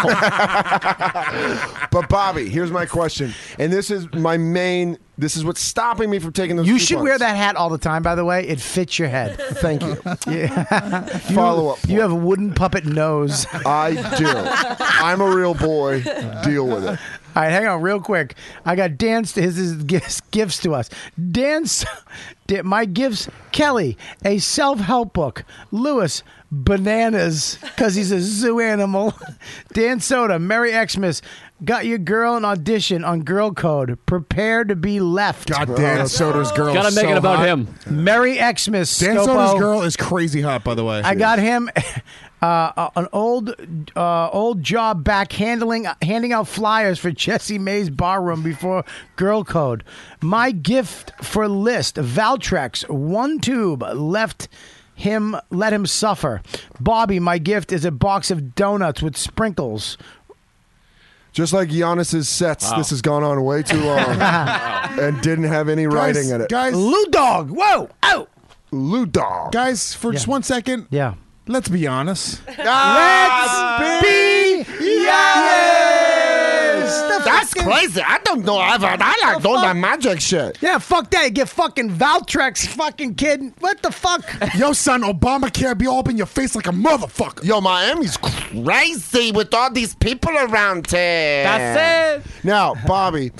Speaker 3: But Bobby, here's my question, and this is my main. This is what's stopping me from taking those.
Speaker 2: You should
Speaker 3: coupons.
Speaker 2: wear that hat all the time. By the way, it fits your head.
Speaker 3: Thank you.
Speaker 2: Yeah.
Speaker 3: Follow up
Speaker 2: You have a wooden puppet nose.
Speaker 3: I do. I'm a real boy. Deal with it.
Speaker 2: All right, hang on real quick. I got Dan's his, his gifts, gifts to us. Dan's Dan- my gifts: Kelly, a self-help book. Lewis, bananas because he's a zoo animal. Dan Soda, Merry Xmas. Got your girl an audition on Girl Code. Prepare to be left.
Speaker 6: God, Dan Soder's girl. is so hot.
Speaker 2: Merry Xmas.
Speaker 6: Dan
Speaker 2: Scopo.
Speaker 6: Soder's girl is crazy hot, by the way.
Speaker 2: I got him uh, an old uh, old job back handling handing out flyers for Jesse May's barroom before Girl Code. My gift for list Valtrex one tube left him let him suffer. Bobby, my gift is a box of donuts with sprinkles.
Speaker 3: Just like Giannis's sets,
Speaker 2: Wow.
Speaker 3: this has gone on way too long and didn't have any writing in it.
Speaker 6: Guys,
Speaker 2: Lou Dog. Whoa, out.
Speaker 3: Lou Dog.
Speaker 6: Guys, for just one second.
Speaker 2: Yeah.
Speaker 6: Let's be honest.
Speaker 3: Let's
Speaker 6: be
Speaker 2: honest.
Speaker 3: That's crazy. I don't know. I've, I like all that Oh, magic shit.
Speaker 2: Yeah, fuck that. Get fucking Valtrex, fucking kid. What the fuck?
Speaker 6: Yo, son, Obamacare be all up in your face like a motherfucker.
Speaker 3: Yo, Miami's
Speaker 8: Crazy with all these people around here.
Speaker 3: That's
Speaker 8: it.
Speaker 3: Now, Bobby,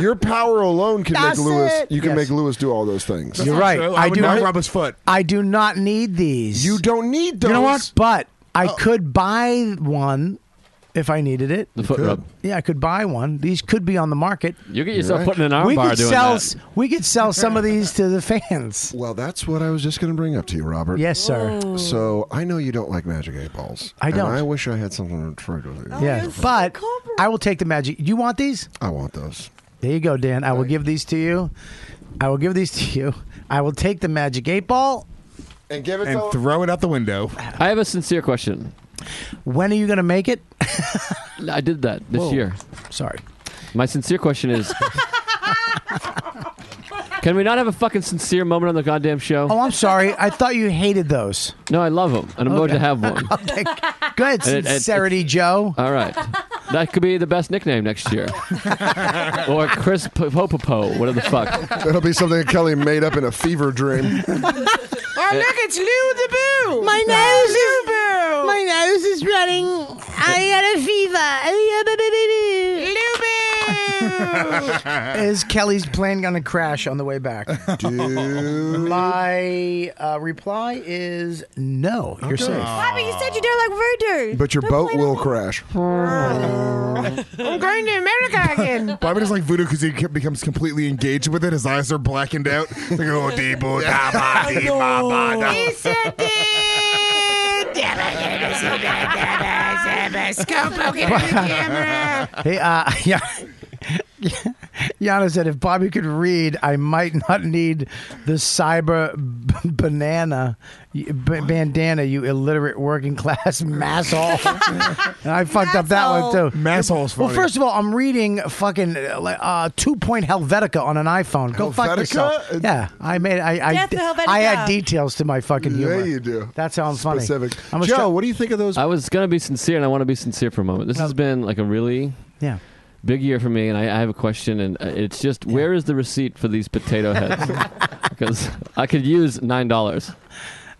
Speaker 3: your power alone can
Speaker 2: That's
Speaker 3: make Lewis.
Speaker 2: it.
Speaker 3: You
Speaker 2: Yes.
Speaker 3: can make Lewis do all those things.
Speaker 2: You're right.
Speaker 6: I do not
Speaker 2: not
Speaker 6: rub his foot.
Speaker 2: I do not need these. You
Speaker 3: don't need
Speaker 2: You know what?
Speaker 6: those.
Speaker 2: But
Speaker 5: Oh.
Speaker 2: I could buy one if I needed it.
Speaker 5: The foot rub.
Speaker 2: Yeah, I could buy one. These could be on the market.
Speaker 5: You get yourself put in an arm
Speaker 2: we
Speaker 5: bar
Speaker 2: could
Speaker 5: doing
Speaker 2: sell,
Speaker 5: that.
Speaker 2: We could sell some of these to the fans.
Speaker 3: Well, that's what I was just going to bring up to you, Robert.
Speaker 2: Yes, sir.
Speaker 3: Oh,
Speaker 2: Ooh.
Speaker 3: So I know you don't like magic eight balls.
Speaker 2: I
Speaker 3: and
Speaker 2: don't.
Speaker 3: I wish I had something to trade with you.
Speaker 2: yeah, but I will take the magic. You want these?
Speaker 3: I want those.
Speaker 2: There you go, Dan. I will give these to you. I will give these to you. I will take the magic eight ball.
Speaker 3: And give it
Speaker 6: And
Speaker 3: to
Speaker 6: throw it out the window.
Speaker 5: I have a sincere question.
Speaker 2: When are you going to make it?
Speaker 5: I did that this
Speaker 2: Whoa.
Speaker 5: year.
Speaker 2: Sorry.
Speaker 5: My sincere question is Can we not have a fucking sincere moment on the goddamn show?
Speaker 2: Oh, I'm sorry. I thought you hated those.
Speaker 5: No, I love them, and I'm going
Speaker 2: Okay.
Speaker 5: to have one.
Speaker 2: Okay. Go ahead,
Speaker 5: And it- it-
Speaker 2: Sincerity Joe.
Speaker 5: All right. That could be the best nickname next year. or Chris P- Popopo, whatever the fuck.
Speaker 3: That'll be something that Kelly made up in a fever dream.
Speaker 8: Oh, look, it's Lou the Boo.
Speaker 1: Uh, My nose is my nose is running. I got a fever.
Speaker 2: Is Kelly's plane gonna crash on the way back? My uh, reply is no. You're
Speaker 3: Okay.
Speaker 2: safe.
Speaker 3: Why,
Speaker 9: but you said you don't like voodoo.
Speaker 3: But your boat will crash.
Speaker 8: I'm going to America again.
Speaker 17: Bobby doesn't like voodoo because he ke- becomes completely engaged with it. His eyes are blackened out. Like, oh, debo, da, ba, dee, ba, ba, da.
Speaker 8: It's a camera.
Speaker 2: hey, uh, yeah. Yana said, if Bobby could read, I might not need the cyber b- banana y- b- bandana, you illiterate working class masshole. and I fucked up that one, too.
Speaker 17: Masshole's
Speaker 2: Well,
Speaker 17: funny.
Speaker 2: first of all, I'm reading fucking uh, like, uh, two point Helvetica on an iPhone. Go fuck
Speaker 3: Helvetica?
Speaker 2: yourself. Yeah, I made. I I,
Speaker 3: Death to Helvetica.
Speaker 2: I add details to my fucking
Speaker 3: Yeah,
Speaker 2: humor.
Speaker 3: you do.
Speaker 2: That's how I'm funny.
Speaker 3: Specific.
Speaker 2: I'm a
Speaker 3: Joe,
Speaker 2: stri-
Speaker 3: what do you think of those?
Speaker 5: I was going to be sincere, and I want to be sincere for a moment. This has been like a really
Speaker 2: Yeah.
Speaker 5: big year for me, and I, I have a question, and uh, it's just where is the receipt for these potato heads? Because I could use $9.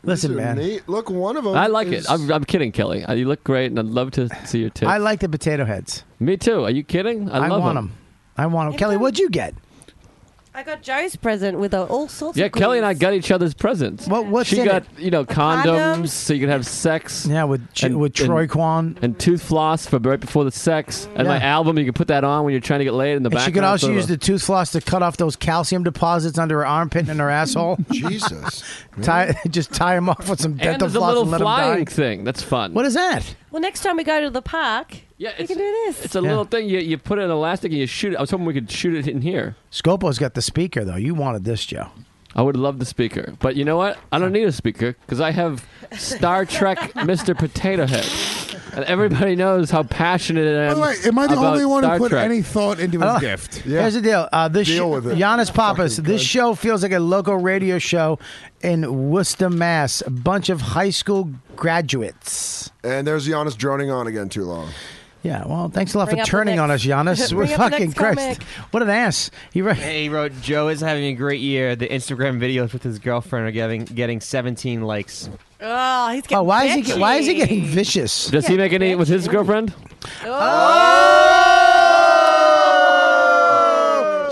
Speaker 2: Listen,
Speaker 3: These are
Speaker 2: man.
Speaker 3: neat. Look, one of them.
Speaker 5: I like
Speaker 3: is-
Speaker 5: it. I'm, I'm kidding, Kelly. Uh, You look great, and I'd love to see your tits.
Speaker 2: I like the potato heads.
Speaker 5: Me too. Are you kidding? I,
Speaker 2: I
Speaker 5: love
Speaker 2: want
Speaker 5: 'em.
Speaker 2: I want them. Kelly, what'd you get?
Speaker 9: I got Joe's present with uh, all sorts
Speaker 5: Yeah,
Speaker 9: of goodies.
Speaker 5: Kelly and I got each other's presents. What?
Speaker 2: what's
Speaker 5: she
Speaker 2: in
Speaker 5: got?
Speaker 2: it?
Speaker 5: You know, condoms,
Speaker 2: Condoms?
Speaker 5: so you can have sex.
Speaker 2: Yeah, with with Troy Kwan
Speaker 5: and tooth floss for right before the sex. And my
Speaker 2: Yeah.
Speaker 5: album, you can put that on when you're trying to get laid in the
Speaker 2: And
Speaker 5: back.
Speaker 2: she could also use the tooth floss to cut off those calcium deposits under her armpit and in her asshole.
Speaker 3: Jesus.
Speaker 2: tie, just tie them off with some
Speaker 5: and
Speaker 2: dental
Speaker 5: there's a
Speaker 2: floss
Speaker 5: little
Speaker 2: and let them
Speaker 5: flying
Speaker 2: die.
Speaker 5: thing. That's fun.
Speaker 2: What is that?
Speaker 9: Well, next time we go to the park, yeah, we can do this.
Speaker 5: It's a little thing. You, you put it in elastic and you shoot it. I was hoping we could shoot it in here.
Speaker 2: Scopo's got the speaker though. You wanted this, Joe.
Speaker 5: I would love the speaker, but you know what? I don't need a speaker because I have Star Trek Mr. Potato Head, and everybody knows how passionate I
Speaker 17: By
Speaker 5: am.
Speaker 17: the way, am I the
Speaker 5: about
Speaker 17: only one who
Speaker 5: Star
Speaker 17: put
Speaker 5: Trek.
Speaker 17: any thought into
Speaker 2: I
Speaker 17: his
Speaker 2: don't-
Speaker 17: gift?
Speaker 2: Here's the deal. Uh, this
Speaker 17: Deal
Speaker 2: sh-
Speaker 17: with it.
Speaker 2: Giannis Pappas. This show feels like a local radio show in Worcester, Mass. A bunch of high school graduates.
Speaker 3: And there's Giannis droning on again too long.
Speaker 2: Yeah, well, thanks a lot
Speaker 3: Bring
Speaker 2: for
Speaker 3: up the
Speaker 2: turning on us,
Speaker 3: next-
Speaker 2: Giannis. We're
Speaker 3: Bring up the
Speaker 2: fucking
Speaker 3: next
Speaker 2: Christ.
Speaker 3: comic.
Speaker 2: What an ass. He wrote,
Speaker 15: He wrote, Joe is having a great year. The Instagram videos with his girlfriend are getting getting 17 likes.
Speaker 9: Oh, he's getting
Speaker 2: Oh, why is he? get- Why is he
Speaker 9: bitchy.
Speaker 2: getting vicious?
Speaker 5: Does he make any with his girlfriend?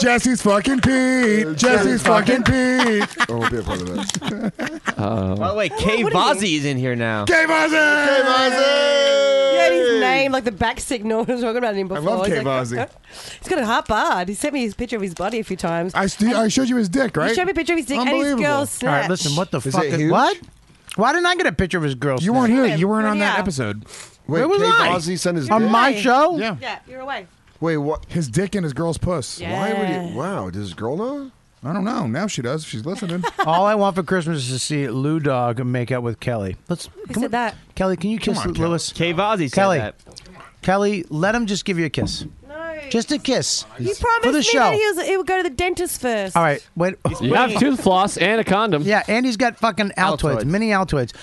Speaker 17: Jesse's fucking Pete. Jesse's fucking Pete.
Speaker 3: I won't be a part of that.
Speaker 15: By the way, Kay Vazzy Oh, is in here now.
Speaker 17: Kay Vazzy! Kay
Speaker 9: You heard his name, like the back signal. I was talking about him before.
Speaker 17: love
Speaker 9: He's
Speaker 17: Kay Vazzy.
Speaker 9: He's got a hot bod. He sent me his picture of his body a few times.
Speaker 17: I, st- I showed you his dick, right?
Speaker 9: You showed me a picture of his dick and his
Speaker 17: Unbelievable.
Speaker 9: girl's
Speaker 2: Ah, All right,
Speaker 9: snatch.
Speaker 2: listen, what the
Speaker 17: Is
Speaker 2: fuck?
Speaker 17: it
Speaker 2: Is,
Speaker 17: huge?
Speaker 2: what? Why didn't I get a picture of his girl?
Speaker 17: You weren't here. You weren't on that episode.
Speaker 3: Wait,
Speaker 2: Where was
Speaker 3: Kay
Speaker 2: I?
Speaker 3: Bozzi sent his
Speaker 2: On
Speaker 3: dick?
Speaker 2: my show?
Speaker 17: Yeah.
Speaker 9: Yeah, you're away.
Speaker 3: Wait, what?
Speaker 17: His dick and his girl's puss.
Speaker 3: Why would
Speaker 9: Yeah.
Speaker 3: he? Wow, does his girl know?
Speaker 17: I don't know. Now she does. She's listening.
Speaker 2: All I want for Christmas is to see Lou Dog make out with Kelly. Let's. Who
Speaker 9: said that?
Speaker 2: Kelly, can you kiss
Speaker 15: on, Kelly.
Speaker 2: Lewis?
Speaker 15: Kay Vazzy said
Speaker 2: Kelly.
Speaker 15: that.
Speaker 2: Kelly, let him just give you a kiss.
Speaker 9: No.
Speaker 2: Just a kiss.
Speaker 9: You promised
Speaker 2: for the
Speaker 9: me
Speaker 2: show.
Speaker 9: that he, was, he would go to the dentist first.
Speaker 2: All right, wait.
Speaker 5: You have tooth floss and a condom.
Speaker 2: Yeah, and he's got fucking Altoids,
Speaker 5: Altoids.
Speaker 2: mini Altoids.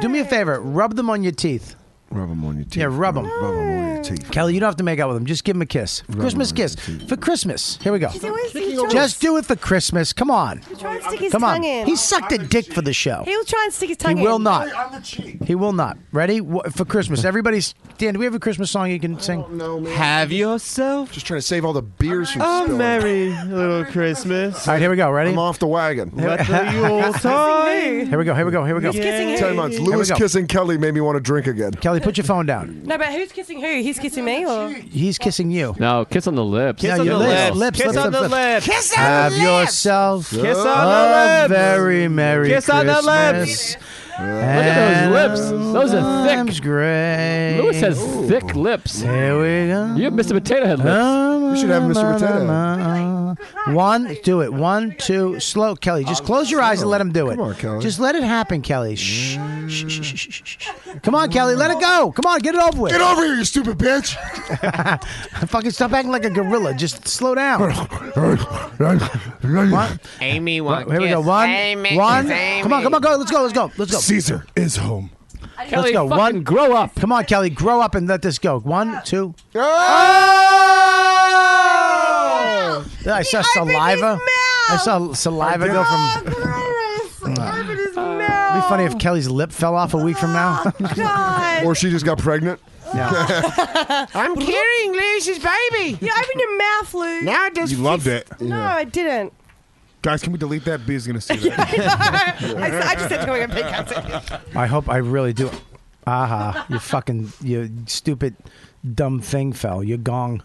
Speaker 2: Do me a favor, rub them on your teeth.
Speaker 3: Rub them on your teeth.
Speaker 2: Yeah, rub them.
Speaker 3: Rub them on your teeth.
Speaker 2: Kelly, you don't have to make out with him. Just give him a kiss.
Speaker 3: Rub
Speaker 2: Christmas
Speaker 3: him on
Speaker 2: kiss. For Christmas. Here we go.
Speaker 9: He's always, he'll, try,
Speaker 2: Just do it for Christmas. Come on.
Speaker 9: try and stick his
Speaker 2: Come on.
Speaker 9: tongue in.
Speaker 2: He sucked a dick for the show.
Speaker 9: He'll try and stick his tongue in.
Speaker 2: will not. He will not. Ready Wh- for Christmas? Everybody, Dan. Do we have a Christmas song you can sing?
Speaker 3: No, man.
Speaker 15: Have yourself
Speaker 3: Just trying to save all the beers from
Speaker 15: a
Speaker 3: spilling.
Speaker 15: merry little Christmas.
Speaker 2: All right, here we go. Ready?
Speaker 3: I'm off the wagon.
Speaker 15: Let the Yuletide.
Speaker 2: Here we go. Here we go. Here we go.
Speaker 9: Who's kissing who?
Speaker 3: Ten months.
Speaker 2: Here we
Speaker 3: Lewis
Speaker 2: go.
Speaker 3: kissing Kelly made me want to drink again.
Speaker 2: Kelly, put your phone down.
Speaker 9: No, but who's kissing who? He's kissing me or?
Speaker 2: He's kissing you.
Speaker 5: No, kiss on the lips.
Speaker 2: Yeah, your lips, lips,
Speaker 15: Kiss
Speaker 2: lips,
Speaker 15: on the
Speaker 2: lips,
Speaker 15: lips.
Speaker 2: Kiss on Have the lips. yourself
Speaker 15: Kiss
Speaker 2: a
Speaker 15: on the lips.
Speaker 2: very merry
Speaker 15: Kiss on the
Speaker 2: Christmas.
Speaker 15: lips.
Speaker 5: Look at those lips. Those are thick.
Speaker 2: Time's great.
Speaker 5: Lewis has thick lips.
Speaker 2: Here we go.
Speaker 5: You have Mr. Potato Head lips.
Speaker 2: We
Speaker 3: should have Mr. Potato.
Speaker 2: One, do it. One, two, slow. Kelly, just close your eyes and let him do it.
Speaker 3: Come on, Kelly.
Speaker 2: Just let it happen, Kelly. Shh, shh, shh, shh, shh, shh. Come on, Kelly, let it go. Come on, get it over with.
Speaker 17: Get over here, you stupid bitch.
Speaker 2: Fucking stop acting like a gorilla. Just slow down. What?
Speaker 15: Amy
Speaker 2: Here we go. One, one. Come on, come on, go. Let's go. Let's go. Let's go.
Speaker 17: Caesar is home.
Speaker 9: I
Speaker 2: Let's go. One,
Speaker 5: grow up.
Speaker 2: Come on, Kelly, grow up and let this go. One, two. Oh! I saw saliva. I saw saliva go from.
Speaker 9: Oh.
Speaker 2: It'd be funny
Speaker 3: Oh.
Speaker 2: if Kelly's lip fell off a week from now.
Speaker 9: God.
Speaker 3: Or she just got pregnant.
Speaker 2: Yeah.
Speaker 18: I'm carrying Lucy's baby.
Speaker 9: You opened your mouth, Lou.
Speaker 18: Now it does.
Speaker 6: You loved it.
Speaker 9: No, I didn't.
Speaker 6: Guys, can we delete that? B's gonna see that.
Speaker 9: I, s- I just said to him, pick up.
Speaker 2: I hope I really do. Aha! You fucking you stupid dumb thing fell. You gong.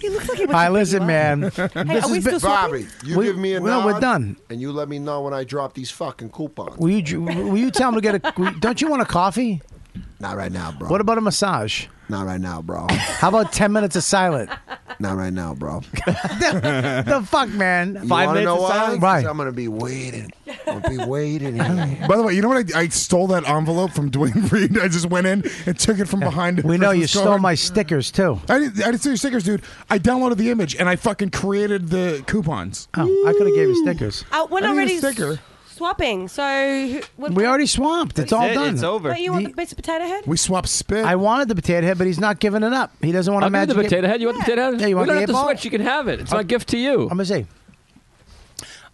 Speaker 9: He looks like he
Speaker 2: All right, listen, man.
Speaker 9: are we still
Speaker 3: Bobby, you
Speaker 2: We-
Speaker 3: give me a
Speaker 2: no,
Speaker 3: nod.
Speaker 2: we're done.
Speaker 3: And you let me know when I drop these fucking coupons.
Speaker 2: Will you dr- will you tell him to get a? will- Don't you want a coffee?
Speaker 3: Not right now, bro.
Speaker 2: What about a massage?
Speaker 3: Not right now, bro.
Speaker 2: How about ten minutes of silent?
Speaker 3: Not right now, bro.
Speaker 2: the fuck, man.
Speaker 3: You wanna know why? 'Cause
Speaker 2: Right.
Speaker 3: I'm gonna be waiting. I'm gonna be waiting. here.
Speaker 6: By the way, you know what? I, I stole that envelope from Dwayne Reed. I just went in and took it from behind.
Speaker 2: We know you stole my stickers too.
Speaker 6: I didn't, I didn't steal your stickers, dude. I downloaded the image and I fucking created the coupons.
Speaker 2: Oh, I could have gave you stickers.
Speaker 9: Uh, we're
Speaker 6: I
Speaker 9: not
Speaker 6: need a
Speaker 9: ready
Speaker 6: sticker.
Speaker 9: swapping. So who- what,
Speaker 2: We already swamped. It's all done.
Speaker 9: Wait, you want the bits of potato head?
Speaker 6: We swapped spit.
Speaker 2: I wanted the potato head, but he's not giving it up. He doesn't want
Speaker 5: I'll
Speaker 2: to
Speaker 5: give you
Speaker 2: magic.
Speaker 5: the potato head. You want the potato head?
Speaker 2: Yeah, you
Speaker 5: we
Speaker 2: want
Speaker 5: don't
Speaker 2: the
Speaker 5: have to
Speaker 2: eight ball?
Speaker 5: switch. You can have it. It's my gift to you. I'm
Speaker 2: gonna say.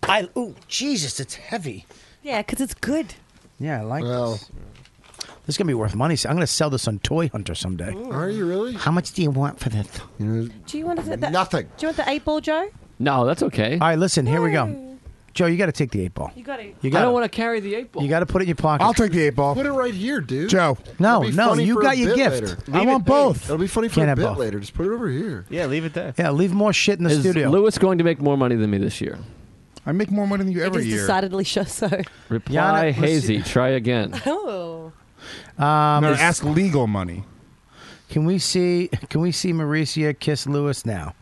Speaker 2: I oh Jesus, it's heavy.
Speaker 9: Yeah, because it's good.
Speaker 2: Yeah, I like this. This is gonna be worth money. So I'm gonna sell this on Toy Hunter someday.
Speaker 9: Are
Speaker 3: you really?
Speaker 2: How much do you want for this?
Speaker 9: Do you want the, the,
Speaker 3: Nothing.
Speaker 9: Do you want the eight ball, Joe?
Speaker 5: No, that's okay. All
Speaker 2: right, listen. Here we go. Joe, you got to take the eight ball.
Speaker 9: You got it.
Speaker 2: You got.
Speaker 5: I don't want to carry the eight ball.
Speaker 2: You got to put it in your pocket.
Speaker 6: I'll take the eight ball.
Speaker 3: Put it right here, dude.
Speaker 6: Joe.
Speaker 2: No,
Speaker 3: It'll be
Speaker 2: no,
Speaker 3: funny
Speaker 2: you
Speaker 3: for
Speaker 2: got
Speaker 3: a
Speaker 2: your
Speaker 3: bit
Speaker 2: gift.
Speaker 3: later.
Speaker 2: I want both.
Speaker 3: It'll be funny for
Speaker 2: Can't
Speaker 3: a
Speaker 2: have
Speaker 3: bit
Speaker 2: both.
Speaker 3: later. Just put it over here.
Speaker 19: Yeah, leave it there.
Speaker 2: Yeah, leave more shit in the
Speaker 5: Is
Speaker 2: studio.
Speaker 5: Lewis going to make more money than me this year?
Speaker 6: I make more money than you every
Speaker 9: It's
Speaker 6: year.
Speaker 9: decidedly sure so.
Speaker 5: Reply
Speaker 2: Yana,
Speaker 5: hazy. Try again.
Speaker 9: Oh.
Speaker 2: Um,
Speaker 6: No,
Speaker 2: is-
Speaker 6: ask legal money.
Speaker 2: Can we see? Can we see Mauricia kiss Lewis now?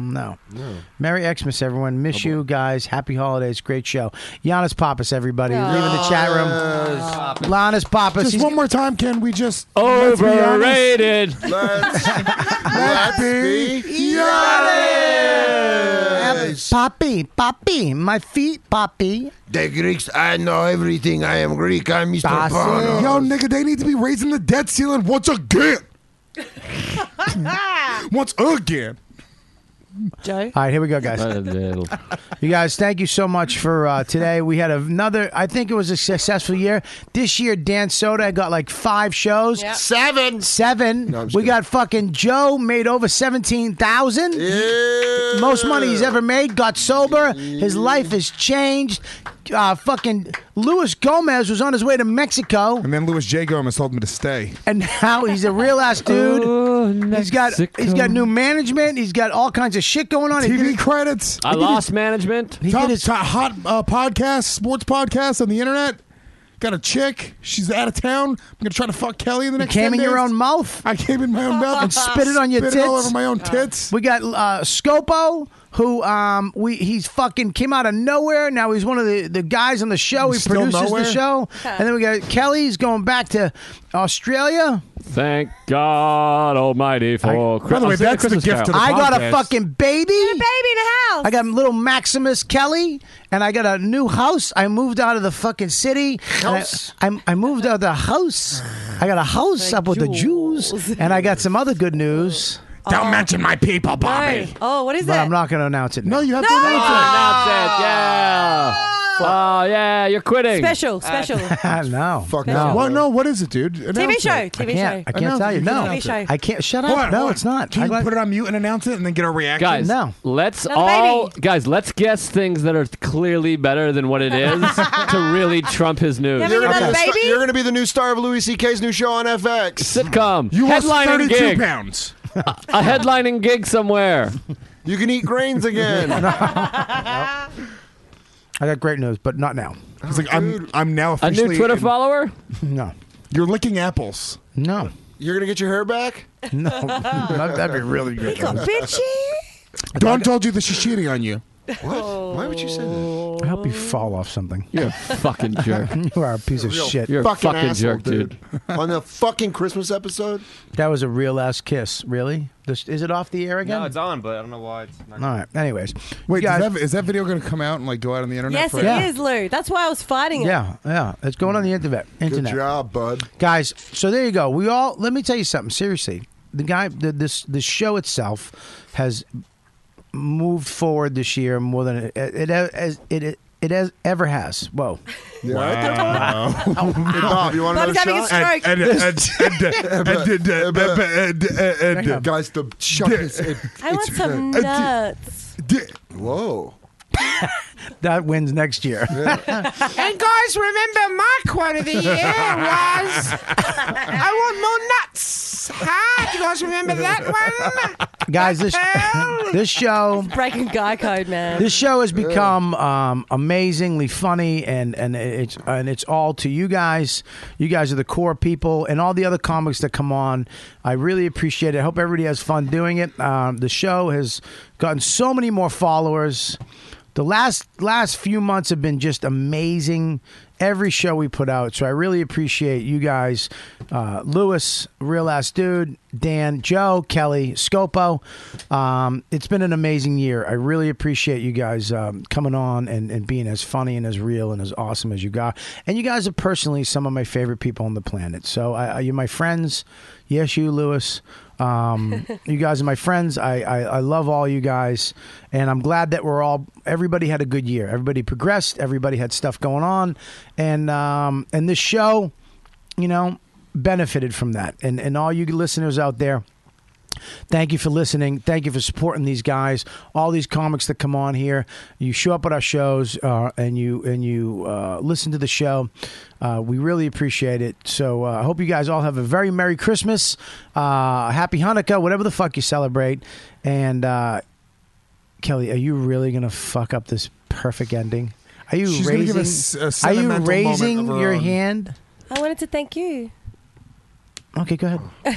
Speaker 2: No.
Speaker 3: No.
Speaker 2: Merry Xmas, everyone. Miss you guys. Happy holidays. Great show. Giannis Pappas, everybody.
Speaker 6: Aw.
Speaker 2: Leaving the chat room.
Speaker 6: Giannis
Speaker 2: Giannis Pappas.
Speaker 6: Just
Speaker 2: He's-
Speaker 6: one more time, can we just let's be honest?
Speaker 5: Overrated.
Speaker 6: Let's be
Speaker 2: Yes. Poppy, Poppy, my feet, Poppy.
Speaker 8: The Greeks, I know everything. I am Greek. I'm Mr. Bono.
Speaker 6: Yo, nigga, they need to be raising the debt ceiling once again. once again.
Speaker 9: Joe?
Speaker 2: All right, here we go, guys. you guys, thank you so much for uh, today. We had another, I think it was a successful year. This year, Dan Soda got like five shows.
Speaker 8: Seven.
Speaker 2: Seven. we got fucking Joe made over 17,000. Most money he's ever made. Got sober. His life has changed. Uh, fucking Luis Gomez was on his way to Mexico.
Speaker 6: And then Louis J. Gomez told me to stay.
Speaker 2: and now he's a real ass dude. he's got he's got new management. He's got all kinds of shit going on. He
Speaker 6: TV
Speaker 2: did-
Speaker 6: credits.
Speaker 5: I
Speaker 2: He did his-
Speaker 5: lost management.
Speaker 2: He
Speaker 6: top,
Speaker 2: did his-
Speaker 6: top hot uh, podcast, sports podcast on the internet. Got a chick. She's out of town. I'm gonna try to fuck Kelly in the
Speaker 2: You
Speaker 6: next.
Speaker 2: came
Speaker 6: 10
Speaker 2: in your
Speaker 6: days.
Speaker 2: own mouth
Speaker 6: I came in my own mouth
Speaker 2: and spit it on your
Speaker 6: Spit
Speaker 2: tits.
Speaker 6: all over my own tits.
Speaker 2: We got uh, Scopo, who um we he's fucking came out of nowhere. Now he's one of the, the guys on the show. He
Speaker 6: Still
Speaker 2: produces
Speaker 6: nowhere?
Speaker 2: the show, and then we got Kelly's going back to Australia.
Speaker 5: Thank God Almighty for Christmas.
Speaker 6: By the way, that's the gift to the
Speaker 2: I got a
Speaker 6: podcast.
Speaker 2: fucking baby.
Speaker 9: Baby in a house.
Speaker 2: I got little Maximus Kelly, and I got a new house. I moved out of the fucking city. and I-
Speaker 20: House.
Speaker 2: I, I moved out of the house. I got a house up with the Jews, and I got some other good news.
Speaker 6: Don't mention my people,
Speaker 9: No. Oh, what is
Speaker 2: But I'm
Speaker 9: that?
Speaker 2: not going to announce it. No,
Speaker 6: you have
Speaker 9: to No! announce it.
Speaker 5: That's it. Yeah. Oh yeah, you're quitting.
Speaker 9: Special, special.
Speaker 2: Ah, no.
Speaker 6: Fuck
Speaker 2: no.
Speaker 6: What? No. What is it, dude? Announce
Speaker 9: show,
Speaker 6: it.
Speaker 9: TV
Speaker 2: I can't, I can't
Speaker 6: Announce
Speaker 2: tell
Speaker 6: it.
Speaker 2: you.
Speaker 6: can
Speaker 2: No.
Speaker 6: announce it.
Speaker 2: I can't. Shut up.
Speaker 6: Hold on,
Speaker 2: no,
Speaker 6: hold on.
Speaker 2: it's not.
Speaker 6: Can
Speaker 2: I
Speaker 6: you
Speaker 2: got-
Speaker 6: put it on mute and announce it, and then get a reaction?
Speaker 5: Guys,
Speaker 2: No.
Speaker 5: let's
Speaker 9: Another
Speaker 5: all guys, let's guess things that are clearly better than what it is to really trump his news.
Speaker 9: Having
Speaker 5: Your
Speaker 9: another
Speaker 2: Okay.
Speaker 9: baby?
Speaker 8: You're gonna be the new star of Louis C.K.'s new show on FX.
Speaker 5: Sitcom.
Speaker 6: You lost
Speaker 5: headlining
Speaker 6: 32
Speaker 5: gig.
Speaker 6: pounds.
Speaker 5: A headlining gig somewhere.
Speaker 8: You can eat grains again.
Speaker 2: I got great news, but not now.
Speaker 6: It's like I'm. I'm now
Speaker 5: A
Speaker 6: officially. um,
Speaker 5: new Twitter
Speaker 6: in-
Speaker 5: follower?
Speaker 2: No.
Speaker 6: You're licking apples.
Speaker 2: No.
Speaker 8: You're gonna get your hair back.
Speaker 2: No. That'd be really good.
Speaker 9: Got bitchy.
Speaker 6: Dawn told you that she's cheating on you.
Speaker 3: What? Why would you say that?
Speaker 21: I hope you fall off something.
Speaker 5: You're a fucking jerk.
Speaker 21: you are a piece of shit.
Speaker 3: asshole, On the fucking Christmas episode?
Speaker 2: That was a real ass kiss. Really? This, is it off the air again?
Speaker 15: No, it's on, but I don't know why it's not.
Speaker 2: All right. Anyways,
Speaker 6: Wait,
Speaker 2: You
Speaker 6: does
Speaker 2: guys-
Speaker 6: that, is that video going to come out and like go out on the internet?
Speaker 9: Yes, it
Speaker 6: for
Speaker 9: is, Lou. That's why I was fighting it.
Speaker 2: Yeah, yeah. It's going on the internet. internet.
Speaker 3: job, bud.
Speaker 2: Guys, so there you go. We all let me tell you something seriously. The guy, the, this the show itself has moved forward this year more than it it it it, it, it has, ever has. Whoa!
Speaker 11: Wow. Hey, Bob, you want another shot? And- and- and- and- and- and- and- and- and- and-
Speaker 3: uh, Guys, the shot is. it-
Speaker 9: I want
Speaker 3: it's-
Speaker 9: some
Speaker 3: uh,
Speaker 9: nuts.
Speaker 3: Whoa.
Speaker 2: that wins next year.
Speaker 8: and guys, remember my quote of the year was, "I want more nuts." Huh? Do you guys remember that one?
Speaker 2: Guys, this this show
Speaker 9: breaking guy code, man.
Speaker 2: This show has become um, amazingly funny, and and it's and it's all to you guys. You guys are the core people, and all the other comics that come on. I really appreciate it. I hope everybody has fun doing it. Um, the show has gotten so many more followers. The last last few months have been just amazing. Every show we put out, so I really appreciate you guys, uh, Lewis, real ass dude, Dan, Joe, Kelly, Scopo. Um, it's been an amazing year. I really appreciate you guys um, coming on and, and being as funny and as real and as awesome as you got. And you guys are personally some of my favorite people on the planet. So I, I, you're my friends. Yes, you, Lewis. Um, you guys are my friends. I, I, I love all you guys. And I'm glad that we're all, everybody had a good year. Everybody progressed. Everybody had stuff going on. And, um, and this show, you know, benefited from that. And, and all you listeners out there, Thank you for listening. Thank you for supporting these guys, all these comics that come on here. You show up at our shows uh, and you and you uh, listen to the show. Uh, we really appreciate it. So uh, I hope you guys all have a very merry Christmas, uh, happy Hanukkah, whatever the fuck you celebrate. And uh, Kelly, are you really gonna fuck up this perfect ending? Are you
Speaker 6: She's gonna
Speaker 2: raising?
Speaker 6: give a s- a
Speaker 2: are you
Speaker 6: sentimental moment
Speaker 2: raising
Speaker 6: of her
Speaker 2: your
Speaker 6: own.
Speaker 2: hand?
Speaker 9: I wanted to thank you.
Speaker 2: Okay, go ahead. go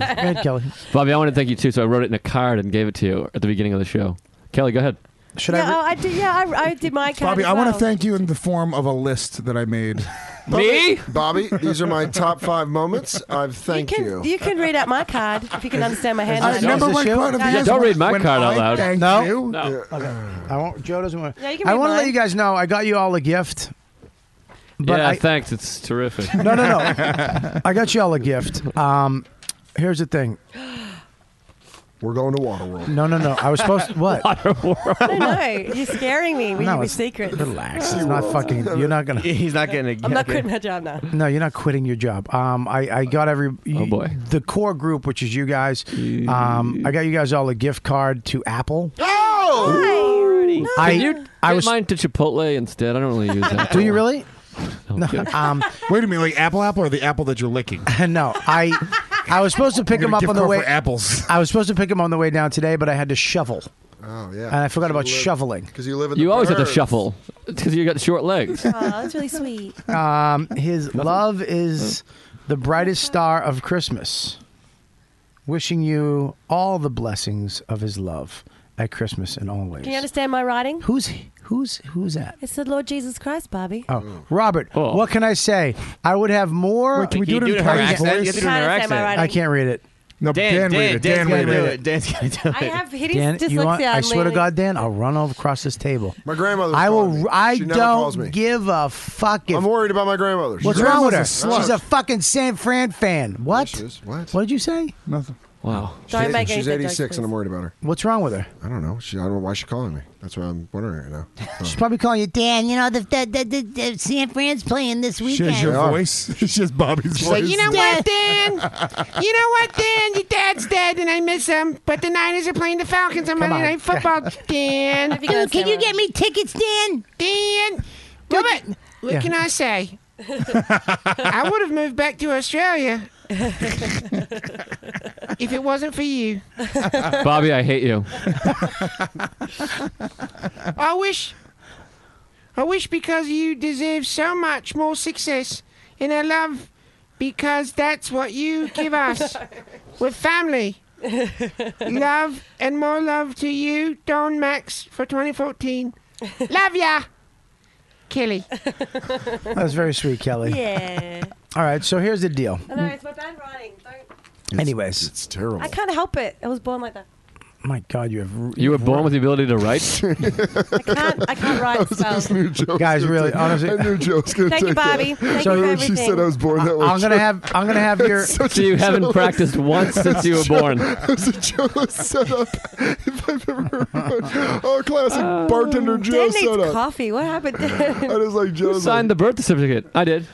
Speaker 2: ahead, Kelly.
Speaker 5: Bobby, I want to thank you too. So I wrote it in a card and gave it to you at the beginning of the show. Kelly, go ahead.
Speaker 2: Should
Speaker 9: yeah, oh, I did. Yeah, I, I did my card.
Speaker 6: Bobby,
Speaker 9: as
Speaker 6: I want
Speaker 9: well.
Speaker 6: to thank you in the form of a list that I made.
Speaker 3: Me? Bobby, these are my top five moments. I've thanked
Speaker 9: Can-
Speaker 3: you.
Speaker 9: You can read out my card if you can understand my hand.
Speaker 3: Is this- number is this one you? quote of the year Don't read my when card out I loud. thank
Speaker 2: No,
Speaker 3: you.
Speaker 2: no. I won't. Joe doesn't want.
Speaker 9: Yeah, you can
Speaker 2: I
Speaker 9: read
Speaker 2: want to let
Speaker 9: mine.
Speaker 2: you guys know I got you all a gift. But
Speaker 5: yeah,
Speaker 2: I-
Speaker 5: thanks. It's terrific.
Speaker 2: No, no, no. I got you all a gift. Um, here's the thing.
Speaker 3: We're going to Waterworld.
Speaker 2: No, no, no. I was supposed to, what?
Speaker 9: I don't know. You're scaring me with
Speaker 2: No,
Speaker 9: your
Speaker 2: it's-
Speaker 9: secrets.
Speaker 2: Relax. It's not fucking. You're not gonna.
Speaker 15: He's not gonna.
Speaker 9: I'm not quitting my job now.
Speaker 2: No, you're not quitting your job. Um, I, I got every
Speaker 5: Oh, boy.
Speaker 2: the core group, which is you guys. Um, I got you guys all a gift card to Apple.
Speaker 5: Oh,
Speaker 2: I-
Speaker 5: Can you
Speaker 2: I
Speaker 5: I
Speaker 2: was-
Speaker 5: was mine to Chipotle instead. I don't really use that. Oh,
Speaker 2: Do you really? No, um,
Speaker 17: Wait a minute, like apple apple or the apple that you're licking?
Speaker 2: no, I I was supposed to pick
Speaker 17: Get a
Speaker 2: them up
Speaker 17: gift
Speaker 2: on the
Speaker 17: card
Speaker 2: way.
Speaker 17: for apples.
Speaker 2: I was supposed to pick them on the way down today, but I had to shovel.
Speaker 3: Oh, yeah.
Speaker 2: And I forgot about shoveling.
Speaker 3: Because you live in the
Speaker 5: You always have to
Speaker 3: burbs.
Speaker 5: shuffle because you got short legs.
Speaker 9: Oh, that's really sweet.
Speaker 2: Um, his love is the brightest star of Christmas. Wishing you all the blessings of his love at Christmas and always.
Speaker 9: Can you understand my writing?
Speaker 2: Who's he? Who's who's that?
Speaker 9: It's the Lord Jesus Christ, Bobby.
Speaker 2: Oh, Robert, what can I say? I would have more.
Speaker 15: Wait, can we Can do you it in do it in her Kelly's accent? voice? You have to do it in her Kinda say my accent. writing.
Speaker 2: I can't read it.
Speaker 6: No,
Speaker 15: Dan, Dan, read it. Dan, Dan's read gonna it. do it. Dan's gonna do
Speaker 9: I have hideous
Speaker 2: Dan,
Speaker 9: dyslexia.
Speaker 2: you want, I
Speaker 9: I'm
Speaker 2: swear to
Speaker 9: learning.
Speaker 2: God, Dan, I'll run over across this table.
Speaker 3: My grandmother.
Speaker 2: I will. I
Speaker 3: She
Speaker 2: don't
Speaker 3: never calls me.
Speaker 2: give a fuck. If,
Speaker 3: I'm worried about my grandmother.
Speaker 2: what's
Speaker 3: Your
Speaker 2: wrong with her?
Speaker 3: grandma's a slut.
Speaker 2: She's a fucking San Fran fan. What?
Speaker 3: What?
Speaker 2: What did you say?
Speaker 6: Nothing.
Speaker 5: Wow.
Speaker 9: Don't
Speaker 3: She's-
Speaker 9: make
Speaker 3: She's
Speaker 9: anything,
Speaker 3: 86 and I'm worried about her.
Speaker 2: What's wrong with her?
Speaker 3: I don't know. She, I don't know why she's calling me. That's what I'm wondering right now.
Speaker 2: She's probably calling you
Speaker 1: Dan, you know, the, the, the, the, the San Fran's playing this weekend.
Speaker 17: voice. It's just Bobby's
Speaker 1: She's
Speaker 17: voice.
Speaker 1: like,
Speaker 8: You know what, Dan? You know what, Dan? Your dad's dead, and I miss him. But the Niners are playing the Falcons on Monday
Speaker 1: on.
Speaker 8: Night Football, Dan.
Speaker 1: Dude, can you get me tickets, Dan?
Speaker 8: Dan, do it. What
Speaker 1: Yeah.
Speaker 8: can I say? I would have moved back to Australia if it wasn't for you.
Speaker 5: Bobby, I hate you.
Speaker 8: I wish, I wish because you deserve so much more success, and I love because that's what you give us. We're family.
Speaker 22: love and more love to you, Don Max, for 2014. Love ya, Kelly.
Speaker 2: That was very sweet, Kelly.
Speaker 9: Yeah.
Speaker 2: All right, so here's the deal.
Speaker 9: I know, it's my bad writing. Don't.
Speaker 2: Anyways, it's terrible.
Speaker 9: I can't help it. I was born like that.
Speaker 2: My God, you have
Speaker 5: You were born with the ability to write.
Speaker 9: I can't write. so.
Speaker 2: guys. Really,
Speaker 3: gonna
Speaker 2: honestly,
Speaker 3: take- I knew Joe was gonna
Speaker 9: Thank you, take that. Bobby. Thank you for
Speaker 3: She said
Speaker 2: "Oh,
Speaker 3: I was born that way.
Speaker 2: I'm gonna have. I'm gonna have your.
Speaker 3: It's such a joke. It's jo- It's a jealous setup. if I've ever heard one. Oh, classic bartender Joe
Speaker 9: Dan needs
Speaker 3: setup.
Speaker 9: coffee. What happened? Dan?
Speaker 3: I just like Joe.
Speaker 5: Who signed the birth certificate? I did.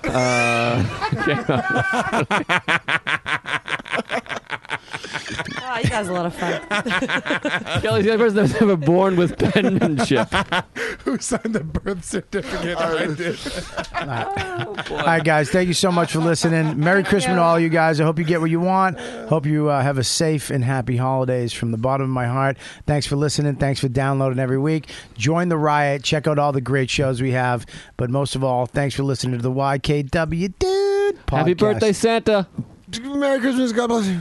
Speaker 5: Uh,
Speaker 9: oh, you guys are a lot of fun.
Speaker 5: Kelly's the only person that was ever born with penmanship.
Speaker 23: Who signed the birth certificate? I did.
Speaker 2: All right, guys. Thank you so much for listening. Merry Christmas to all you guys. I hope you get what you want. Hope you uh, have a safe and happy holidays from the bottom of my heart. Thanks for listening. Thanks for downloading every week. Join the riot. Check out all the great shows we have. But most of all, thanks for listening to the YKW Dude podcast.
Speaker 5: Happy birthday, Santa.
Speaker 3: Merry Christmas. God bless you.